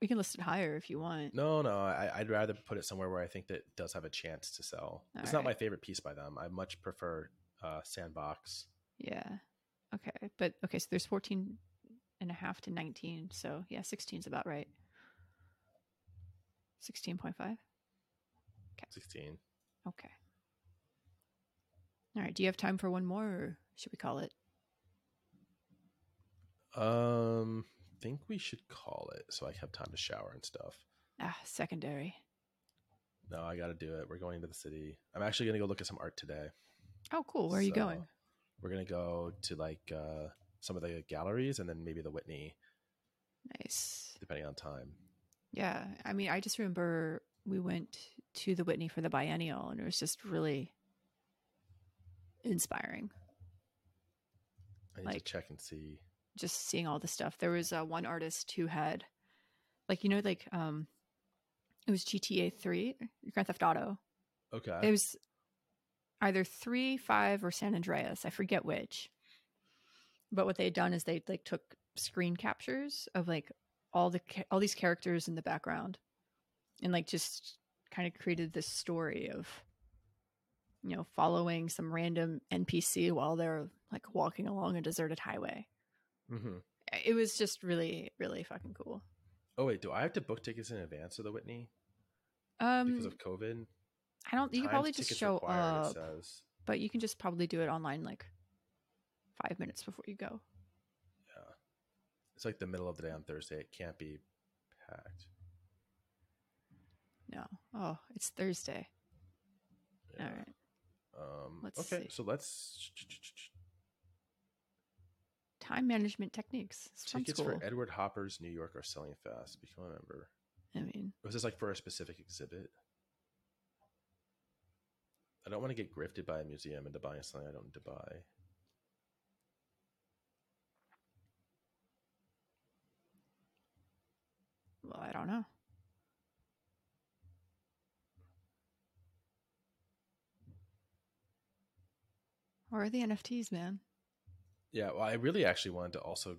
Speaker 2: we can list it higher if you want.
Speaker 1: no no I, I'd rather put it somewhere where I think that it does have a chance to sell it's not my
Speaker 2: Alright.
Speaker 1: favorite piece by them I much prefer uh, Sandbox
Speaker 2: Yeah. Okay. But okay, so there's 14 and a half to 19. So yeah, 16 is about right. 16.5.
Speaker 1: 16
Speaker 2: Okay. All right. Do you have time for one more, or should we call it?
Speaker 1: um think we should call it so I have time to shower and stuff
Speaker 2: Ah, secondary.
Speaker 1: no I gotta do it we're going into the city I'm actually gonna go look at some art today
Speaker 2: Oh, cool. Where are you
Speaker 1: So,
Speaker 2: going?
Speaker 1: We're gonna go to like uh, some of the galleries and then maybe the Whitney,
Speaker 2: Nice.
Speaker 1: depending on time.
Speaker 2: Yeah. I mean, I just remember we went to the Whitney for the biennial, and it was just really inspiring.
Speaker 1: I need
Speaker 2: Like-
Speaker 1: to check and see.
Speaker 2: just seeing all the stuff. There was uh, one artist who had, like, you know, like, um, it was GTA 3, Grand Theft Auto.
Speaker 1: Okay.
Speaker 2: It was either 3, 5, or San Andreas. I forget which. But what they had done is they, like, took screen captures of, like, all the, ca- all these characters in the background and, like, just kind of created this story of you know, following some random NPC while they're like walking along a deserted highway.
Speaker 1: Mm-hmm.
Speaker 2: It was just really, really fucking cool.
Speaker 1: Oh wait, do I have to book tickets in advance of the Whitney
Speaker 2: Um,
Speaker 1: because of COVID?
Speaker 2: I don't. You
Speaker 1: Times
Speaker 2: can probably just
Speaker 1: tickets
Speaker 2: show
Speaker 1: required, uh, it
Speaker 2: up,
Speaker 1: says.
Speaker 2: but you can just probably do it online like five minutes before you go.
Speaker 1: Yeah, it's like the middle of the day on Thursday. It can't be packed.
Speaker 2: No. Oh, it's Thursday.
Speaker 1: Yeah.
Speaker 2: All right.
Speaker 1: Um,
Speaker 2: Let's
Speaker 1: okay,
Speaker 2: see.
Speaker 1: so let's
Speaker 2: Time management techniques. It's from
Speaker 1: tickets
Speaker 2: school.
Speaker 1: for Edward Hopper's New York are selling fast. Become a member.
Speaker 2: I mean,
Speaker 1: Was this like for a specific exhibit? I don't want to get grifted by a museum into buying something I don't need to buy.
Speaker 2: well, I don't know. Where are the NFTs, man?
Speaker 1: Yeah, well, I really actually wanted to also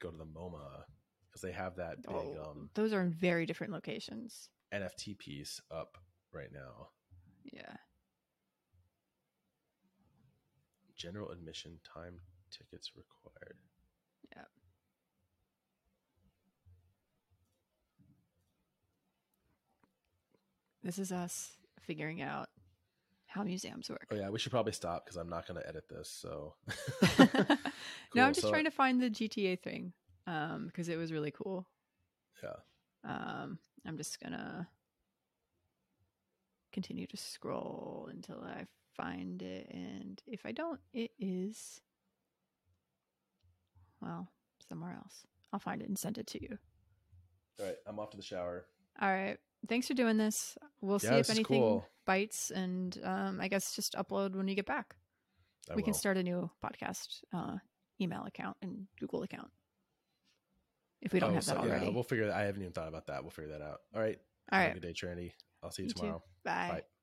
Speaker 1: go to the MoMA because they have that big
Speaker 2: Oh,
Speaker 1: um,
Speaker 2: those are in very different locations.
Speaker 1: NFT piece up right now.
Speaker 2: Yeah.
Speaker 1: General admission time tickets required.
Speaker 2: This is us figuring out how museums work.
Speaker 1: Oh yeah, we should probably stop because I'm not going to edit this. So
Speaker 2: no,
Speaker 1: Cool,
Speaker 2: I'm just
Speaker 1: so-
Speaker 2: trying to find the GTA thing um, because it was really cool.
Speaker 1: Yeah.
Speaker 2: Um, I'm just gonna continue to scroll until I find it, and if I don't, it is well somewhere else. I'll find it and send it to you.
Speaker 1: all right, I'm off to the shower.
Speaker 2: All right. Thanks for doing this. We'll see
Speaker 1: Yeah,
Speaker 2: if
Speaker 1: this is
Speaker 2: anything
Speaker 1: cool.
Speaker 2: bites, and um, I guess just upload when you get back.
Speaker 1: I
Speaker 2: we can
Speaker 1: will.
Speaker 2: start a new podcast uh, email account and Google account if we don't
Speaker 1: Oh,
Speaker 2: have that
Speaker 1: so-
Speaker 2: already.
Speaker 1: Yeah, we'll figure. That, I haven't even thought about that. We'll figure that out. All right.
Speaker 2: All
Speaker 1: Have
Speaker 2: right.
Speaker 1: a good day, Trinity. I'll see you,
Speaker 2: You too.
Speaker 1: tomorrow.
Speaker 2: Bye.
Speaker 1: Bye.